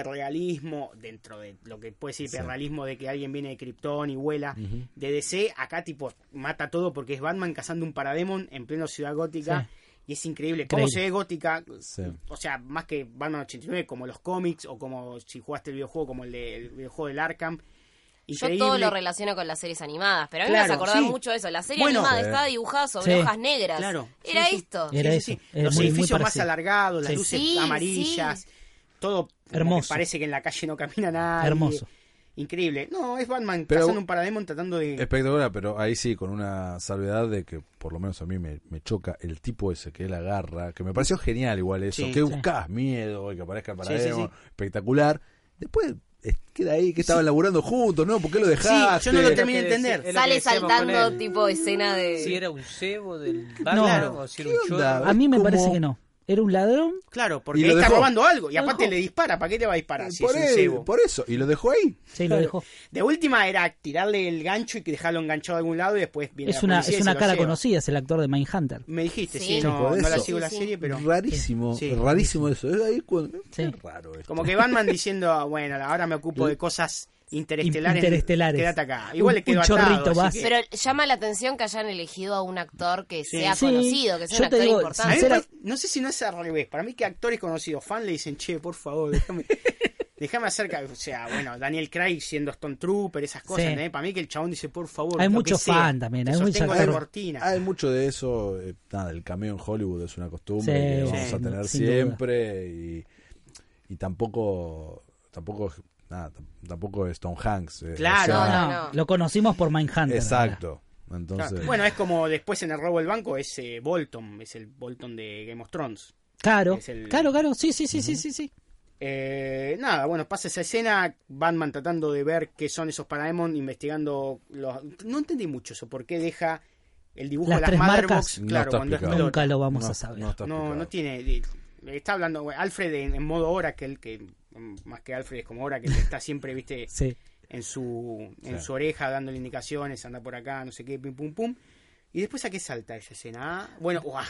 hiperrealismo, dentro de lo que puede ser hiperrealismo de que alguien viene de Krypton y vuela de DC, acá tipo mata todo porque es Batman cazando un parademon en pleno Ciudad Gótica y es increíble cómo Increíble. se ve Gótica, Sí. o sea, más que Batman 89 como los cómics o como si jugaste el videojuego como el, de- el videojuego del Arkham. Yo Increíble. todo lo relaciono con las series animadas, pero a mí me Claro, hace acordar sí. mucho de eso. La serie Bueno. eh, animada Sí. estaba dibujada sobre Sí. hojas negras. Claro. Sí, Era sí. esto. Era Sí, eso. sí, sí. Era Los muy- muy edificios más parecido. alargados, las Sí. luces Sí, amarillas, todo como que Hermoso. parece que en la calle no camina nada. Hermoso. Increíble. No, es Batman Pero- pasando un parademon tratando de. Espectacular, pero ahí sí, con una salvedad de que por lo menos a mí me, me choca el tipo ese que él agarra, que me pareció genial igual eso. Sí, que sí. buscás? Miedo, y que aparezca para Sí, sí, espectacular. Después eh, queda ahí, que estaban laburando juntos, ¿no? ¿Por qué lo dejaste? yo no lo Lo que terminé de decía- entender. es lo que Sale decíamos saltando con él. tipo escena de. Si era un cebo del No. Batman o si era un ¿Qué chorro. onda? A mí me ¿Cómo? parece que no. Era un ladrón. Claro, porque Y lo está dejó. robando algo. Y Lo aparte dejó. le dispara. ¿Para qué le va a disparar? Si por, es un él, cebo. por eso, y lo dejó ahí. Sí, lo dejó. De última era tirarle el gancho y que dejarlo enganchado a algún lado y después viene Es la una, policía es y una se lo cara lleva. conocida, es el actor de Mindhunter. Me dijiste, sí, Sí. no, Por no la eso. sigo la Sí, sí. serie, pero. rarísimo, Sí. rarísimo eso. Es ahí cuando- Sí. es raro esto. Como que Batman diciendo, "Ah, bueno, ahora me ocupo de cosas interestelares. Interestelares. Quédate acá. Igual Un- le quedó un atado, chorrito así más. que- Pero llama la atención que hayan elegido a un actor que Sí. sea Sí. conocido, que sea Yo un te actor digo, A mí importante. me Sincera- pare- no sé si no es al revés. Para mí que actores conocidos, fan, le dicen, che, por favor, *laughs* déjame... Déjame acerca, o sea, bueno, Daniel Craig siendo Stone Trooper, esas cosas, Sí. ¿eh? Para mí que el chabón dice, por favor, Hay lo mucho que sea, fan también, te hay mucho sostengo la actor. cortina. Hay mucho de eso, eh, nada, el cameo en Hollywood es una costumbre Sí, que sí, vamos a tener sin duda. siempre y, y tampoco, tampoco, nada, tam- tampoco es Tom Hanks. eh, o Claro, sea, No, no, no. Lo conocimos por Mindhunter. Exacto. Claro. Entonces, Bueno, es como después en el robo del banco, es eh, Bolton, es el Bolton de Game of Thrones. Claro, Es el- claro, claro. Sí, sí, sí, sí, sí, sí. Eh, nada, bueno, pasa esa escena, Batman tratando de ver qué son esos Paramount, investigando los... No entendí mucho eso, por qué deja el dibujo Las de las tres Mother marcas. Box, No claro, está cuando explicado. explota. Nunca lo vamos no- a saber. no está No, explicado. no tiene. eh, Está hablando bueno, Alfred en, en modo Oracle, que mm, más que Alfred es como Oracle, que está siempre, viste, Sí. en su en Sí. su oreja dándole indicaciones, anda por acá, no sé qué, pim pum pum. Y después a qué salta esa escena. Ah, Bueno, ¡guau!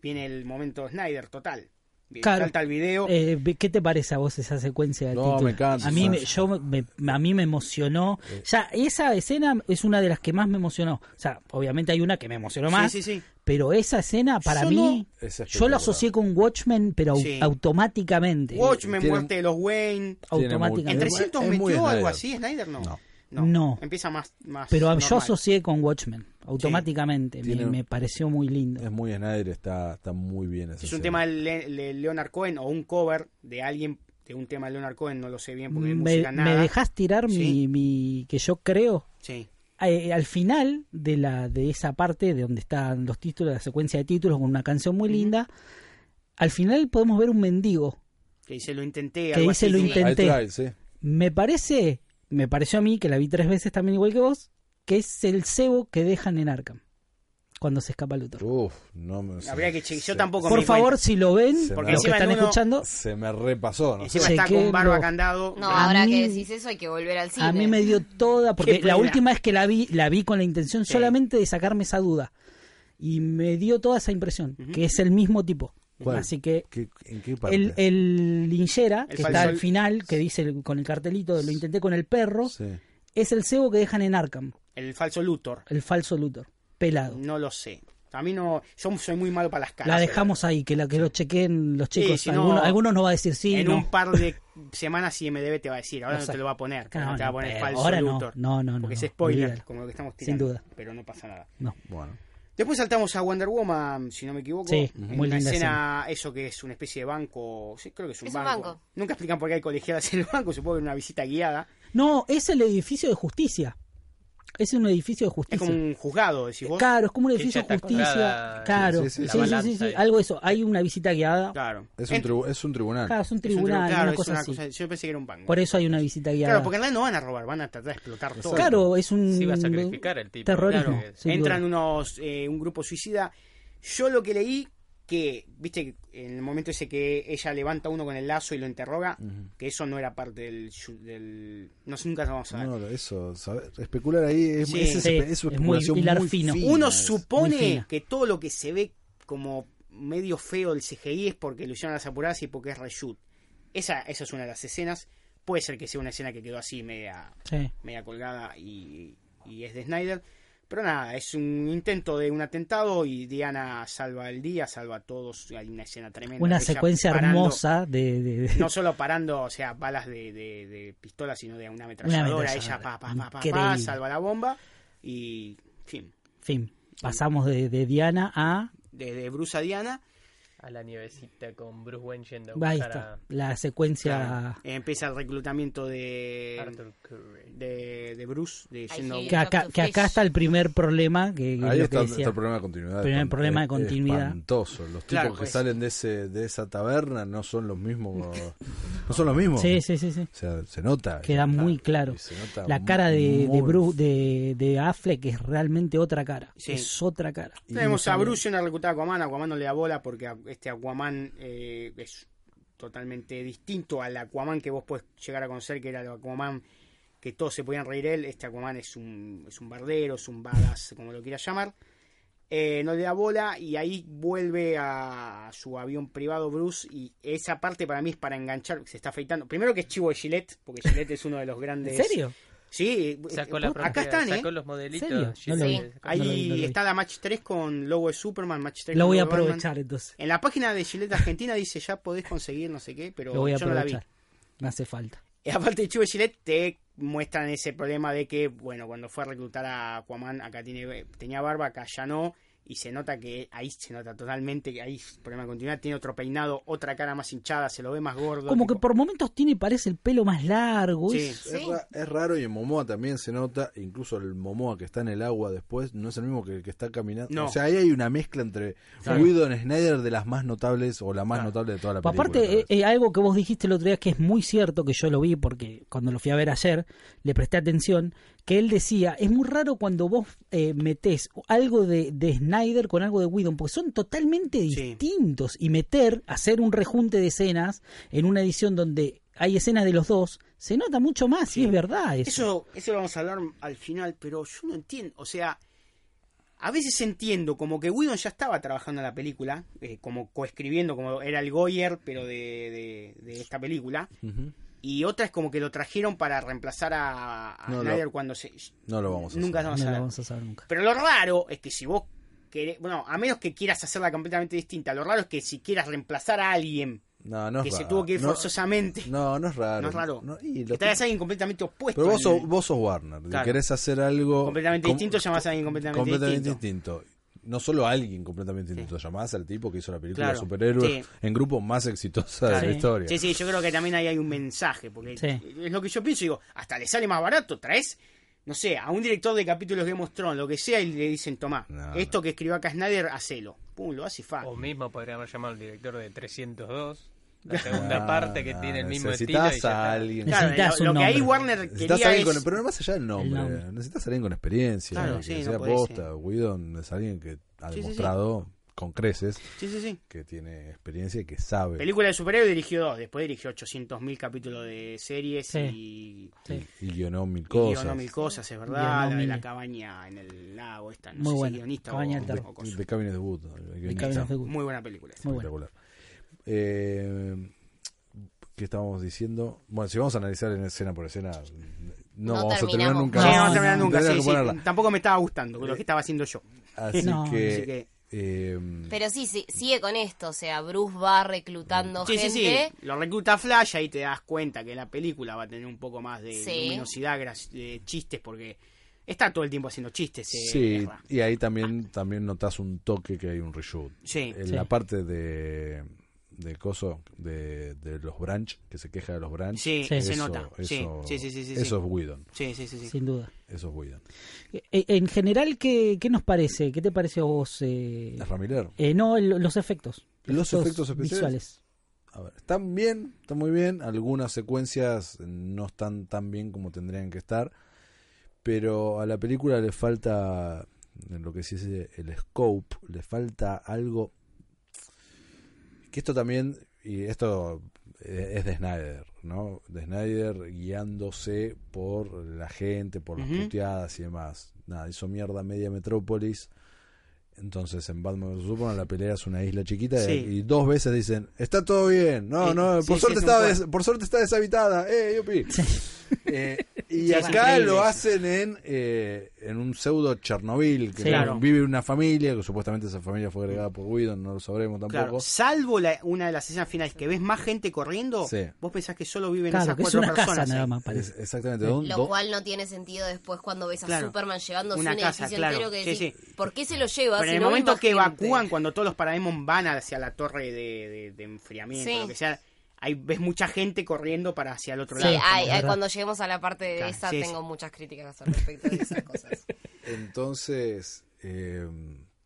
viene el momento Snyder total. Bien, Claro. Salta el video. Eh, ¿Qué te parece a vos esa secuencia de No, título? me encanta. Eh. A mí me, yo me- me- a mí me emocionó. Ya esa escena es una de las que más me emocionó. O sea, obviamente hay una que me emocionó más, sí, sí, sí. pero esa escena para Yo mí no- Es yo la espectacular. asocié con Watchmen, pero au- Sí. automáticamente. Watchmen, tiene- muerte de los Wayne. Tiene automáticamente. En mucho- 300 es muy metió algo Snyder. así, Snyder no. No. No. Empieza más. más Pero yo normal. asocié con Watchmen, automáticamente. Me- Tiene- me, pareció muy lindo. Es muy Snyder, está, está muy bien esa es un escena. tema de Le- Le- Leonard Cohen o un cover de alguien de un tema de Leonard Cohen, no lo sé bien porque de me, música me nada. dejás tirar mi, Sí. mi- que yo creo Sí. eh, al final de la de esa parte de donde están los títulos, la secuencia de títulos con una canción muy linda, al final podemos ver un mendigo Que dice lo intenté. que algo dice así, lo sí. I intenté. tried, sí. Me parece, me pareció a mí que la vi tres veces también igual que vos, que es el cebo que dejan en Arkham cuando se escapa Luthor. Uf, no me Habría que che- yo tampoco Por me favor, cuenta. si lo ven, Porque los que encima en están uno- escuchando, Se me repasó, ¿no? Encima Sí, está que con barba lo- candado. No, A ahora que mí- decís eso hay que volver al cine. a mí me dio toda, porque Qué pena. la última vez que la vi, la vi con la intención Sí. solamente de sacarme esa duda. Y me dio toda esa impresión, que es el mismo tipo. ¿Cuál? Así que ¿Qué- ¿En qué parte? el, el linchera, El que falso- está al final, que dice el- con el cartelito, de lo intenté con el perro, Sí. es el cebo que dejan en Arkham, El falso Luthor. el falso Luthor, pelado. No lo sé. A mí no. Yo soy muy malo para las caras. La dejamos ahí, que la que lo chequen los Sí, chicos. si no- algunos, algunos no va a decir sí, en no. un par de semanas IMDB te va a decir. Ahora Lo no te sé. lo va a poner. No, No, te va a no, poner pero falso ahora no. Luthor. No, no, no, Porque no, es spoiler, olvídalo. como lo que estamos Sin tirando. duda. Pero no pasa nada. No. Bueno. Después saltamos a Wonder Woman, si no me equivoco. Sí, En muy una linda escena, eso que es una especie de banco. Sí, creo que es un, Es un banco. banco. Nunca explican por qué hay colegiadas en el banco. Supongo que era una visita guiada. No, es el edificio de justicia. Es un edificio de Es justicia. como un juzgado, decís vos. Claro, es como un Que edificio ya de está justicia. colgada Claro, la sí, sí, sí, balanza sí, ahí. algo de eso. Hay una visita guiada. Claro. Es, un En- tribu- es un tribunal. Claro, es es un un tribu- tribunal, claro, una es cosa así. Yo pensé que era un banco. Por eso hay una visita guiada. Claro, porque en realidad no van a robar, van a tratar de explotar todo. Claro, es un Sí, va a sacrificar el tipo. terrorismo. Claro. sin Entran duda. unos, eh, un grupo suicida. Yo lo que leí, que, viste, en el momento ese que ella levanta a uno con el lazo y lo interroga, que eso no era parte del... shu- del- no sé, nunca lo vamos a ver. No, eso, saber- especular ahí es, Sí, es, sí, espe- es una es muy especulación hilar muy fino. fina Uno es. muy supone fina. que todo lo que se ve como medio feo del CGI es porque lo hicieron las apuradas y porque es reshoot. Esa, esa es una de las escenas. Puede ser que sea una escena que quedó así media Sí. media colgada y, y es de Snyder. Pero nada, es un intento de un atentado y Diana salva el día, salva a todos. Hay una escena tremenda. Una de ella secuencia parando, hermosa de, de- de- No solo parando, o sea, balas de, de, de pistola, sino de una ametralladora. ella pa, pa, pa, pa, pa, Increíble. salva la bomba y. Fin. fin. Pasamos de, de Diana a. De, de Bruce a Diana. A la nievecita con Bruce Wayne yendo a Ahí buscar está. a La secuencia. claro, empieza el reclutamiento de, Arthur Curry. de, de Bruce, de yendo sí. Que acá, que acá está el primer problema. Que, que lo Ahí que está, decía. está el problema de continuidad. Primer Espan- problema de es- continuidad. Espantoso. Los tipos Claro, que pues. salen de ese de esa taberna no son *laughs* los mismos. No son los mismos. Sí, sí, sí. sí. O sea, se nota. Queda se nota, muy claro. y se nota La mu- cara de, de muy- Bruce, de, de Affleck es realmente otra cara. Sí. Es otra cara. Tenemos a Bruce en la reclutada Aquaman. Aquaman no le da bola porque a- este Aquaman eh, es totalmente distinto al Aquaman que vos podés llegar a conocer, que era el Aquaman que todos se podían reír él. Este Aquaman es un, es un bardero, es un badass, como lo quieras llamar. Eh, no le da bola y ahí vuelve a, a su avión privado Bruce. Y esa parte para mí es para enganchar. Se está afeitando. Primero que es chivo de Gillette, porque Gillette es uno de los grandes. ¿En serio? Sí, eh, Sacó la acá propia- están, ¿eh? Sacó los modelitos. ¿Serio? Sí, No lo sí. vi. Ahí No lo vi, no lo vi. está la Match 3 con Lobo de Superman, Match 3 La con voy a Lobo de Batman. aprovechar entonces. En la página de Gillette Argentina dice ya podés conseguir no sé qué, pero Lo voy a yo no la vi. aprovechar. Me hace falta. *laughs* Y aparte de Chuve Gillette te muestran ese problema de que, bueno, cuando fue a reclutar a Aquaman, acá tiene, tenía barba, acá ya no, y se nota que ahí se nota totalmente que ahí problema de continuidad, tiene otro peinado, otra cara más hinchada, se lo ve más gordo. Como que tipo- por momentos tiene, parece el pelo más largo. Sí. es- Es, ra- es raro y en Momoa también se nota, incluso el Momoa que está en el agua después no es el mismo que el que está caminando. No. O sea, ahí hay una mezcla entre Claro. Widow y Snyder de las más notables o la más notable de toda la película. Aparte, eh, eh, algo que vos dijiste el otro día que es muy cierto, que yo lo vi porque cuando lo fui a ver ayer, le presté atención, que él decía, es muy raro cuando vos eh, metés algo de, de Snyder con algo de Whedon, porque son totalmente distintos. Y meter, hacer un rejunte de escenas en una edición donde hay escenas de los dos, se nota mucho más, y es verdad eso. Eso, eso lo vamos a hablar al final, pero yo no entiendo, o sea, a veces entiendo como que Whedon ya estaba trabajando en la película, eh, como coescribiendo, como era el Goyer, pero de, de- de esta película, Ujú. y otra es como que lo trajeron para reemplazar a, a No, Snyder lo- cuando se... No lo vamos a Nunca hacer. lo No vamos a lo ver. vamos a saber nunca. Pero lo raro es que si vos querés, bueno, a menos que quieras hacerla completamente distinta, lo raro es que si quieras reemplazar a alguien No, no es que se raro. tuvo que ir No- forzosamente, No, no es raro. no es raro. No, y que los traigas tipos- a alguien completamente opuesto. Pero vos al- sos, vos sos Warner. y Claro. querés hacer algo. Completamente com- distinto, llamás a alguien completamente distinto. No solo a alguien completamente distinto, llamás al tipo que hizo la película Claro. de superhéroes Sí. en grupo más exitosa Claro. de Sí. la historia. Sí, sí, yo creo que también ahí hay un mensaje, porque Sí. es lo que yo pienso, digo, hasta le sale más barato, traes no sé, a un director de capítulos Game of Thrones, lo que sea, y le dicen, tomá, No, esto que escribió acá Snyder, hacelo. Pum, lo hace Ah. fácil. O mismo podríamos llamar al director de 302, *laughs* la segunda Ah, parte que no, tiene el mismo estilo. necesitas y ya está. a alguien. Claro, Necesitas lo, un lo que ahí nombre. Warner Necesitas quería alguien es... con, pero más allá del nombre, El nombre. necesitas alguien con experiencia, Claro, que sí, no sea puede posta, Whedon es alguien que ha Sí, sí, sí. demostrado con creces Sí, sí, sí. que tiene experiencia y que sabe. Película de superhéroes dirigió dos, después dirigió 800.000 capítulos de series Sí. y... Sí. Y, y guionó mil y cosas. guionó mil cosas, es verdad. Guionó La de la mil. cabaña en el lago, esta, no Muy sé si buena, guionista Cabaña del o, Terror. o De, cosa. de Cabinet de Wood. el De guionista. Cabinet de Wood. Muy buena película. esta. Muy bueno. Espectacular. Eh, ¿Qué estábamos diciendo? Bueno, si vamos a analizar en escena por escena, No no, vamos a terminar terminamos. nunca. No, No, no, vamos a no, terminar nunca, Tendría sí, que sí. ponerla. Tampoco me estaba gustando con lo que estaba haciendo yo. Así No, que. así que- eh, Pero sí, sí, sigue con esto, o sea, Bruce va reclutando Sí, sí, gente. sí. Lo recluta Flash, ahí te das cuenta que la película va a tener un poco más de Sí. luminosidad, gra- de chistes, porque está todo el tiempo haciendo chistes. eh, Sí, Ezra. y ahí también, también notas un toque que hay un reshoot. Sí. En Sí. la parte de, de coso, de, de los branch, que se queja de los branch. Sí, Sí. se eso- nota. Sí, eso- sí, sí, sí, sí, sí. Eso es Whedon. Sí, sí, sí, sí. sin duda. Eso es Whedon. E- En general, ¿qué, qué nos parece? ¿Qué te parece a vos? eh? Ramiller. Eh, no, el- los efectos. Los efectos especiales. visuales. A ver, están bien, están muy bien. Algunas secuencias no están tan bien como tendrían que estar. Pero a la película le falta en lo que se dice el scope, le falta algo. Que esto también, y esto eh, es de Snyder, ¿no? De Snyder guiándose por la gente, por las Ujú. puteadas y demás. Nada, hizo mierda media metrópolis. Entonces en Batman vs Superman la pelea es una isla chiquita y- Sí. y dos veces dicen, está todo bien, no, Eh, no, sí, por, sí, suerte es un está cuadro. des- por suerte está deshabitada, eh, *laughs* yupi. Eh, y Sí, es acá increíble lo eso. hacen en, eh, en un pseudo Chernobyl, que Sí. Claro. vive una familia, que supuestamente esa familia fue agregada por Whedon, no lo sabremos Claro, tampoco. salvo la- una de las escenas finales que ves más gente corriendo, Sí. vos pensás que solo viven Claro, esas que es cuatro una personas. casa nada ahí. más, Es- parece. exactamente, don- Lo do- cual no tiene sentido después cuando ves a Claro. Superman llevándose Una un casa, edificio claro. entero que Sí, decís, ¿por qué se lo lleva? Pero en si el no hay momento más que gente?" evacúan, cuando todos los Parademon van hacia la torre de, de- de enfriamiento, Sí. lo que sea, ahí ves mucha gente corriendo para hacia el otro Sí, lado. ay, ay, verdad. cuando lleguemos a la parte de Claro, esa sí, sí. tengo muchas críticas al respecto de esas cosas. Entonces, eh,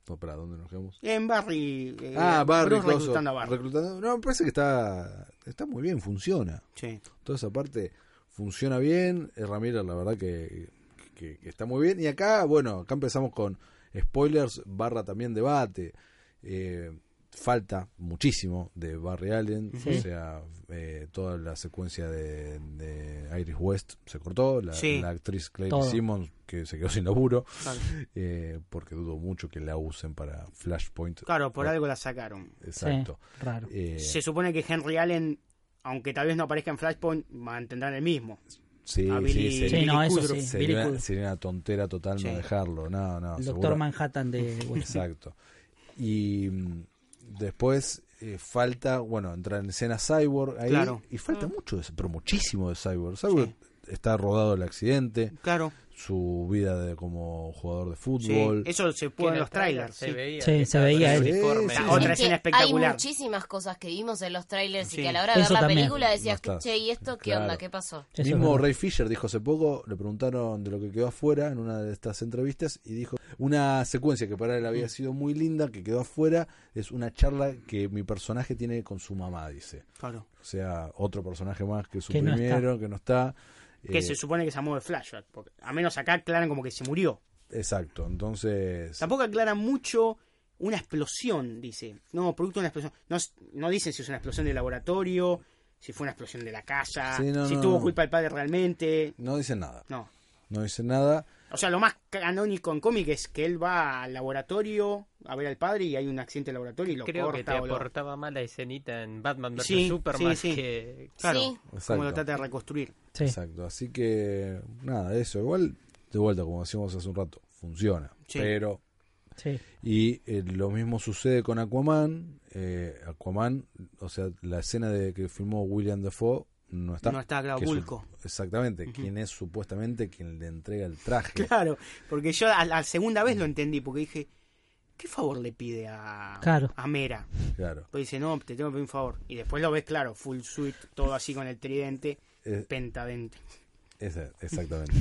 no, para, ¿dónde nos quedamos? En Barry. eh, Ah, Barry, Bruce coso, reclutando a Barry. reclutando- No, me parece que está, está muy bien, funciona. Sí. Toda esa parte funciona bien. Eh, Ramírez, la verdad que, que- que está muy bien. Y acá, bueno, acá empezamos con spoilers barra también debate. Eh, falta muchísimo de Barry Allen. O sea, eh, toda la secuencia de, de Iris West se cortó. La, Sí. la actriz Claire Todo. Simmons que se quedó sin laburo. Claro. eh, porque dudo mucho que la usen para Flashpoint. Claro, por O- algo la sacaron. Exacto. Sí, raro. Eh, Se supone que Henry Allen, aunque tal vez no aparezca en Flashpoint, mantendrán el mismo. sí, a sí, Billy- sería- Sí, no, eso Kudrow. sí. Billy Sería una, Kudrow. sería una tontera total Sí. no dejarlo. No, no. El seguro- Doctor Manhattan de *laughs* West End. Exacto. Y mm, después eh, falta, bueno, entrar en escena Cyborg ahí. Claro. Y falta Mm. mucho de eso, pero muchísimo de Cyborg. Cyborg está rodado el accidente, Claro. su vida de como jugador de Sí. fútbol. Eso se Que puede en los trailers. se sí. veía. Sí, que se estaba veía con él. el uniforme. Sí, sí, La sí. Ah, otra Es que escena Hay espectacular. muchísimas cosas que vimos en los trailers Sí. y que a la hora de ver Eso la también. película decías, No está. che, ¿y esto qué Claro. onda? ¿Qué pasó? Eso es Mismo verdad. Ray Fisher dijo hace poco, le preguntaron de lo que quedó afuera en una de estas entrevistas y dijo, una secuencia que para él Mm. había sido muy linda, que quedó afuera, es una charla que mi personaje tiene con su mamá, dice. Claro. O sea, otro personaje más que su Que no primero, que no está. Que Eh, se supone que se amó de Flashback. porque a menos acá aclaran como que se murió. Exacto, entonces... Tampoco aclara mucho una explosión, dice. No, producto de una explosión. No, s- no dicen si es una explosión de laboratorio, si fue una explosión de la casa, Sí, no, si no, tuvo no. culpa el padre realmente. No dicen nada, No. no dicen nada. O sea, lo más canónico en cómic es que él va al laboratorio a ver al padre y hay un accidente en el laboratorio y lo Creo que te corta. o lo- aportaba más la escenita en Batman vs Sí, Superman sí, sí. que Claro, Sí. como Exacto. lo trata de reconstruir. Sí. Exacto, así que nada, eso. Igual, de vuelta, como decíamos hace un rato, funciona. Sí. Pero Sí. Y eh, lo mismo sucede con Aquaman. Eh, Aquaman, o sea, la escena de que filmó William Dafoe no está. No está, claro, Que es un- Vulco. Exactamente, quien es supuestamente quien le entrega el traje. Claro, porque yo a la segunda vez lo entendí, porque dije, ¿qué favor le pide a, Claro. a Mera? Claro. Pues dice, no, te tengo que pedir un favor. Y después lo ves, claro, full suit, todo así con el tridente, Eh, pentadente. esa- exactamente.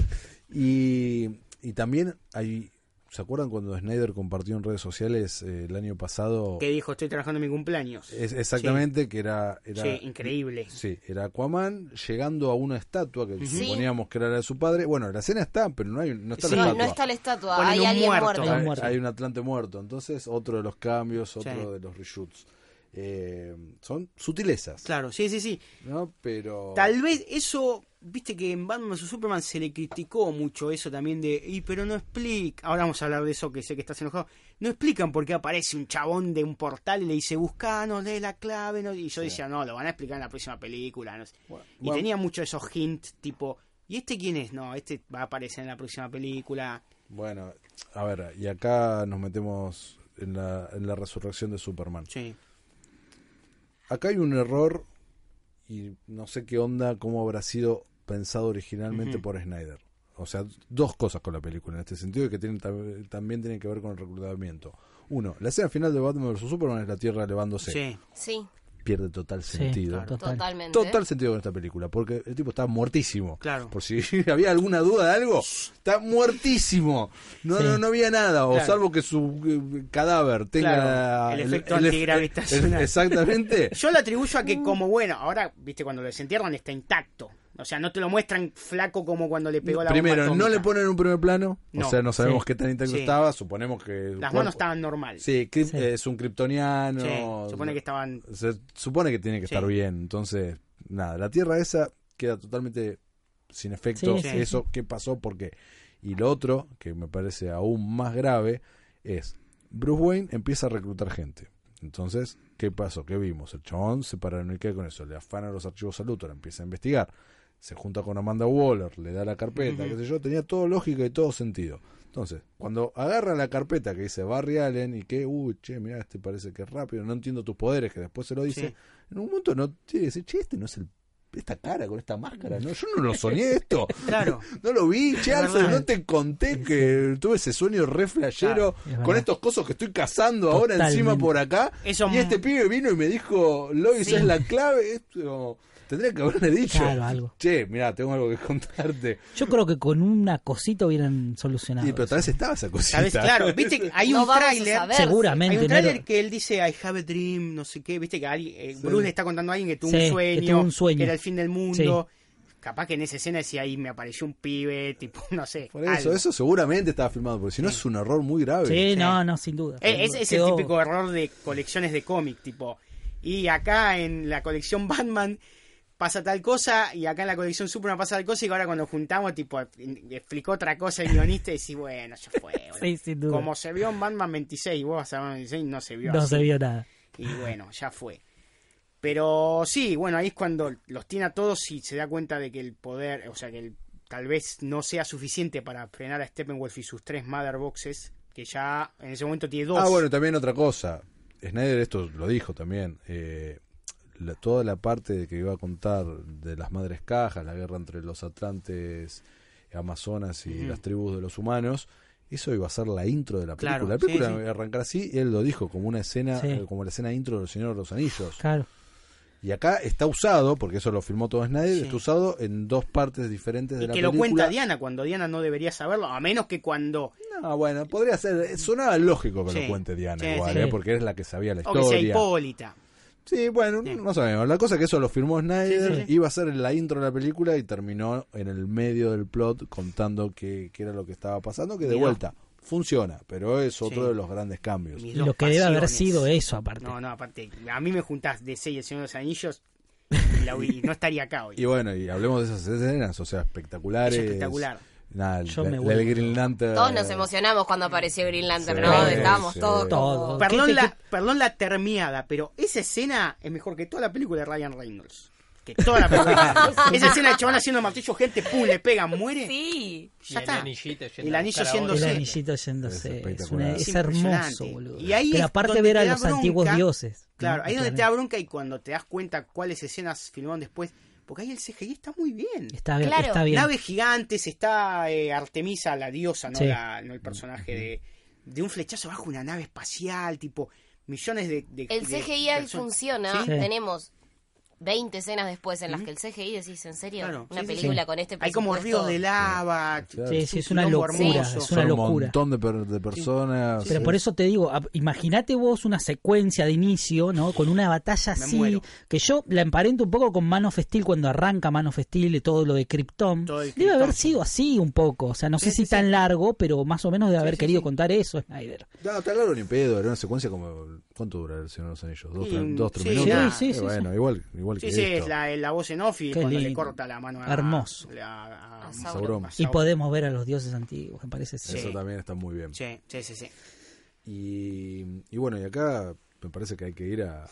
Y, y también hay... ¿Se acuerdan cuando Snyder compartió en redes sociales eh, el año pasado? Que dijo, estoy trabajando en mi cumpleaños. Es- exactamente, que era... era Che, increíble. Sí, era Aquaman llegando a una estatua que Sí. suponíamos que era la de su padre. Bueno, la escena está, pero no, hay, no está la No, estatua. no está la estatua, Ponen hay un alguien muerto. muerto. Está Hay- muerto. Hay un Atlante muerto. Entonces, otro de los cambios, otro Sí. de los reshoots. Eh, son sutilezas, Claro, sí, sí, sí. ¿no? Pero... Tal vez eso, viste que en Batman vs Superman se le criticó mucho eso también de, y pero no explica, ahora vamos a hablar de eso que sé que estás enojado, no explican por qué aparece un chabón de un portal y le dice, buscanos, lee la clave, no", y yo decía, no, lo van a explicar en la próxima película, no sé. Y bueno. tenía mucho esos hints, tipo, ¿y este quién es? No, este va a aparecer en la próxima película. Bueno, a ver, y acá nos metemos en la, en la resurrección de Superman. Sí, Acá hay un error y no sé qué onda, cómo habrá sido pensado originalmente por Snyder. O sea, dos cosas con la película en este sentido que tienen, tam- también tienen que ver con el reclutamiento. Uno, la escena final de Batman vs. Superman es la Tierra elevándose. sí, Sí, Pierde total sentido. claro. Total. totalmente. Total sentido con esta película, porque el tipo está muertísimo. Claro. Por si *laughs* había alguna duda de algo, está muertísimo. No, Sí. no, no había nada, o Claro. salvo que su eh, cadáver tenga Claro, el efecto antigravitacional. *laughs* el- *laughs* Exactamente. Yo lo atribuyo a que como, bueno, ahora, viste, cuando lo desentierran está intacto. O sea, no te lo muestran flaco como cuando le pegó la bomba Primero, no atómica. le ponen un primer plano, No. o sea, no sabemos Sí. qué tan intacto Sí. estaba, suponemos que... Las manos estaban normal. Sí, crip- Sí. es un kryptoniano. Sí, supone que estaban. se supone que tiene que Sí. estar bien. Entonces, nada, la tierra esa queda totalmente sin efecto. Sí, sí. Eso, ¿qué pasó? ¿Por qué? Y lo otro, que me parece aún más grave, es Bruce Wayne empieza a reclutar gente. Entonces, ¿qué pasó? ¿Qué vimos? El chabón se paranoica con eso, le afana los archivos a Luthor, empieza a investigar, se junta con Amanda Waller, le da la carpeta, qué sé yo, tenía todo lógica y todo sentido. Entonces, cuando agarra la carpeta que dice Barry Allen y que, uy, che, mirá, este parece que es rápido, no entiendo tus poderes, que después se lo dice, Sí. en un momento no tiene que decir, che, este no es el esta cara con esta máscara, ¿no? Yo no lo soñé esto. Claro. No lo vi, che, Es Alfred, verdad. no te conté que tuve ese sueño re flashero es verdad. con estos cosos que estoy cazando ahora Totalmente. encima por acá. Eso *laughs* y este pibe vino y me dijo, Lois es la clave. Esto tendría que haberle dicho. Claro, algo. Che, mirá, tengo algo que contarte. Yo creo que con una cosita hubieran solucionado. Y, pero tal vez estaba esa cosita. ¿Sabes? *laughs* Claro, viste, que hay No un vamos a tráiler. saber. Seguramente. Hay un Nero. tráiler que él dice I have a dream, no sé qué, viste que alguien, eh, Bruce le está contando a alguien que tuvo Sí, un sueño, que tuvo un sueño. que era el fin del mundo. Capaz que en esa escena decía ahí me apareció un pibe, tipo, *laughs* no sé. Por eso, algo. eso seguramente estaba filmado, porque si no es un error muy grave. Sí, no, no, sin duda. Eh, Es, es el Quedó- típico error de colecciones de cómic, tipo. Y acá en la colección *laughs* Batman pasa tal cosa, y acá en la colección Superman pasa tal cosa, y ahora cuando juntamos, tipo, en- explicó otra cosa el guionista y decís, bueno, ya *laughs* fue. boludo. Sí, sin duda. Como se vio en Batman 26, y vos vas a Batman 26, no se vio. No así. se vio nada. Y bueno, ya fue. Pero sí, bueno, ahí es cuando los tiene a todos y se da cuenta de que el poder, o sea, que el- tal vez no sea suficiente para frenar a Steppenwolf y sus tres Mother Boxes, que ya en ese momento tiene dos. Ah, bueno, también otra cosa. Snyder esto lo dijo también. eh, la- toda la parte de que iba a contar de las madres cajas, la guerra entre los atlantes, amazonas y las tribus de los humanos, eso iba a ser la intro de la película. Claro, la película sí, sí. iba a arrancar así y él lo dijo como una escena, Sí. eh, como la escena intro de Los Señores de los Anillos. Claro. Y acá está usado, porque eso lo filmó todo Snyder, Sí. está usado en dos partes diferentes de y la que película. lo cuenta Diana cuando Diana no debería saberlo, a menos que cuando. No, bueno, podría ser, eh, sonaba lógico que Sí. lo cuente Diana Sí, igual, sí. eh, porque es la que sabía la O historia. que sea Hipólita. Sí, bueno, Sí. no sabemos. La cosa es que eso lo firmó Snyder, Sí, sí, sí. iba a ser la intro de la película y terminó en el medio del plot contando qué qué era lo que estaba pasando, que de Mirá. vuelta funciona, pero es otro Sí. de los grandes cambios. Mis Y lo dos que debe haber pasiones. sido eso, aparte. No, no, aparte, a mí me juntás de 6 y el Señor de los *laughs* Anillos y, la- y no estaría acá hoy. Y bueno, y hablemos de esas escenas, o sea, espectaculares. Es espectacular. Nada, el, Yo me el- el vuelvo. Green Lantern. Todos nos emocionamos cuando apareció Green Lantern, Sí, ¿no? Estábamos sí. todos Todos. Perdón ¿Qué- la, qué- perdón la termiada, pero esa escena es mejor que toda la película de Ryan Reynolds. Que toda la *laughs* película. esa escena del chabón haciendo el martillo, gente, pum, le pega, muere. Sí. Ya Y el está. anillito yendo El a anillo buscar a siendo El Batman. anillito yéndose. Es Es, espectacular. una- es Es hermoso, impresionante. boludo. Y ahí Pero es aparte donde ver a te da los antiguos bronca. dioses. ¿no? Claro, ahí es donde te da Claramente. bronca y cuando te das cuenta cuáles escenas filmaron después. Porque ahí el CGI está muy bien. Está bien. Claro. Está bien. Naves gigantes, está eh, Artemisa, la diosa, no, Sí. la- no el personaje de, de un flechazo bajo una nave espacial, tipo millones de. de- El de CGI ahí personas. funciona. Sí. Tenemos 20 escenas después en las que el CGI decís, ¿en serio? Claro, una sí, sí, película sí. con este Hay como presupuesto. ríos de lava. Sí, ch- sí, ch- es una quilombo locura, hermoso. es una Son un locura. montón de, per- de personas. Pero por eso te digo, a- imagínate vos una secuencia de inicio, ¿no? Con una batalla Me así, muero. que yo la emparento un poco con Man of Steel cuando arranca Man of Steel y todo lo de Krypton. Todo el Debe Krypton. haber sido así un poco, o sea, no sé Sí, si sí, tan sí. largo, pero más o menos debe haber sí, querido sí. contar eso, Snyder. No, está claro ni pedo. Era una secuencia como. ¿Cuánto dura el Señor de los Anillos? ¿Dos, Y- tres, dos, tres sí, minutos? Eh, sí, sí, sí, bueno, igual, igual Sí, que sí, esto. es la, la voz en off y Qué cuando le lindo. corta la mano a. Hermoso. la- a- A a Sauron. Sauron. a Y podemos ver a los dioses antiguos, me parece. Sí. Eso también está muy bien. Sí, sí, sí. sí. Y, y bueno, y acá me parece que hay que ir a,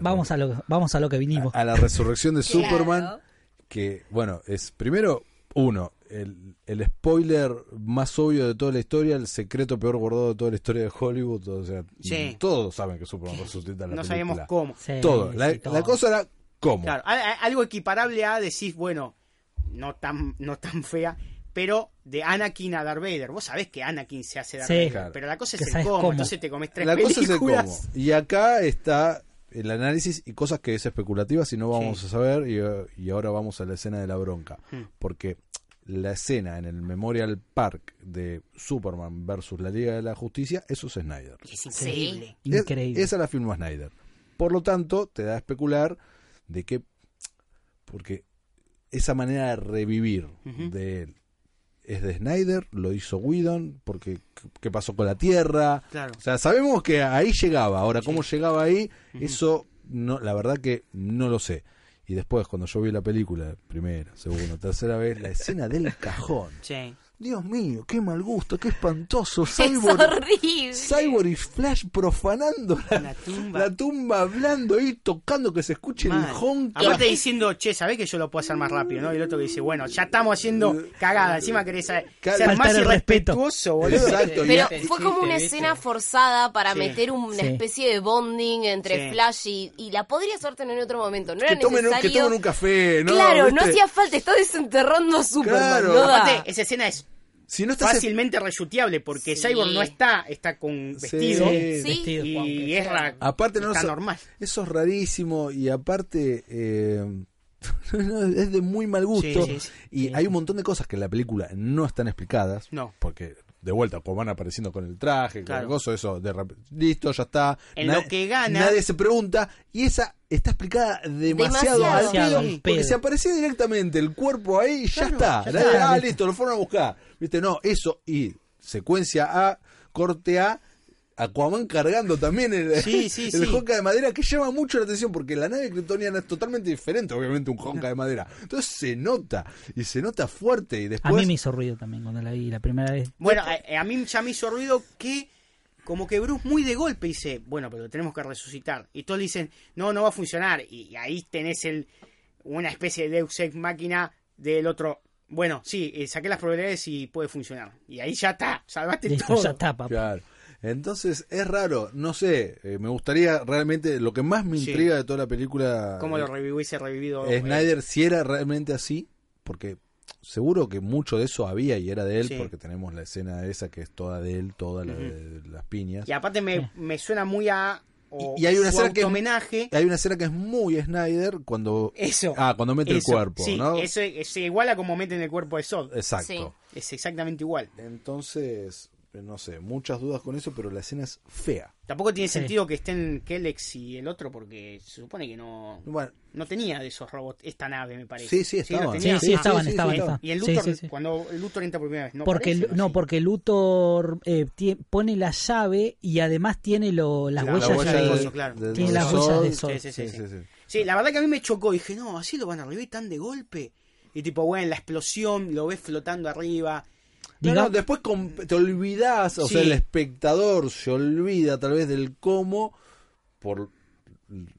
Vamos a lo, vamos a lo que vinimos. a, a la *laughs* resurrección de Claro. Superman. Que, bueno, es primero, uno, el, el spoiler más obvio de toda la historia, el secreto peor guardado de toda la historia de Hollywood. O sea, Sí. todos saben que Superman resucita en la No película. sabemos cómo. Sí, Todo. La, sí, todo. la cosa era cómo. Claro, a- a- algo equiparable a decís, bueno, no tan, no tan fea, pero de Anakin a Darth Vader. Vos sabés que Anakin se hace Darth Sí. Vader, Claro. pero la cosa Que es el sabes cómo, cómo. entonces te comes tres la cosa es el películas. cómo. Y acá está el análisis y cosas que es especulativa si no vamos Sí. Hmm. a saber y, eh, y ahora vamos a la escena de la bronca. Porque la escena en el Memorial Park de Superman versus la Liga de la Justicia, eso es Snyder. Y Es increíble. Es- Increíble. esa la filmó Snyder. Por lo tanto, te da a especular de que. Porque esa manera de revivir de él es de Snyder, lo hizo Whedon, porque c- qué pasó con la Tierra. Claro. O sea, sabemos que ahí llegaba. Ahora, cómo llegaba ahí, eso no, la verdad que no lo sé. Y después, cuando yo vi la película, primera, segunda, tercera vez, la escena del cajón. Sí. Dios mío, qué mal gusto, qué espantoso. Es Cyborg horrible. Cyborg y Flash profanando la, La la tumba. tumba. hablando y tocando que se escuche Mal. el honk. Aparte diciendo, che, sabés que yo lo puedo hacer más rápido, ¿no? Y el otro que dice, bueno, ya estamos haciendo cagada, encima querés eh, ser Eh, Claro. ser más Faltar el respeto. irrespetuoso, *laughs* boludo. Exacto, Pero Olvídate, fue como chiste, una ¿viste? escena forzada para Sí. meter una Sí. especie de bonding entre Sí. Flash y, y la podría suerte en otro momento. No era que, tomen, un- que necesario. tomen un café, ¿no? claro, no ¿Viste? hacía falta. Está desenterrando a Superman. Claro. ¿no? Aparte, esa escena es Si no estás fácilmente reyuteable porque Sí. Cyborg no está, está con Sí. vestido Sí. vestido, Juan, y que- es ra- Aparte no está sa- normal. Eso es rarísimo y aparte eh, *laughs* es de muy mal gusto. Sí, sí, sí. Y hay un montón de cosas que en la película no están explicadas. No. Porque de vuelta, como van apareciendo con el traje, Claro. con el coso, eso, de rep- listo, ya está. En lo que gana- Nadie se pregunta. Y esa está explicada demasiado, al Demasiado pedo, al Porque pedo. si aparecía directamente el cuerpo ahí, ya está. ya está. Ah, listo, lo fueron a buscar. Viste, no, eso. Y secuencia A, corte A. Aquaman cargando también el, Sí, sí, *laughs* el sí. honka de madera que llama mucho la atención porque la nave kryptoniana es totalmente diferente, obviamente, un honka de madera. Entonces se nota y se nota fuerte y A después pues mí me hizo ruido también cuando la vi la primera vez. Bueno, a, a mí ya me hizo ruido que como que Bruce muy de golpe dice, bueno, pero tenemos que resucitar. Y todos le dicen, no, no va a funcionar. Y, y ahí tenés el una especie de Deus Ex máquina del otro. Bueno, sí, eh, saqué las probabilidades y puede funcionar. Y ahí ya está, salvaste Listo, todo. ya está, papá. Claro. Entonces es raro, no sé, eh, me gustaría realmente, lo que más me Sí. intriga de toda la película Como eh, lo revivió y se revivido. eh, Snyder si era realmente así, porque seguro que mucho de eso había y era de él, Sí. porque tenemos la escena esa que es toda de él, toda la de las piñas. Y aparte me, me suena muy a... o Y- y hay una su escena que- homenaje. Hay una escena que es muy Snyder cuando Eso. ah cuando mete Eso, el cuerpo, sí, ¿no? Eso es, es igual a como meten el cuerpo de Sod. Exacto. Sí. Es exactamente igual. Entonces, no sé, muchas dudas con eso, pero la escena es fea. Tampoco tiene Sí. sentido que estén Kellex y el otro porque se supone que no, Bueno, no tenía de esos robots esta nave, me parece. sí, sí, la estaban. tenía. Sí, sí, estaban, Ah, estaban, estaban. Y el Sí, Luthor, sí, sí. cuando el Luthor entra por primera vez, no porque aparece, no sé. porque Luthor eh, tie- pone la llave y además tiene lo, las La- huellas la huella de, del coso, claro. del tiene las sol. huellas de sol. Sí, sí, sí, Sí, sí, sí. Sí, la verdad que a mí me chocó. Dije, no, así lo van a revivir tan de golpe. Y tipo, bueno, la explosión, lo ves flotando arriba. No, Diga- no, después com- te olvidás, o Sí. sea, el espectador se olvida tal vez del cómo por,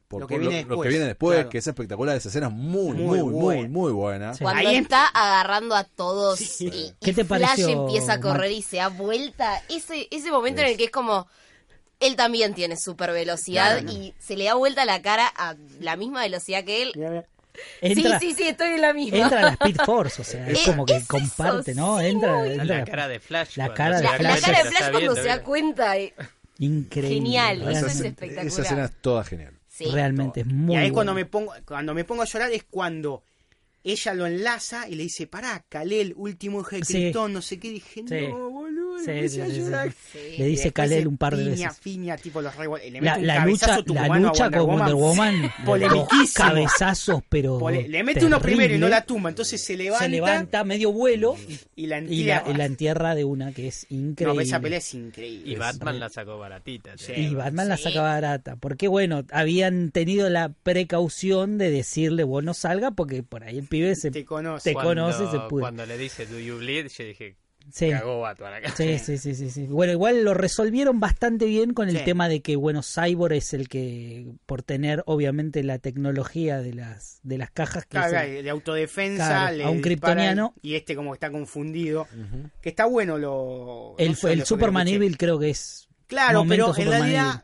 por- Lo que por viene después, que viene después, claro. que es espectacular, esa escena es muy, Muy muy, muy, buena. muy buena. Sí. Cuando Ahí em- está agarrando a todos Sí. y, y ¿Qué te Flash pareció, empieza a correr Mar- y se da vuelta. Ese, ese momento en el que es como. Él también tiene super velocidad y se le da vuelta la cara a la misma velocidad que él. entra, sí, sí, sí, estoy en la misma. entra la Speed Force, o *laughs* sea, es Eh, como que es eso, comparte, ¿no? sí, Entra, muy entra La cara de Flash. La cuando La, cara se de da la cuenta Flash. cara de que Flash está cuando viendo, se da ¿viste? cuenta. eh. Increíble. Genial, eso Esa, es realmente. escena- espectacular. esa escena es toda genial. Sí. Realmente es muy y ahí cuando me bueno. pongo cuando me pongo a llorar es cuando ella lo enlaza y le dice, pará, Kalel, último eje de Sí. Krypton, no sé qué. Dije, Sí. no, boludo, Sí, empecé sí, a sí, sí. llorar. Sí. Le dice Kalel un par de Piña, veces. piña, tipo los re... Le La, mete un la cabezazo lucha, la tucumano a lucha Wonder con *laughs* Wonder Woman, dos polemiquísimo. cabezazos, pero. Pole- Le mete uno terrible. primero y no la tumba, entonces se levanta, Se levanta medio vuelo y la y la, entierra. y la entierra de una que es increíble. No, esa pelea es Y increíble. Batman la sacó baratita. te Sí. Y digo. Batman la Sí. saca barata. Porque, bueno, habían tenido la precaución de decirle, vos no salga, porque por ahí el pibe se. Te conoce. te- conoce y se pudre. Cuando le dice, ¿do you bleed? Yo dije, Sí. cagó Batman acá. Sí, sí, sí, sí, sí. Bueno, igual lo resolvieron bastante bien con el Sí. tema de que, bueno, Cyborg es el que, por tener obviamente la tecnología de las, de las cajas que... Claro, se- de autodefensa Claro, le a un disparan kryptoniano. y este como que está confundido que está bueno lo el, no sé el lo Superman escuché. Evil creo que es... claro momento pero en Superman realidad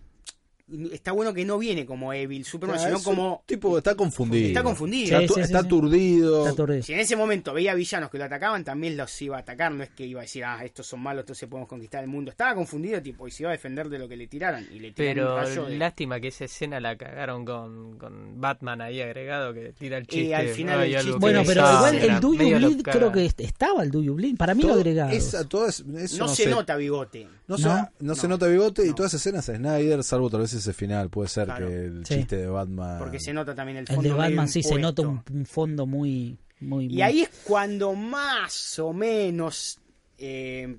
está bueno que no viene como Evil Superman Ah, sino es un como tipo está confundido. está confundido Está, Sí, tu- sí, sí, está sí. aturdido. Está aturdido. si en ese momento veía villanos que lo atacaban también los iba a atacar no es que iba a decir ah estos son malos entonces podemos conquistar el mundo estaba confundido tipo y se iba a defender de lo que le tiraran y le tiraron un rayo Pero de- lástima que esa escena la cagaron con, con Batman ahí agregado que tira el chiste. Eh, al final Ay, el algo chiste- que Bueno, me pero sale, igual era el Do You medio Bleed los caga. creo que est- estaba el Do You Bleed. Para mí lo Todo- agregaron. esa- todo es- eso no, no se sé. nota bigote No, se- ¿No? no se nota bigote y No. todas esas escenas de Snyder, salvo tal vez ese final, puede ser Claro. que el Sí. chiste de Batman. porque se nota también el Ah. el fondo de medio Batman sí se impuesto. nota un, un fondo muy... muy muy- Y ahí es cuando más o menos eh,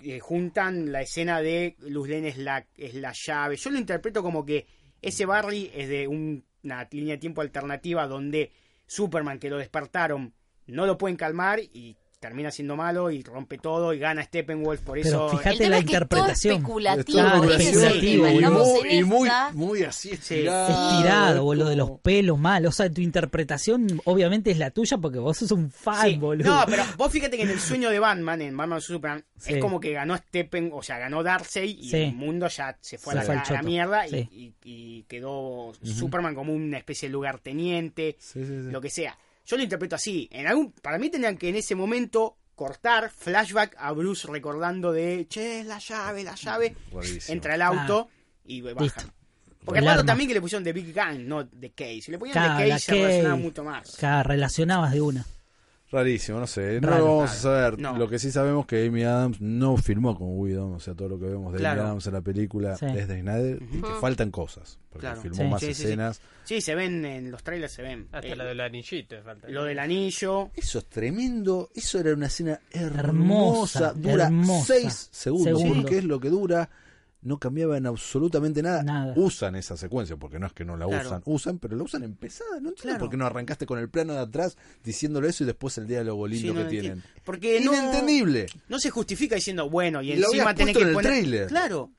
eh, juntan la escena de Luz Lane es la, es la llave. Yo lo interpreto como que ese Barry es de un- una línea de tiempo alternativa donde Superman, que lo despertaron, no lo pueden calmar y termina siendo malo y rompe todo y gana Steppenwolf. Por Pero eso. fíjate- El tema la es que interpretación. Es todo Es especulativo. todo Claro, ese es el especulativo, tema. y Estamos muy, en y muy, esta. muy así estirado. Estirado, es boludo, de los como- pelos mal. O sea, tu interpretación obviamente es la tuya porque vos sos un fan, Sí. *laughs* boludo. No, pero vos fíjate que en el sueño de Batman, en Batman vs Superman, Sí. es como que ganó Steppen, o sea, ganó Darkseid y Sí. el mundo ya se fue a Se la, fue al a la choto. mierda y- Sí. y, y quedó Superman como una especie de lugarteniente, Sí, sí, sí. lo que sea. Yo lo interpreto así. En algún, para mí tendrían que en ese momento cortar flashback a Bruce recordando de, che, la llave, la llave, Rarísimo. entra el auto y baja. Ah. Listo. Porque El raro arma. también que le pusieron The Big Gang, no The Case. Si le ponían Claro, The la Case se relacionaba Cage. mucho más. Claro, relacionabas de una. Rarísimo, no sé. No Raro. lo vamos a saber. No. Lo que sí sabemos que Amy Adams no filmó con Whedon. O sea, todo lo que vemos de Claro. Amy Adams en la película Sí. es de Snyder. Y que faltan cosas. Porque Claro. filmó Sí. más Sí, sí, sí. escenas. Sí, se ven en los trailers, se ven. Hasta Eh, lo del anillito. falta. lo del anillo. Eso es tremendo. Eso era una escena hermosa. Hermosa, dura hermosa. 6 segundos, Segundos. porque es lo que dura. No cambiaban absolutamente nada. Nada. Usan esa secuencia, porque no es que no la Claro. usan. Usan, pero la usan empezada. No entiendo Claro. por qué no arrancaste con el plano de atrás diciéndole eso y después el diálogo Sí, lindo no que lo tienen. entiendo. Porque no, Inentendible. no se justifica diciendo, bueno, y Y lo encima habías tenés puesto que en el poner. trailer. Eh, Claro.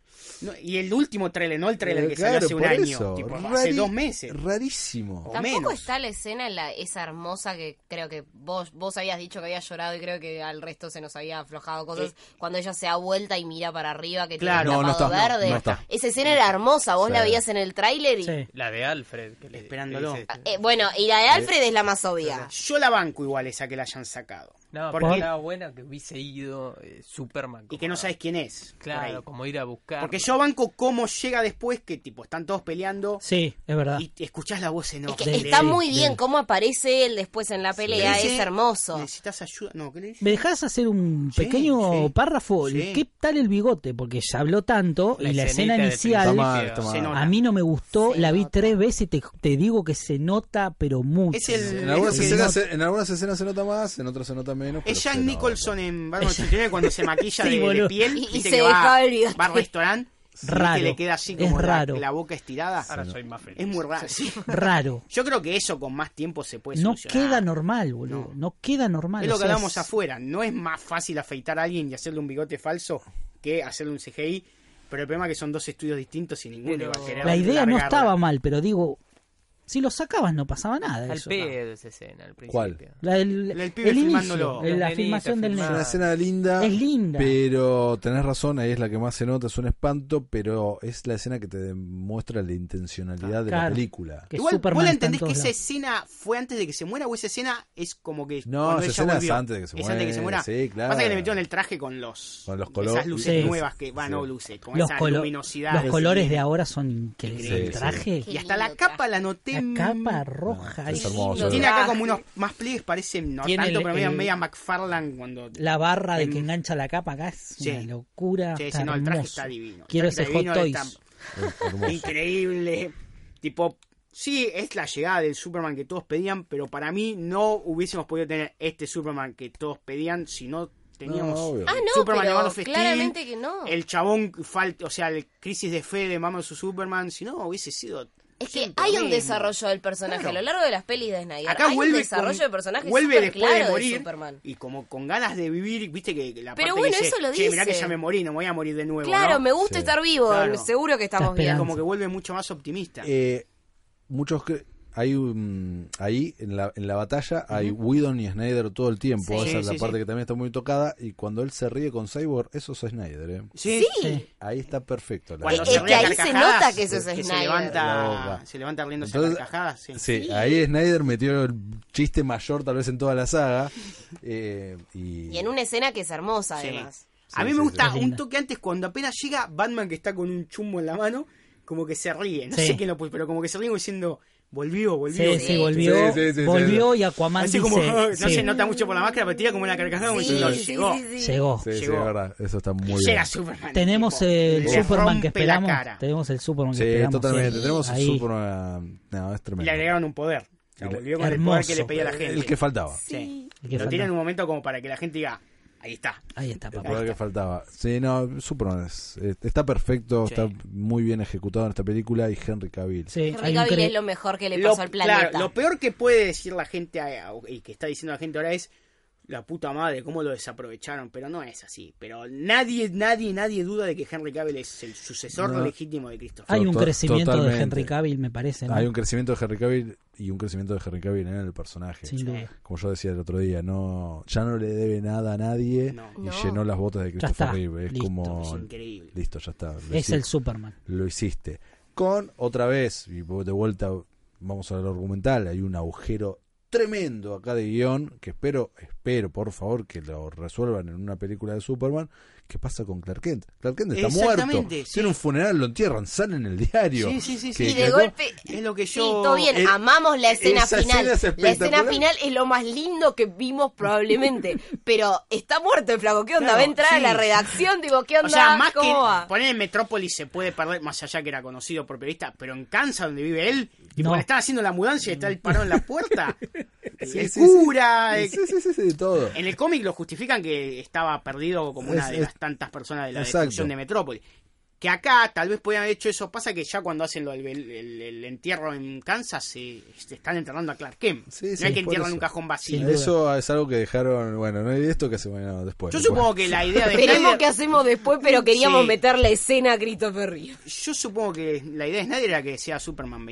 No, y el último trailer, no el trailer que Claro, salió hace un por año. eso. tipo, hace Rari- dos meses. Rarísimo. O Tampoco menos. está la escena, la, esa hermosa que creo que vos, vos habías dicho que había llorado y creo que al resto se nos había aflojado cosas. Cuando ella se da vuelta y mira para arriba que Claro. tiene No, el no tapado está, no, verde. no está. Esa escena era hermosa, vos Sí. la veías en el tráiler y... Sí. La de Alfred. Que le- Esperándolo. que dice, Eh, bueno, y la de Alfred es la más obvia. Yo la banco igual esa que la hayan sacado. No, Porque- porque estaba buena que hubiese ido eh, Superman. Ah, Y como que no a- sabes quién es. por Claro, ahí. como ir a buscar. Porque yo banco cómo llega después que, tipo, están todos peleando Sí, es verdad. y te escuchás la voz en Es off. que Del- está del- muy bien del- cómo aparece él después en la pelea, Ese- es hermoso. Necesitas ayuda. No, ¿qué le dices? ¿Me dejás hacer un Sí, pequeño sí, párrafo? sí. ¿Qué tal el bigote? Porque ya habló tanto y la escena Ah, Está inicial mal. Se nota. a mí no me gustó. Se la vi nota. tres veces y te, te digo que se nota, pero mucho. Es el- En Es algunas, lo que- escenas, se- en algunas escenas se nota más, en otras se nota menos. pero Es Jack se nota. Nicholson en Batman 89 cuando se maquilla *laughs* Sí, de- de, boludo. piel Y- y viste se que deja va, el bigote. va al restaurante Raro. y le queda así Es como la- raro. La, boca estirada. Ahora soy más feliz. Es muy raro, sí. Raro. Yo creo que eso con más tiempo se puede No solucionar. queda normal, boludo. No, No. queda normal. Es lo o que sea, hablábamos es- afuera. No es más fácil afeitar a alguien y hacerle un bigote falso que hacerle un CGI. Pero el problema es que son dos estudios distintos y ninguno Pero- va a querer La idea no largarla. estaba mal, pero digo, Si lo sacabas no pasaba nada. de Al eso. pedo esa escena al principio. ¿Cuál? La del, La del pibe el inicio, filmándolo. el- la La filmación del nenita Es una filmada. nene. escena linda. Es linda. Pero tenés razón, ahí es la que más se nota, es un espanto, pero es la escena que te demuestra la intencionalidad de la Claro. película. Que Igual, Superman ¿vos la está en entendés que todos esa lados. escena fue antes de que se muera o esa escena es como que. No, cuando esa ella escena volvió? es antes de que se Es antes de que se muera, muera. sí, claro. Pasa que le metieron el traje con los. Con los Esas colores. luces Sí. nuevas que van, Sí. no luces, con Los, esa colo- luminosidad. los ese- colores de ahora son increíbles. Increíble. el Sí, traje, sí. Y hasta la Qué lindo capa la noté. la capa roja, es es- hermoso. lindo. Tiene acá como unos más pliegues, parece no Tiene tanto, el- pero media, el- media McFarlane cuando. la barra de que Em, engancha la capa acá es sí. una locura. Che, está sí, no, el traje hermoso. está divino. El Quiero traje está ese divino, Hot Toys. está- Es hermoso. increíble. Tipo, sí, es la llegada del Superman que todos pedían, pero para mí no hubiésemos podido tener este Superman que todos pedían si no teníamos No, obvio. Ah, no, Superman pero llamado Festín, claramente que no. el chabón que falta, o sea, el crisis de fe de Mama su Superman, si no hubiese sido Es que siempre hay lo un mismo. desarrollo del personaje. Claro. A lo largo de las pelis de Snyder, Acá hay vuelve un desarrollo con- de personaje vuelve súper después claro de de morir Superman. y como con ganas de vivir, viste que que la Pero parte bueno, que dice, eso lo "Che, mirá que dice". ya me morí, no me voy a morir de nuevo, Claro, ¿no? me gusta Sí. estar vivo. Claro. Seguro que estamos Está bien. esperando. como que vuelve mucho más optimista. Eh, muchos que hay un- ahí en la, en la batalla hay Whedon y Snyder todo el tiempo. Sí. Esa es Sí, la sí, parte sí. que también está muy tocada. Y cuando él se ríe con Cyborg, eso es Snyder. ¿eh? sí. Sí. Ahí está perfecto. la Cuando Es verdad. se que ríe a ahí se carcajadas, nota que eso es Snyder. Se La levanta, boca. se levanta riéndose a Entonces- carcajadas, eh, sí. Sí, ahí Snyder metió el chiste mayor tal vez en toda la saga. eh, y, Y en una escena que es hermosa, Sí. además. a mí sí, me sí. gusta Es un linda. toque antes cuando apenas llega Batman que está con un chumbo en la mano, como que se ríe. No Sí. sé quién lo puso, pero como que se ríe como diciendo, volvió, volvió. Sí, sí, volvió, Sí, sí, sí, volvió y Aquaman Así dice, como, "Ah", *laughs* no sí, se nota mucho por la máscara, pero tira como una carcajada como diciendo, llegó. llegó. Sí, sí, Llegó. es verdad, eso está muy Y bien. llega Superman. Tenemos tipo, el le Superman que rompe la esperamos. cara. Tenemos el Superman que Sí, esperamos. totalmente. sí. Tenemos Ahí. un Superman. No, es Y tremendo. le agregaron un poder. O sea, Y le- volvió con el poder que le Hermoso. pedía la gente. El que faltaba. Sí. El que Lo falta. tiran en un momento como para que la gente diga, ahí está. Ahí está, El papá. poder que faltaba. Sí, no, Superman es- eh, está perfecto, Sí. está muy bien ejecutado en esta película y Henry Cavill. Sí, hay Henry un Cavill cre- es lo mejor que le Lo- pasó al planeta. Claro, lo peor que puede decir la gente a- a- y que está diciendo la gente ahora es la puta madre, cómo lo desaprovecharon, pero no es así. Pero nadie, nadie, nadie duda de que Henry Cavill es el sucesor No. legítimo de Christopher. Hay un To- crecimiento de totalmente. Henry Cavill, me parece. ¿no? Hay un crecimiento de Henry Cavill y un crecimiento de Henry Cavill ¿eh? en el personaje. Sin duda. Como yo decía el otro día, no ya no le debe nada a nadie No. y No. llenó las botas de Christopher está, Reeve. Es listo. como... Es increíble. Listo, ya está. lo Es el hiciste. Superman. lo hiciste. Con otra vez, y de vuelta vamos al argumental, hay un agujero tremendo acá de guión que espero, espero por favor que lo resuelvan en una película de Superman. ¿Qué pasa con Clark Kent? Clark Kent está muerto. Exactamente, sí. Tiene un funeral, lo entierran, sale en el diario. Sí, sí, sí, Que- y sí. de que- golpe. Es lo que Sí, yo. todo bien, el- amamos la escena esa escena final. es la escena espectacular. final es lo más lindo que vimos probablemente. *laughs* Pero está muerto el flaco. ¿Qué onda? Claro, Va a entrar a sí. la redacción. Digo, ¿qué onda? O sea, más que ¿Cómo va? poner en Metrópolis se puede perder, más allá que era conocido por periodista, pero en Kansas, donde vive él, y No. cuando están haciendo la mudanza y está el parón en la puerta, *laughs* Sí, el sí, cura, eh. el- Sí, sí, sí, sí, de todo. En el cómic lo justifican que estaba perdido como una Es- de es- las tantas personas de la Exacto. destrucción de Metrópolis. Que acá tal vez podían haber hecho eso. Pasa que ya cuando hacen lo del el, el entierro en Kansas, se, se están enterrando a Clark Kent. Sí, no sí, hay que por entierro en eso. un cajón vacío. Sin duda. Eso es algo que dejaron, bueno, no hay esto que se bueno, después. Yo después. supongo que la idea de Veremos Snyder, qué hacemos después, pero queríamos Sí. meter la escena a Christopher Reeve. yo supongo que la idea de Snyder era que sea Superman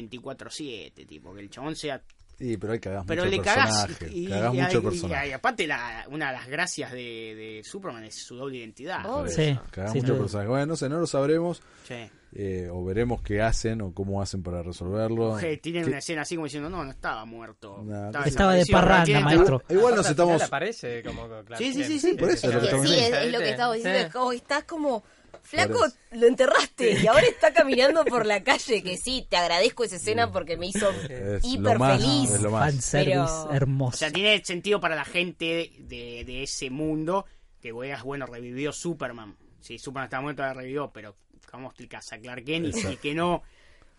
24/7, tipo que el chabón sea, Sí, pero hay cagás pero mucho le el cagás personaje, y, cagás y- mucho el y- personaje. y aparte la- una de las gracias de, de Superman es su doble identidad. Oh. Por Sí, eso, cagás sin mucho el duda. personaje. Bueno, no sé, no lo sabremos. Sí. eh, o veremos qué hacen o cómo hacen para resolverlo. Oje, tienen Que- una escena así como diciendo, no, no estaba muerto. No, Estaba de desaparecido, parranda, tienen- maestro. Aparte, Igual nos Ah, al estamos. final aparece como con Clark Sí, sí, sí, Kent. sí, por Eh, eso, que lo que se estamos Sí, es, presenta, es lo que ¿viste? estaba diciendo. Sí. Es como estás como. Flaco, Por eso. lo enterraste y ahora *laughs* está caminando por la calle. Que sí, te agradezco esa escena porque me hizo Es hiper lo más, feliz. es lo más. Fanservice Pero- O hermoso. sea, tiene sentido para la gente de, de ese mundo que digas, bueno, revivió Superman. Sí, Superman está muerto, la revivió, pero ¿cómo explicas a Clark Kent y- y, que no,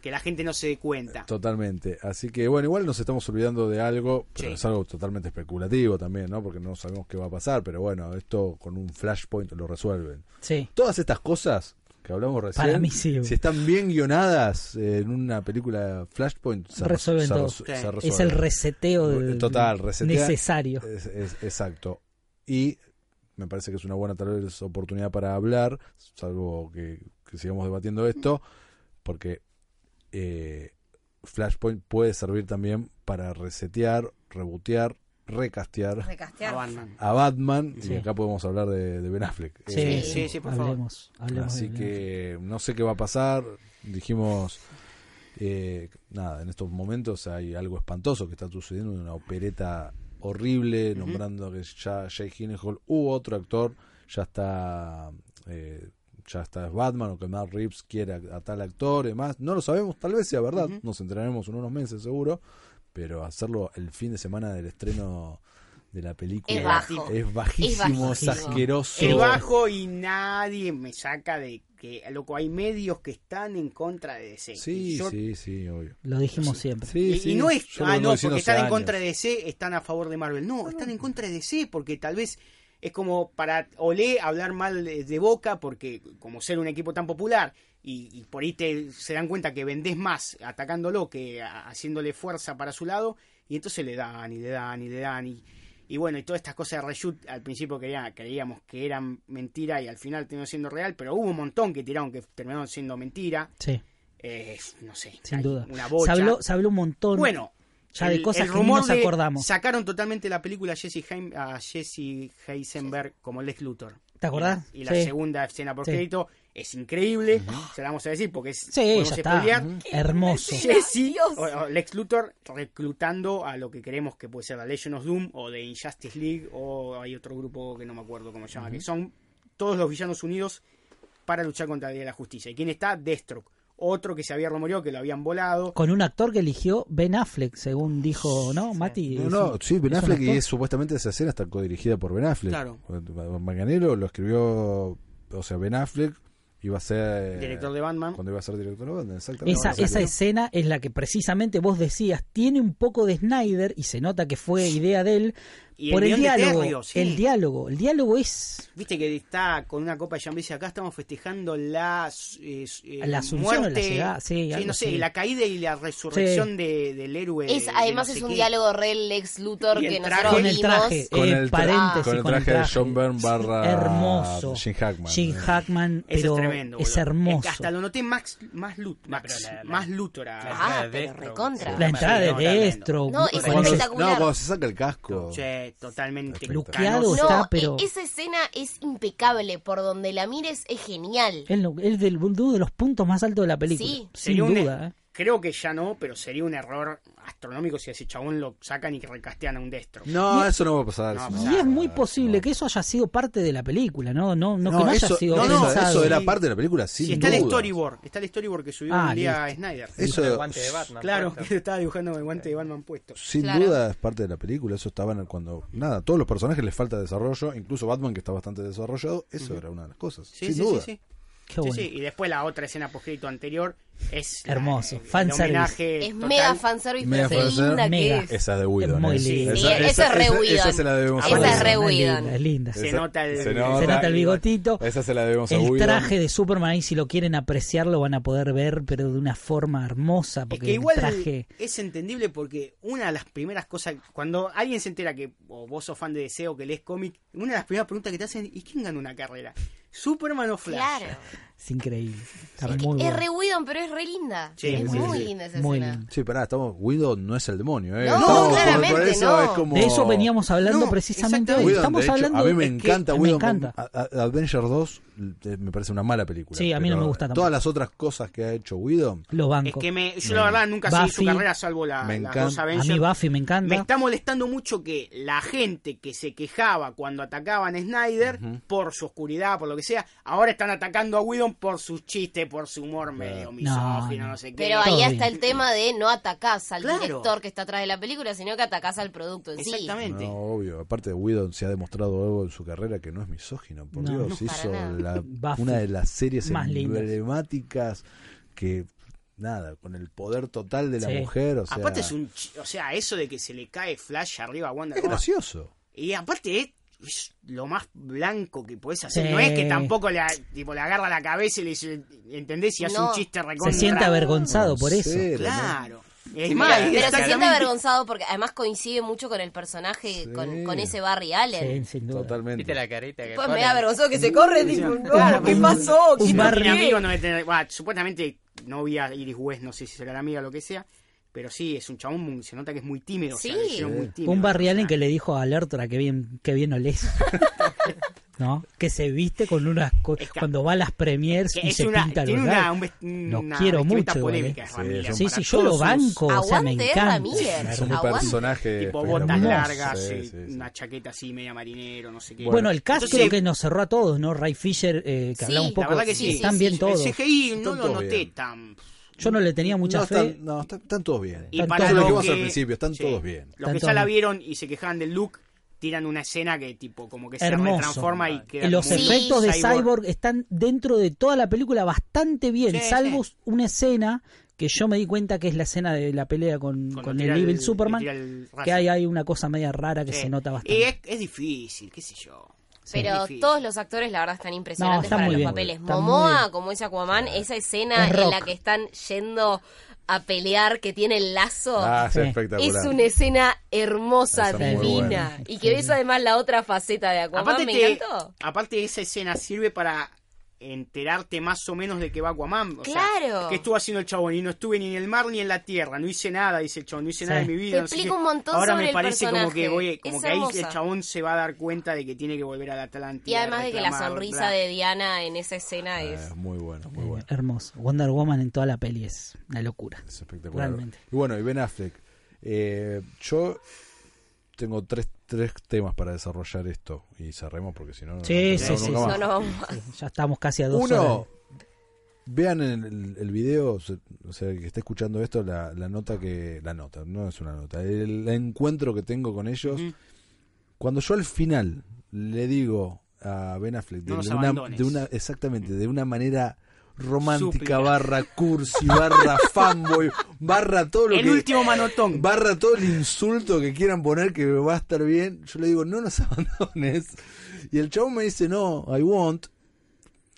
que la gente no se dé cuenta? Totalmente. Así que, bueno, igual nos estamos olvidando de algo, pero Sí. es algo totalmente especulativo también, ¿no? Porque no sabemos qué va a pasar, pero bueno, esto con un flashpoint lo resuelven. Sí. Todas estas cosas que hablamos recién, Para mí sí. si están bien guionadas eh, en una película flashpoint, se, Resuelven se todo. resu- se Sí. resuelven. Es el reseteo de- Total, resetea. Eh, necesario. Es- es- exacto. Y me parece que es una buena tal vez oportunidad para hablar, salvo que, que sigamos debatiendo esto, porque eh, Flashpoint puede servir también para resetear, rebotear, recastear A Recastear. Batman. a Batman. Sí. Y acá podemos hablar de, de Ben Affleck. Sí, Eh, sí, sí, sí, por favor. hablemos, hablemos Así de- que no sé qué va a pasar. Dijimos, eh, nada, en estos momentos hay algo espantoso que está sucediendo, una opereta horrible, nombrando que ya Jake Gyllenhaal u otro actor ya está, eh, ya está es Batman o que Matt Reeves quiere a, a tal actor y demás. No lo sabemos, tal vez sea verdad, nos enteraremos en unos meses seguro, pero hacerlo el fin de semana del estreno de la película Es bajo. es bajísimo, es bajísimo. asqueroso. El bajo y nadie me saca de que, loco, hay medios que están en contra de DC. Sí, Y yo- sí, sí, obvio. Lo dijimos siempre. Sí, y, sí, y no es, yo lo ah, vengo no, diciendo porque están hace en contra años. de DC, están a favor de Marvel. No, están en contra de DC, porque tal vez es como para Olé hablar mal de, de boca, porque como ser un equipo tan popular, y, y por ahí te, se dan cuenta que vendés más atacándolo que a- haciéndole fuerza para su lado, y entonces le dan, y le dan, y le dan, y, y bueno, y todas estas cosas de reshoot al principio creía- creíamos que eran mentira y al final terminó siendo real, pero hubo un montón que tiraron que terminaron siendo mentira. Sí, Eh, no sé, sin hay duda. Una Se bocha. habló, se habló un montón. Bueno, ya de el- cosas el que ni rumor nos de- acordamos. Sacaron totalmente la película a Jesse, Heim- a Jesse Heisenberg como Lex Luthor. ¿Te acordás? Y la, y la Sí. segunda escena por Sí. crédito es increíble. *gasps* Se la vamos a decir porque es Sí, podemos ya está. spoilear. Hermoso. Jesse Dios. o- o Lex Luthor reclutando a lo que creemos que puede ser la Legend of Doom o The Injustice League o hay otro grupo que no me acuerdo cómo se llama, que son todos los villanos unidos para luchar contra la Liga de la Justicia. ¿Y quién está? Deathstroke. Otro que se había rumoreado que lo habían volado. Con un actor que eligió Ben Affleck, según dijo, ¿no? Mati. No, no, Es- sí, Ben es un Affleck y actor. es supuestamente esa escena está codirigida por Ben Affleck. Claro. Manganero lo escribió, o sea, Ben Affleck iba a Eh, ser Director de Batman. cuando iba a ser director de Batman, exactamente. Esa, O sea, esa que- escena es la que precisamente vos decías, tiene un poco de Snyder y se nota que fue idea de él Y por el, guión de diálogo. Terrio, sí. El diálogo, el diálogo es Viste que está con una copa de champán y dice, acá estamos festejando la, eh, eh, La asunción o la llegada, sí, algo no sé, así. la caída y la resurrección de- del héroe. Es, de- de además no sé es un qué. diálogo re Lex Luthor Y el que traje. nosotros con el vimos. traje, Con eh, el tra- paréntesis, con el traje de John Byrne barra hermoso, Gene Hackman. Gene Hackman, Ese pero es tremendo. es boludo. hermoso. Hasta lo noté más, más, Lut, No, Max- pero la- la- más Luthor. a- la- Ah, de pero Deathstroke. recontra. La entrada No, de tremendo. Destro, No, es cuando se- espectacular. no, cuando se saca el Ah. casco. Che, totalmente. Luqueado canoso. está, No, e- pero- esa escena es impecable. Por donde la mires es genial. es, lo- es del, uno de los puntos más altos de la película, Sí. sin Sería un- e- duda. ¿eh? Creo que ya no, pero sería un error astronómico si a ese chabón lo sacan y que recastean a un destro. No, eso no va a pasar. No, eso y no Y va a es muy pasar, posible no. que eso haya sido parte de la película, no, no, no, que no haya eso, sido no, no, pensado. eso era Sí. parte de la película, sin Si está el duda. storyboard, está el storyboard que subió Ah, un día Snyder. Con el Eso, guante de Batman. Claro, puesto. *laughs* que estaba dibujando con el guante de Batman puesto. Sin Claro. duda es parte de la película, eso estaba en el- cuando... Nada, todos los personajes les falta desarrollo, incluso Batman que está bastante desarrollado, eso era una de las cosas. Sí, sin sí, duda. sí, sí. Qué Sí, bueno. sí, y después la otra escena poscrito anterior es la- Hermoso, el- el fanservice. homenaje es total. mega fanservice, Mega pero qué fanservice. linda Mega. que es. Esa de Whedon. Es muy ¿eh? lindo. Sí, esa es re esa- Whedon. esa se la debemos Esa a es Whedon. re es Whedon. linda, es linda. Se Esa- nota el- se nota. Se nota el bigotito. Esa se la debemos a El Whedon. traje de Superman, ahí si lo quieren apreciar, lo van a poder ver, pero de una forma hermosa, Es porque que igual el traje... es entendible porque una de las primeras cosas, cuando alguien se entera que o vos sos fan de Deseo, que lees cómic, una de las primeras preguntas que te hacen, ¿y quién gana una carrera? ¿Superman o Flash? Claro. Es increíble. Está Ah, muy Es bueno. re Whedon, pero es re linda. Sí, es sí, muy sí. linda esa Muy escena. linda. Sí, pará, estamos... Whedon no es el demonio, ¿eh? No, Estamos- por- claramente por eso no. es como... De eso veníamos hablando No, precisamente hoy. exactamente. Whedon, Estamos de hecho, hablando a mí me es que- encanta me Whedon. encanta. A- a- Avenger 2 eh, me parece una mala película. Sí, a mí no pero me gusta tampoco. Todas las otras cosas que ha hecho Whedon, Lo Es banco. que me, yo la verdad nunca seguí su Buffy. carrera salvo la, las Me encanta. dos A mí A Avengers. mí Buffy me encanta. Me está molestando mucho que la gente que se quejaba cuando atacaban a Snyder por su oscuridad, por lo que sea, ahora están atacando a Whedon por sus chistes, por su humor medio misógino, no, no. sé qué. Pero Todo ahí bien. está el tema de no atacás al Claro. director que está atrás de la película, sino que atacás al producto en sí. Exactamente. No, obvio. Aparte, Whedon se ha demostrado algo en su carrera que no es misógino. Por No, Dios, no, para hizo nada. la- *laughs* Buffy. una de las series Más lindas. emblemáticas que, nada, con el poder total de la Sí. mujer. O sea, aparte es un... ch- O sea, eso de que se le cae Flash arriba a Wonder es Woman. gracioso. Y aparte es, es lo más blanco que podés hacer. Sí. No es que tampoco le, a- tipo, le agarra la cabeza y le dice, ¿entendés? Y hace No. un chiste recontra. Se siente avergonzado por En eso. serio, ¿no? Claro. Es Pero, más, pero se siente exactamente- avergonzado porque además coincide mucho con el personaje, con, con ese Barry Allen. Sí, sin duda. Totalmente. ¿Viste la carita que Después Pues me pone? da vergonzado que se corre, tipo, no, ¿qué pasó? ¿Qué un no sé Barry- Mi qué? amigo no debe tener- bah, supuestamente novia Iris West, no sé si será la amiga o lo que sea. Pero sí, es un chabón, muy- se nota que es muy tímido. o sea, Sí. lo hicieron muy Un tímido. Un Barry Allen que le dijo a Lertora que bien, que *laughs* bien olés. ¿No? Que se viste con unas co- cuando va a las premiers Que y es se una, pinta tiene los una, labios. un vest- Lo una quiero vestimenta mucho, polémica. ¿vale? Ramírez, Sí, para Sí, sí, yo todos lo sus- banco, o sea, me Aguante, encanta. Ramírez. Es un Aguante. personaje. Tipo espectacular. botas hermoso. largas, Sí, eh, sí, sí. una chaqueta así, media marinero, no sé qué. Bueno, el cast Entonces, creo que nos cerró a todos, ¿no? Ray Fisher, eh, que Sí, hablaba un la poco. verdad que sí, están sí, bien sí, todos. El CGI no Están lo todos noté bien. tan. Yo no le tenía mucha no, fe. Están, no, están, están todos bien. Y Están para todos lo los que vimos que- al principio, están sí. todos bien. Los que Están ya la todos- vieron y se quejaban del look, tiran una escena que tipo como que se Hermoso. transforma y queda Y los como un efectos de cyborg. Cyborg están dentro de toda la película bastante bien, Sí, salvo sí. una escena que yo me di cuenta que es la escena de la pelea con, Cuando con el tira Evil el- Superman, tira el rayo. que hay, hay una cosa media rara que Sí. se nota Y bastante. es, es difícil, qué sé yo. Pero difícil. todos los actores, la verdad, están impresionantes No, están para muy los bien. papeles. Están muy Momoa, bien. como dice Aquaman, esa escena Es en la rock. que están yendo a pelear, que tiene el lazo. Ah, es Sí. espectacular. Es una escena hermosa, Esa es muy divina. buena. Y que ves además la otra faceta de Aquaman. Aparte, me te- encantó. aparte esa escena sirve para enterarte más o menos de que va Aquaman. O sea, Claro. ¿Qué estuvo haciendo el chabón? Y no estuve ni en el mar ni en la tierra. No hice nada, dice el chabón. No hice Sí. nada en mi Te vida. no sé explica qué. un montón Ahora sobre me el parece como que personaje. voy, como Es que ahí el hermosa. chabón se va a dar cuenta de que tiene que volver a la Atlántida. Y además de que la reclamar, sonrisa bla. de Diana en esa escena Ah, es... es muy bueno, muy Eh, bueno. hermoso. Wonder Woman en toda la peli es una locura. Es espectacular. Realmente. Y bueno, y Ben Affleck. Eh, yo tengo tres, tres temas para desarrollar esto y cerremos porque si no. no Sí, nos sí, quedamos sí, nunca No, sí. más. no vamos más. Ya estamos casi a dos Uno, horas. vean el, el video, se- o sea, el que esté escuchando esto, la, la nota que. La nota, no es una nota. El encuentro que tengo con ellos. Cuando yo al final le digo a Ben Affleck de, No los una, abandones. de una- exactamente, de una manera romántica Súplica. barra cursi *laughs* barra fanboy barra todo lo El que último manotón. barra todo el insulto que quieran poner que va a estar bien. Yo le digo, no nos *laughs* abandones. Y el chabón me dice, no, I won't.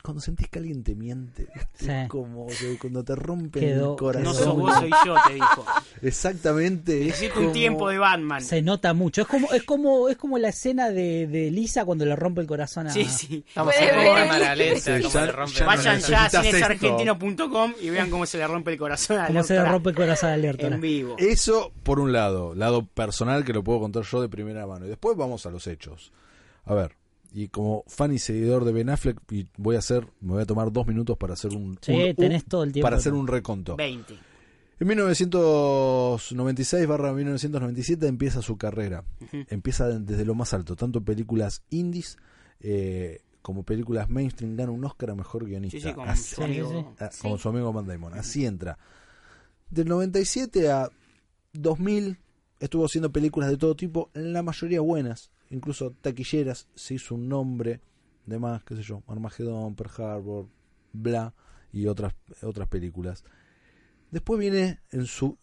Cuando sentís que alguien te miente, Sí. es como que cuando te rompen Quedó- el corazón. No Eso. sos vos, soy yo, te dijo. Exactamente. es Necesito como- un tiempo de Batman. Se nota mucho. Es como, es como, es como la escena de, de Lisa cuando le rompe el corazón a. Sí, sí. Estamos Puede en ver el- cámara *laughs* lenta, Sí, como ya- le rompe ya la no Vayan cabeza. ya a necesitas esto. cinesargentino.com y vean cómo se le rompe el corazón a Como se le Lertora rompe el corazón a Lertora. en vivo. Eso por un lado, lado personal que lo puedo contar yo de primera mano. Y después vamos a los hechos. A ver, y como fan y seguidor de Ben Affleck, y voy a hacer, me voy a tomar dos minutos para hacer un, Sí, un- un- tenés todo el tiempo. para hacer un reconto. 20. En 1996 barra 1997 empieza su carrera. Empieza desde lo más alto, tanto películas indies eh, como películas mainstream. Gana un Oscar a mejor guionista. Sí, sí, con Así- su amigo. sí, Ah, con su amigo Matt Damon. Así entra. Del 97 a 2000 estuvo haciendo películas de todo tipo, la mayoría buenas, incluso taquilleras, se hizo un nombre, demás, qué sé yo, Armagedón, Pearl Harbor, bla, y otras, otras películas. Después viene en su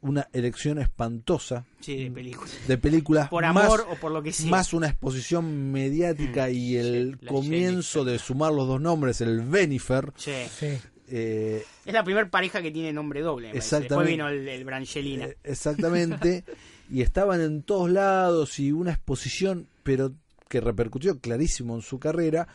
una elección espantosa Sí, de película. de películas Por más- amor o por lo que sea. Hmm. más una exposición mediática y el la comienzo de sumar los dos nombres, el Benifer, Sí. Sí. eh, Es la primera pareja que tiene nombre doble. me parece. Después Exactamente. vino el, el Brangelina. Eh, Exactamente. y estaban en todos lados y una exposición, pero que repercutió clarísimo en su carrera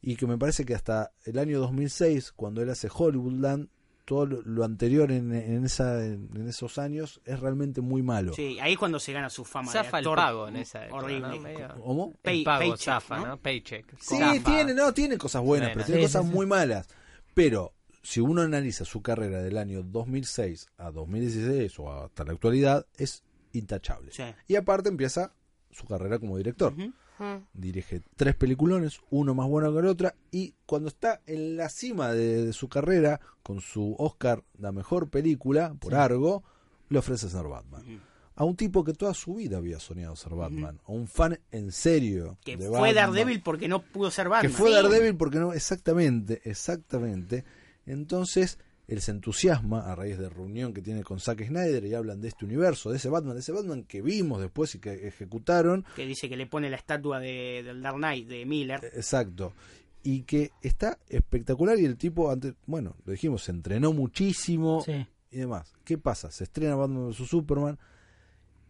y que me parece que hasta el año 2006, cuando él hace Hollywoodland, todo lo, lo anterior en, en esa, en, en esos años es realmente muy malo. Sí, ahí es cuando se gana su fama. de Zafa el actor pago en esa época, Horrible. ¿no? Medio- ¿Cómo? Pay- el pago paycheck, zafa, ¿no? ¿no? Paycheck. Sí, zafa. tiene, no, tiene cosas buenas, pero Buenas. tiene Sí, cosas sí, sí. muy malas. Pero si uno analiza su carrera del año 2006 a 2016 o hasta la actualidad, es intachable. Sí. Y aparte empieza su carrera como director. Mm. Dirige tres peliculones, uno más bueno que el otro, y cuando está en la cima de, de su carrera, con su Oscar, la mejor película, por Argo, le ofrece ser Batman. A un tipo que toda su vida había soñado ser Batman, a un fan en serio. Que de fue Batman. Daredevil porque no pudo ser Batman. Que fue Sí. Daredevil porque no, exactamente, exactamente. Entonces, él se entusiasma a raíz de reunión que tiene con Zack Snyder y hablan de este universo, de ese Batman, de ese Batman que vimos después y que ejecutaron. Que dice que le pone la estatua de, del Dark Knight de Eh, Miller. Exacto. Y que está espectacular y el tipo, antes, bueno, lo dijimos, se entrenó muchísimo Sí. y demás. ¿Qué pasa? Se estrena Batman vs. Superman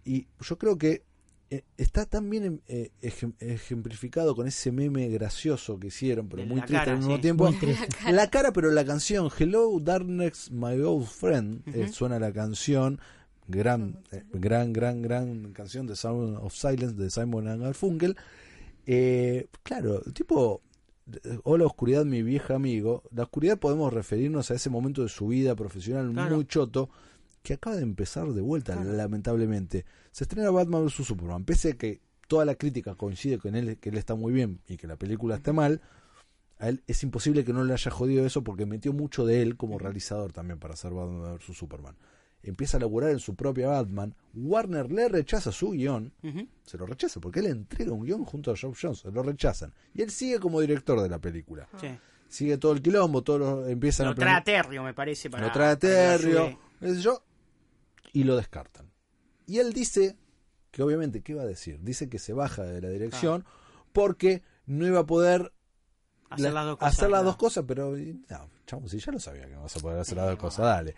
y yo creo que eh, está tan bien eh, ejem- ejemplificado con ese meme gracioso que hicieron, pero De muy la triste cara, al mismo sí. tiempo. Muy triste. *laughs* La cara, pero la canción Hello Darkness My Old Friend eh, suena la canción gran, eh, gran, gran, gran canción de Sound of Silence de Simon and Garfunkel. Eh, claro, tipo, eh, Hola Oscuridad, mi vieja amigo. La oscuridad podemos referirnos a ese momento de su vida profesional Claro. muy choto que acaba de empezar de vuelta, lamentablemente. Se estrena Batman vs. Superman, pese a que toda la crítica coincide con él, que él está muy bien y que la película está mal. A él es imposible que no le haya jodido eso porque metió mucho de él como realizador también para hacer Batman vs. Superman. Empieza a laburar en su propia Batman. Warner le rechaza su guión. Se lo rechaza porque él entrega un guión junto a Job Jones. Se lo rechazan. Y él sigue como director de la película. Sí. Sigue todo el quilombo. Todos los- empiezan Lo a trae plane- a Terrio, me parece. Para, lo trae para a que lo Terrio, ayude. qué sé yo, y lo descartan. Y él dice que obviamente, ¿qué iba a decir? Dice que se baja de la dirección porque no iba a poder Hacer la- las dos cosas. hacer las ¿no? dos cosas, pero y, no, chavo, si ya lo sabía que no vas a poder hacer las dos cosas, dale.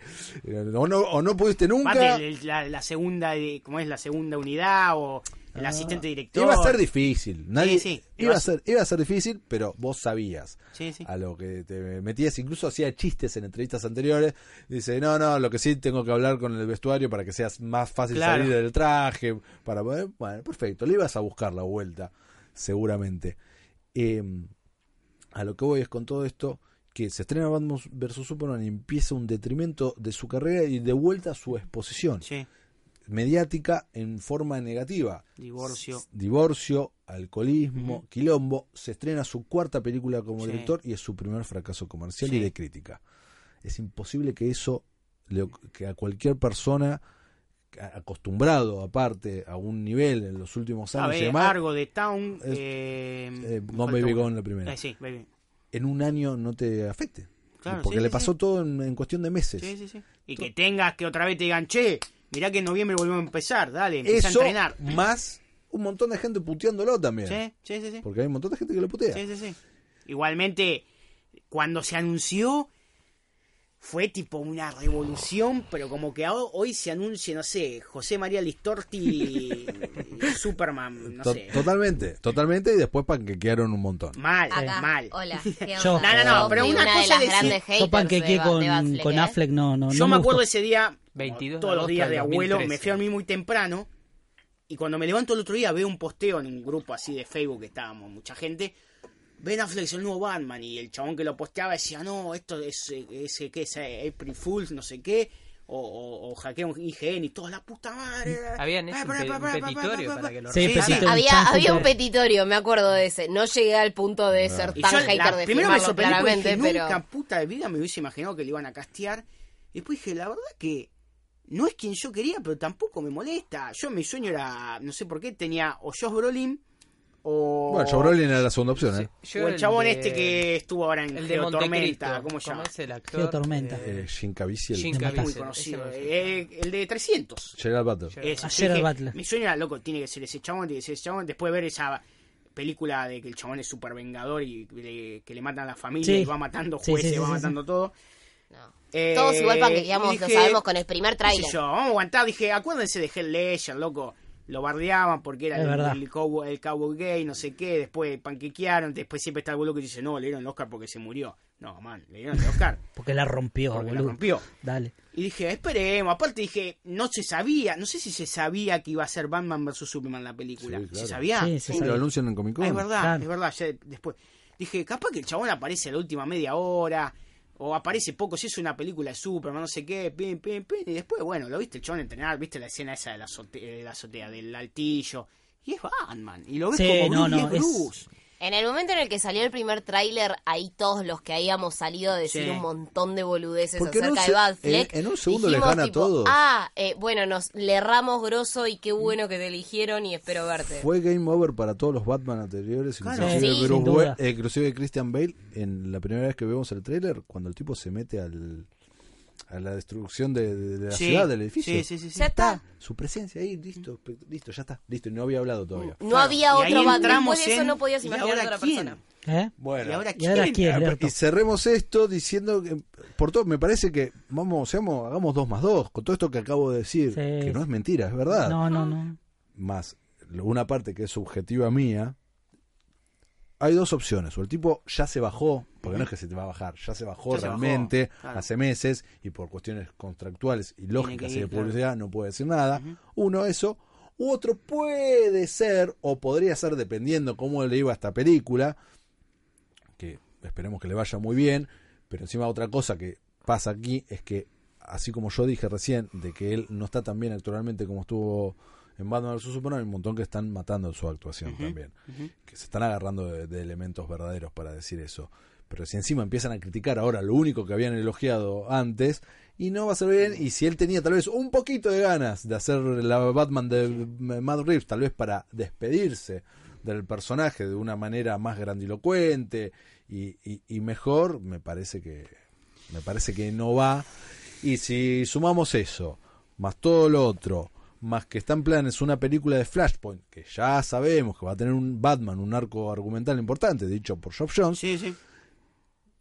O no, o no pudiste nunca. Aparte, el- la, la segunda, de- ¿cómo es? La segunda unidad o el Ah, asistente director. Iba a ser difícil. Nadie, sí, iba, a ser, iba a ser difícil, pero vos sabías Sí, sí. a lo que te metías. Incluso hacía chistes en entrevistas anteriores. Dice, no, no, lo que sí tengo que hablar con el vestuario para que seas más fácil Claro. salir del traje. para poder-". Bueno, perfecto. Le ibas a buscar la vuelta, seguramente. Eh, a lo que voy es con todo esto que se estrena Batman vs Superman y empieza un detrimento de su carrera y de vuelta a su exposición Sí. mediática en forma negativa Divorcio. divorcio, alcoholismo, quilombo, se estrena su cuarta película como Sí. director y es su primer fracaso comercial Sí. y de crítica. Es imposible que eso, le oc- que a cualquier persona a- acostumbrado aparte a un nivel en los últimos A años, y ver, demás, Argo de Town. es- eh, eh, me Gone falta Baby uno. Gone la primera, Eh, sí, baby. en un año no te afecte. Claro, porque sí, le sí, pasó sí. todo en, en cuestión de meses. Sí, sí, sí. Y que tengas que otra vez te digan, che, mirá que en noviembre volvemos a empezar, dale, empieza Eso a entrenar. más un montón de gente puteándolo también. Sí, sí, sí. sí. Porque hay un montón de gente que lo putea. Sí, sí, sí. Igualmente, cuando se anunció, fue tipo una revolución, pero como que ho- hoy se anuncia, no sé, José María Listorti, *laughs* Superman, no To- sé. Totalmente, totalmente, y después panquequearon un montón. Mal, Acá, mal. *laughs* hola. ¿qué Yo- onda? No, no, no, pero Soy una de cosa las decir- grandes haters Yo panquequé de Ba- con, de Batfleck, con ¿eh? Affleck, no, no. Yo no me gustó. acuerdo ese día, 22 de todos los agosto días de del abuelo, 2013. me fui a dormir muy temprano. Y cuando me levanto el otro día, veo un posteo en un grupo así de Facebook que estábamos, mucha gente. Ben Affleck es el nuevo Batman. Y el chabón que lo posteaba decía: No, esto es, eh, es, eh, ¿qué es Eh, April Fools, no sé qué. O, o, o hackea un IGN y toda la puta madre. Habían hecho un pe- un petitorio para que lo Sí, rechacen. petitorio. Había, chanfle. había un petitorio, me acuerdo de ese. No llegué al punto de ser Y tan yo la- hater de primero me firmarlo, sorprendí porque claramente, dije, pero... nunca puta de vida me hubiese imaginado que le iban a castear. Y después dije, la verdad que no es quien yo quería, pero tampoco me molesta. Yo mi sueño era, no sé por qué, tenía o Josh Brolin o, Bueno, Joe Brolin era la segunda opción, ¿eh? o Yo el chabón de- este que estuvo ahora en El de Geo Tormenta, Montecristo. ¿cómo se llama? es el actor? Geo Tormenta. Eh, Jim Caviezel. Jim Caviezel. Muy Caviezel. conocido. Ese me eh, el de 300. Gerard Butler. gusta. Eso, A yo Gerard dije, Butler. Mi sueño era loco, tiene que ser ese chabón, tiene que ser ese chabón. Después de ver esa película de que el chabón es super vengador y le- que le matan a la familia Sí. y va matando Sí, sí, jueces, sí, va sí, matando todo. no. Eh, Todos igual panquequeamos, lo dije, sabemos con el primer qué sé tráiler. yo, vamos a aguantar. Dije, acuérdense de Hell Legend, loco. Lo bardeaban porque era Es el, verdad. el cowboy, el cowboy gay, no sé qué. Después panquequearon. Después siempre está el boludo que dice, no, le dieron el Oscar porque se murió. No, man, le dieron el Oscar Porque la rompió, porque la boludo. rompió. Dale. Y dije, esperemos. Aparte dije, no se sabía, no sé si se sabía que iba a ser Batman vs Superman la película. Sí, claro. ¿Se sabía? Sí, se Sí, sabe. lo anuncian en Comic Ah, Con. es verdad, Claro. es verdad. ya después dije, capaz que el chabón aparece a la última media hora o aparece poco. Si es una película de Superman, no sé qué, pim, pim, pim. Y después, bueno, lo viste el chabón entrenar, viste la escena esa de la azote- de la azotea, del altillo. Y es Batman. Y lo ves Sí, como no, Bruce, no, y es es- Bruce. En el momento en el que salió el primer tráiler, ahí todos los que habíamos salido a decir Sí. un montón de boludeces Porque en un acerca se- de eh, Bad Fleck. en- en un segundo les dijimos gana a tipo, todos. Ah, eh, bueno, nos le erramos grosso y qué bueno que te eligieron y espero verte. Fue game over para todos los Batman anteriores, Claro. inclusive, Sí. Bruce Sin duda. Wayne- eh, inclusive Christian Bale. En la primera vez que vemos el tráiler, cuando el tipo se mete al, a la destrucción de, de- de la Sí. ciudad, del edificio. Sí, sí, sí. sí. Ya está. Su presencia ahí, listo, pe- listo, ya está, listo. Y no había hablado todavía. No Claro. había Y ahí otro Batman. entramos Después de eso en- no podías ¿y imaginar ahora a otra quién? persona. ¿eh? Bueno, ¿Y ahora ¿Y ahora quién? quién, Ah, Lerto? Y cerremos esto diciendo que, por todo, me parece que vamos, seamos, hagamos dos más dos, con todo esto que acabo de decir, Sí. que no es mentira, es verdad. No, no, no. Más lo- una parte que es subjetiva mía, hay dos opciones. O el tipo ya se bajó, porque no es que se te va a bajar, ya se bajó Ya se bajó, realmente claro. hace meses y por cuestiones contractuales y lógicas que y ir, de claro. publicidad no puede decir nada. Uno, eso. U otro puede ser, o podría ser, dependiendo cómo le iba a esta película, que esperemos que le vaya muy bien, pero encima otra cosa que pasa aquí es que, así como yo dije recién, de que él no está tan bien actualmente como estuvo en Batman vs. Superman, hay un montón que están matando su actuación también, que se están agarrando de, de elementos verdaderos para decir eso. Pero si encima empiezan a criticar ahora lo único que habían elogiado antes, y no va a ser bien, y si él tenía tal vez un poquito de ganas de hacer la Batman de Mad Reeves, tal vez para despedirse del personaje de una manera más grandilocuente y, y- y mejor, me parece que me parece que no va. Y si sumamos eso, más todo lo otro, más que está en planes una película de Flashpoint, que ya sabemos que va a tener un Batman, un arco argumental importante, dicho por Job Jones, Sí, sí.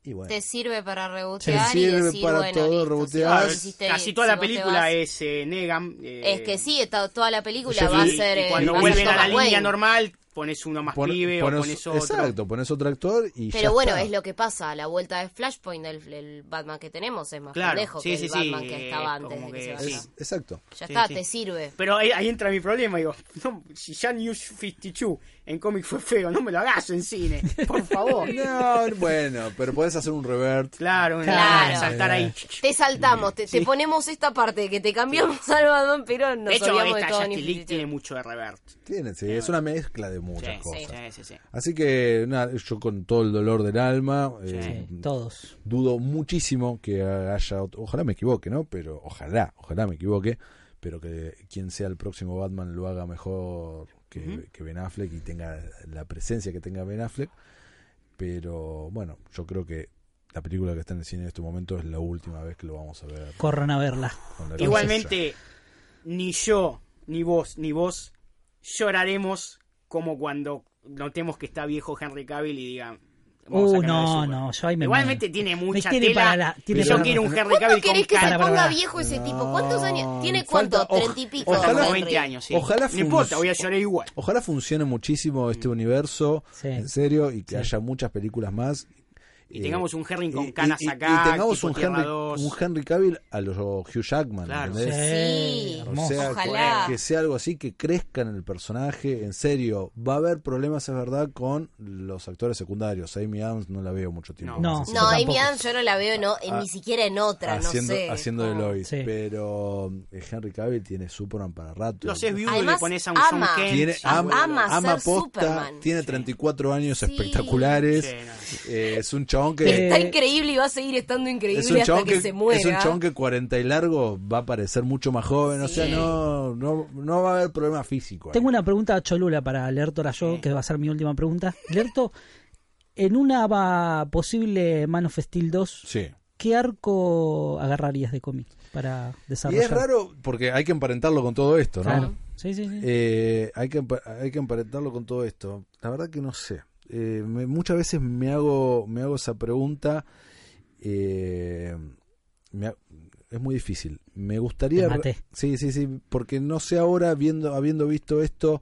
y bueno, Te sirve para Te rebotear y sirve decir, para bueno, todo, listo, si reboteas. vos hiciste- Ah, Casi si toda la vos te película vas- es eh, Negan. eh, Es que sí, está- toda la película y- va a y ser. eh, cuando va a ser vuelven a la Thomas Wayne. línea normal, pones uno más pon- pibe pones- o pones otro. exacto, pones otro actor y ya Pero bueno, está. es lo que pasa. La vuelta de Flashpoint, el, el Batman que tenemos, es más Claro, pendejo sí, que sí, el sí, Batman eh, que estaba como antes de que que se sí. vaya. Es- exacto. Ya Sí, está, sí. te sirve. Pero ahí, ahí entra mi problema, digo, no, si ya New 52 en cómic fue feo, no me lo hagas en cine, por favor. *laughs* No, bueno, pero podés hacer un revert. Claro, Claro. saltar ahí. Te saltamos, te, te ponemos esta parte que te cambiamos al Batman, pero nos De hecho, olvidamos de esta todo Justice New League 52. tiene mucho de revert. Tiene, sí, es una mezcla de muchas Sí, cosas. sí, sí, sí. Así que nada, yo con todo el dolor del alma, eh, Sí, todos. dudo muchísimo que haya, ot- ojalá me equivoque, ¿no? Pero ojalá, ojalá me equivoque, pero que quien sea el próximo Batman lo haga mejor que, que Ben Affleck y tenga la presencia que tenga Ben Affleck. Pero bueno, yo creo que la película que está en el cine en este momento es la última vez que lo vamos a ver. Corran a verla. con la Igualmente, ni yo, ni vos, ni vos lloraremos como cuando notemos que está viejo Henry Cavill y digan. vamos a Uh, cambiar de no, Superman. no, yo ahí me Igualmente muero. tiene Me mucha tiene tela. para la- tiene yo para- quiero un Henry ¿Cuánto Cavill con querés que se cara. para- para- ponga para. viejo ese tipo? No. ¿Cuántos años? ¿Tiene Falta- cuánto? oj- ¿Treinta y pico? ojalá- Henry. Como 20 años, sí. Ojalá No fun- importa, voy a llorar igual. Ojalá funcione Mm. muchísimo este universo, Sí. en serio, y que Sí. haya muchas películas más. Y Eh, tengamos un Henry con y- canas y- y- acá. Y tengamos tipo un Tierra Henry, 2. un Henry Cavill a los Hugh Jackman, Claro. ¿entendés? Sí. O hermoso. sea, Ojalá. que sea algo así, que crezca en el personaje, en serio. Va a haber problemas, es verdad, con los actores secundarios. Amy Adams no la veo mucho tiempo. No. sé si No, la- Amy tampoco. Adams yo no la veo no, en- Ah, ni siquiera en otra, haciendo, no sé. haciendo de Como- Lois. Sí. Pero eh, Henry Cavill tiene Superman para rato. Los es viudo y le Además, pones a un ama. John Kent. tiene, sí, ama, ama ser ama posta, Superman. tiene 34 años Sí. espectaculares. Sí, no. Eh, es un chabón que... Está Eh, increíble y va a seguir estando increíble Es un, hasta chabón que, que, se muera. es un chabón que 40 y largo va a parecer mucho más joven, o sea, no, no, no va a haber problema físico. ahí. Tengo una pregunta a Cholula para Lerto Rayo, que va a ser mi última pregunta. Lerto, en una va- posible Man of Steel 2, Sí. ¿qué arco agarrarías de cómic para Y desarrollar? es raro porque hay que emparentarlo con todo esto, ¿no? Claro. Sí, sí, sí. Eh, hay, que, empa- hay que emparentarlo con todo esto. La verdad que no sé. Eh, me- muchas veces me hago, me hago esa pregunta. eh, me ha- es muy difícil. Me gustaría... Te maté. Sí, sí, sí. Porque no sé ahora, viendo, habiendo visto esto,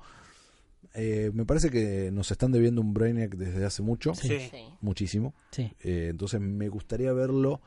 eh, me parece que nos están debiendo un Brainiac desde hace mucho. Sí. Sí. Muchísimo. sí. Eh, entonces me gustaría verlo.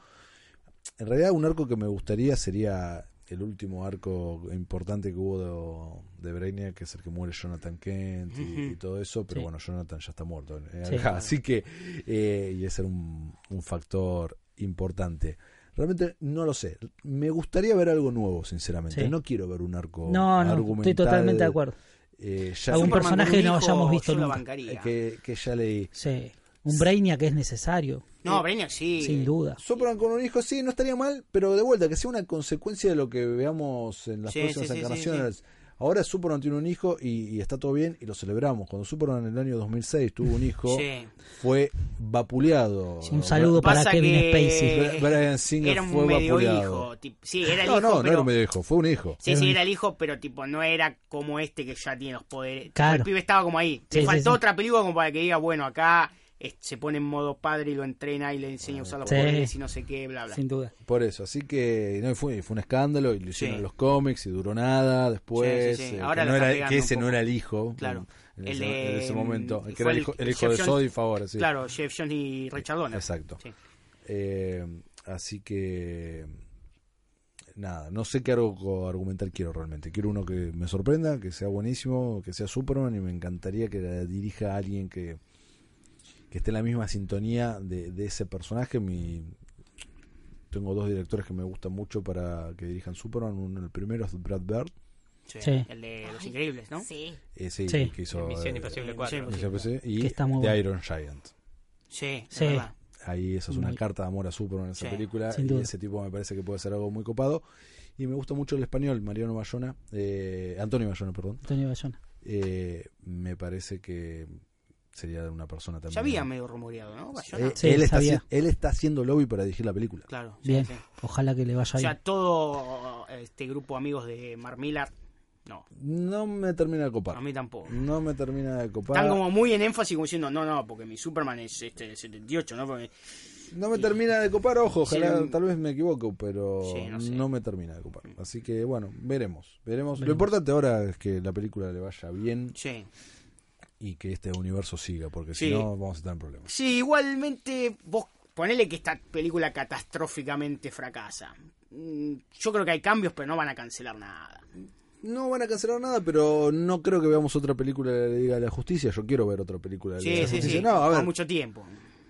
En realidad un arco que me gustaría sería el último arco importante que hubo de, de Brainiac, que es el que muere Jonathan Kent y, y todo eso, pero Sí. bueno, Jonathan ya está muerto. eh, Sí. acá, *laughs* así que, eh, y ese era un, un factor importante. Realmente no lo sé. Me gustaría ver algo nuevo, sinceramente. Sí. No quiero ver un arco No, no, estoy argumental, totalmente de acuerdo. eh, ya Algún Superman sé- personaje con un que no hijo, hayamos visto yo lo nunca. bancaría. eh, que, que ya leí. Sí. Un Brainiac que es necesario, No, Brainiac sí. sin duda. Superman con un hijo, sí, no estaría mal, pero de vuelta, que sea una consecuencia de lo que veamos en las Sí, próximas sí, sí, encarnaciones. Ahora Superman tiene un hijo y, y está todo bien y lo celebramos. Cuando Superman en el año 2006 tuvo un hijo, Sí. fue vapuleado. Un saludo para Pasa Kevin que- Spacey. Bra- Brian Singer Era un fue medio vapuleado. hijo. tip- Sí, era el No, hijo. no, no pero... era un medio hijo, fue un hijo. Sí, sí, era el hijo, pero tipo, no era como este que ya tiene los poderes. Claro. El pibe estaba como ahí. Sí, Le sí, faltó sí. otra película como para que diga, bueno, acá es- se pone en modo padre y lo entrena y le enseña a usar los Sí. poderes y no sé qué, bla, bla. sin duda. Por eso, así que no, y fue, y fue un escándalo, y lo hicieron Sí. en los cómics y duró nada después. Sí, sí, sí. eh, Ahora que, lo no está era- pegando que ese un no poco. era el hijo. Claro. En, en El ese, de- en ese momento. El que fue era el el- hijo, el el hijo de Jeff Sodi Jones. Favor, sí. Claro, Jeff Jones y Richard Donner. Exacto. Sí. Eh, así que. Nada, no sé qué arco argumental quiero realmente. Quiero uno que me sorprenda, que sea buenísimo, que sea Superman y me encantaría que la dirija a alguien que, que esté en la misma sintonía de, de ese personaje. Mi, tengo dos directores que me gustan mucho para que dirijan Superman. Uno, el primero es Brad Bird, Sí, Sí. El de Los Increíbles, ¿no? Sí. ese Sí. que hizo Misión eh, Imposible eh, 4. Misión Misión Imposible, y Que está muy The bueno. Iron Giant. Sí, es Sí. verdad. Ahí esa es una Muy- carta de amor a Superman en esa Sí, película. sin Y duda. ese tipo me parece que puede ser algo muy copado. Y me gusta mucho el español, Mariano Bayona. eh, Antonio Bayona, perdón. Antonio Bayona. Eh, me parece que sería una persona también. Ya había medio rumoreado, ¿no? Bayona. Eh, Sí, él, está, sabía. haci- él está haciendo lobby para dirigir la película. Claro, sí, Bien, sí. ojalá que le vaya O sea, bien. todo este grupo de amigos de Marmillar, no, No me termina de copar. a mí tampoco. No me termina de copar. Están como muy en énfasis como diciendo, no, no, porque mi Superman es este 78, ¿no? Porque- No me termina de copar, ojo, ojalá, Sí. tal vez me equivoco, pero Sí, no, no sé. me termina de copar. Así que bueno, veremos, veremos. Lo importante ahora es que la película le vaya bien Sí. y que este universo siga, porque si Sí. no vamos a estar en problemas. Sí, igualmente vos ponele que esta película catastróficamente fracasa. Mm, Yo creo que hay cambios, pero no van a cancelar nada. No van a cancelar nada, pero no creo que veamos otra película de la Liga de la Justicia. Yo quiero ver otra película de la Liga de Sí, la sí, Justicia. sí. No, a Toma ver, mucho tiempo.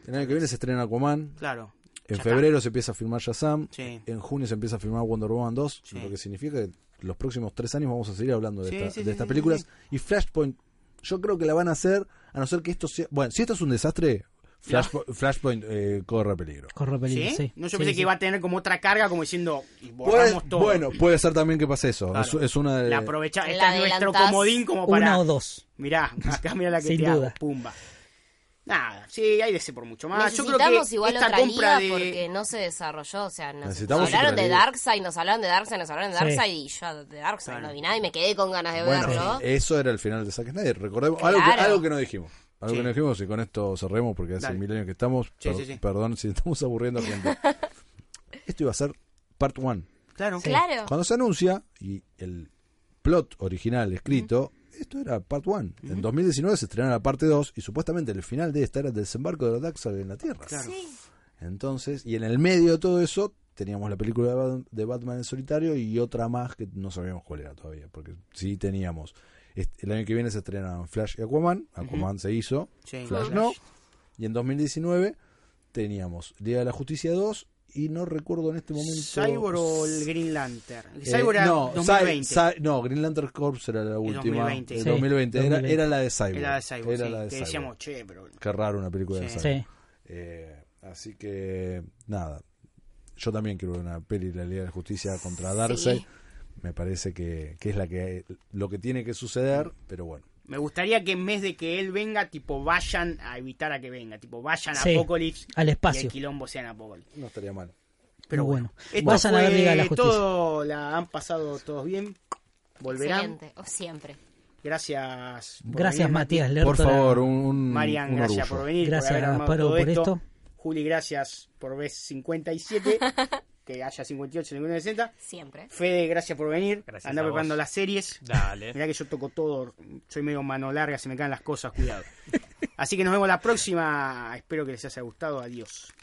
el año que viene se estrena Aquaman. Claro. Ya En está. febrero se empieza a filmar Shazam. Sí. En junio se empieza a filmar Wonder Woman 2. Sí. Lo que significa que los próximos tres años vamos a seguir hablando de, Sí, esta- sí, de sí, estas sí, películas. sí, Y Flashpoint, yo creo que la van a hacer, a no ser que esto sea. Bueno, si esto es un desastre, Flashpo- Flashpoint eh, corre peligro. Corro peligro, ¿Sí? sí. No, yo Sí, pensé sí. que iba a tener como otra carga, como diciendo, y Puede- borramos todo. bueno, eh, puede ser también que pase eso. Claro. Es, es una de. la aprovecha, La esta es nuestro adelantás comodín como para. Una o dos. Ah, Mirá, acá mirá la que Sin te duda. hago, pumba. Nada, sí, hay de ese por mucho más. Ah, Yo creo que Necesitamos igual esta otra compra liga de... porque no se desarrolló. O sea, nos, Necesitamos nos hablaron otra de liga. Darkseid, nos hablaron de Darkseid, nos hablaron de Sí. Darkseid y yo de Darkseid Claro. no vi nada y me quedé con ganas de Bueno, verlo. eso era el final de Zack Snyder. Recordemos algo, que, Claro. algo que no dijimos. Algo Sí. que no dijimos y con esto cerremos porque hace Dale. mil años que estamos. Sí, Per- sí, sí. Perdón si estamos aburriendo *laughs* a gente. esto iba a ser part one. Claro, eh, Claro. Cuando se anuncia y el plot original escrito, esto era part one. En 2019 se estrenó la parte 2 y supuestamente el final de esta era el desembarco de los Daxar en la Tierra. claro. Entonces, y en el medio de todo eso teníamos la película de Bat- de Batman en solitario y otra más que no sabíamos cuál era todavía, porque sí teníamos. Est- El año que viene se estrenaron Flash y Aquaman, Aquaman se hizo, Sí, Flash Flash. no, y en 2019 teníamos Día de la Justicia 2 y no recuerdo en este momento... Cyborg o el Green Lantern. Eh, Cyborg era no, 2020. Cy- Cy- no, Green Lantern Corps era la última. 2020. eh, Sí, 2020, Era, 2020. era la de Cyborg. era de Cyborg, Era sí, la de que Cyborg. decíamos, che, pero... Qué raro una película de Sí. Cyborg. Sí. Eh, así que, nada. Yo también quiero ver una peli de la Liga de la Justicia contra Darkseid. Sí. Me parece que, que es la que lo que tiene que suceder, pero bueno. Me gustaría que en vez de que él venga, tipo, vayan a evitar a que venga. Tipo, vayan a Sí, Apocalypse al y espacio. el quilombo sea en Apocalypse. No estaría mal. Pero Muy bueno. bueno, esto Vayan a ver fue Liga de la Justicia. todo. La han pasado todos bien. Volverán. Excelente. O Oh, siempre. Gracias. por Gracias, venir, Matías Por Lertora. favor, un, un- Marian, un gracias orgullo. por venir. Gracias, por haber armado Gasparo, todo por esto. esto. Juli, gracias por vez 57. que haya 58 en el 60. Siempre. Fede, gracias por venir. Gracias Anda a vos. preparando las series. Dale. Mirá que yo toco todo. Soy medio mano larga, se me caen las cosas, *laughs* cuidado. Así que nos vemos la próxima. Espero que les haya gustado. Adiós.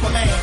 Superman.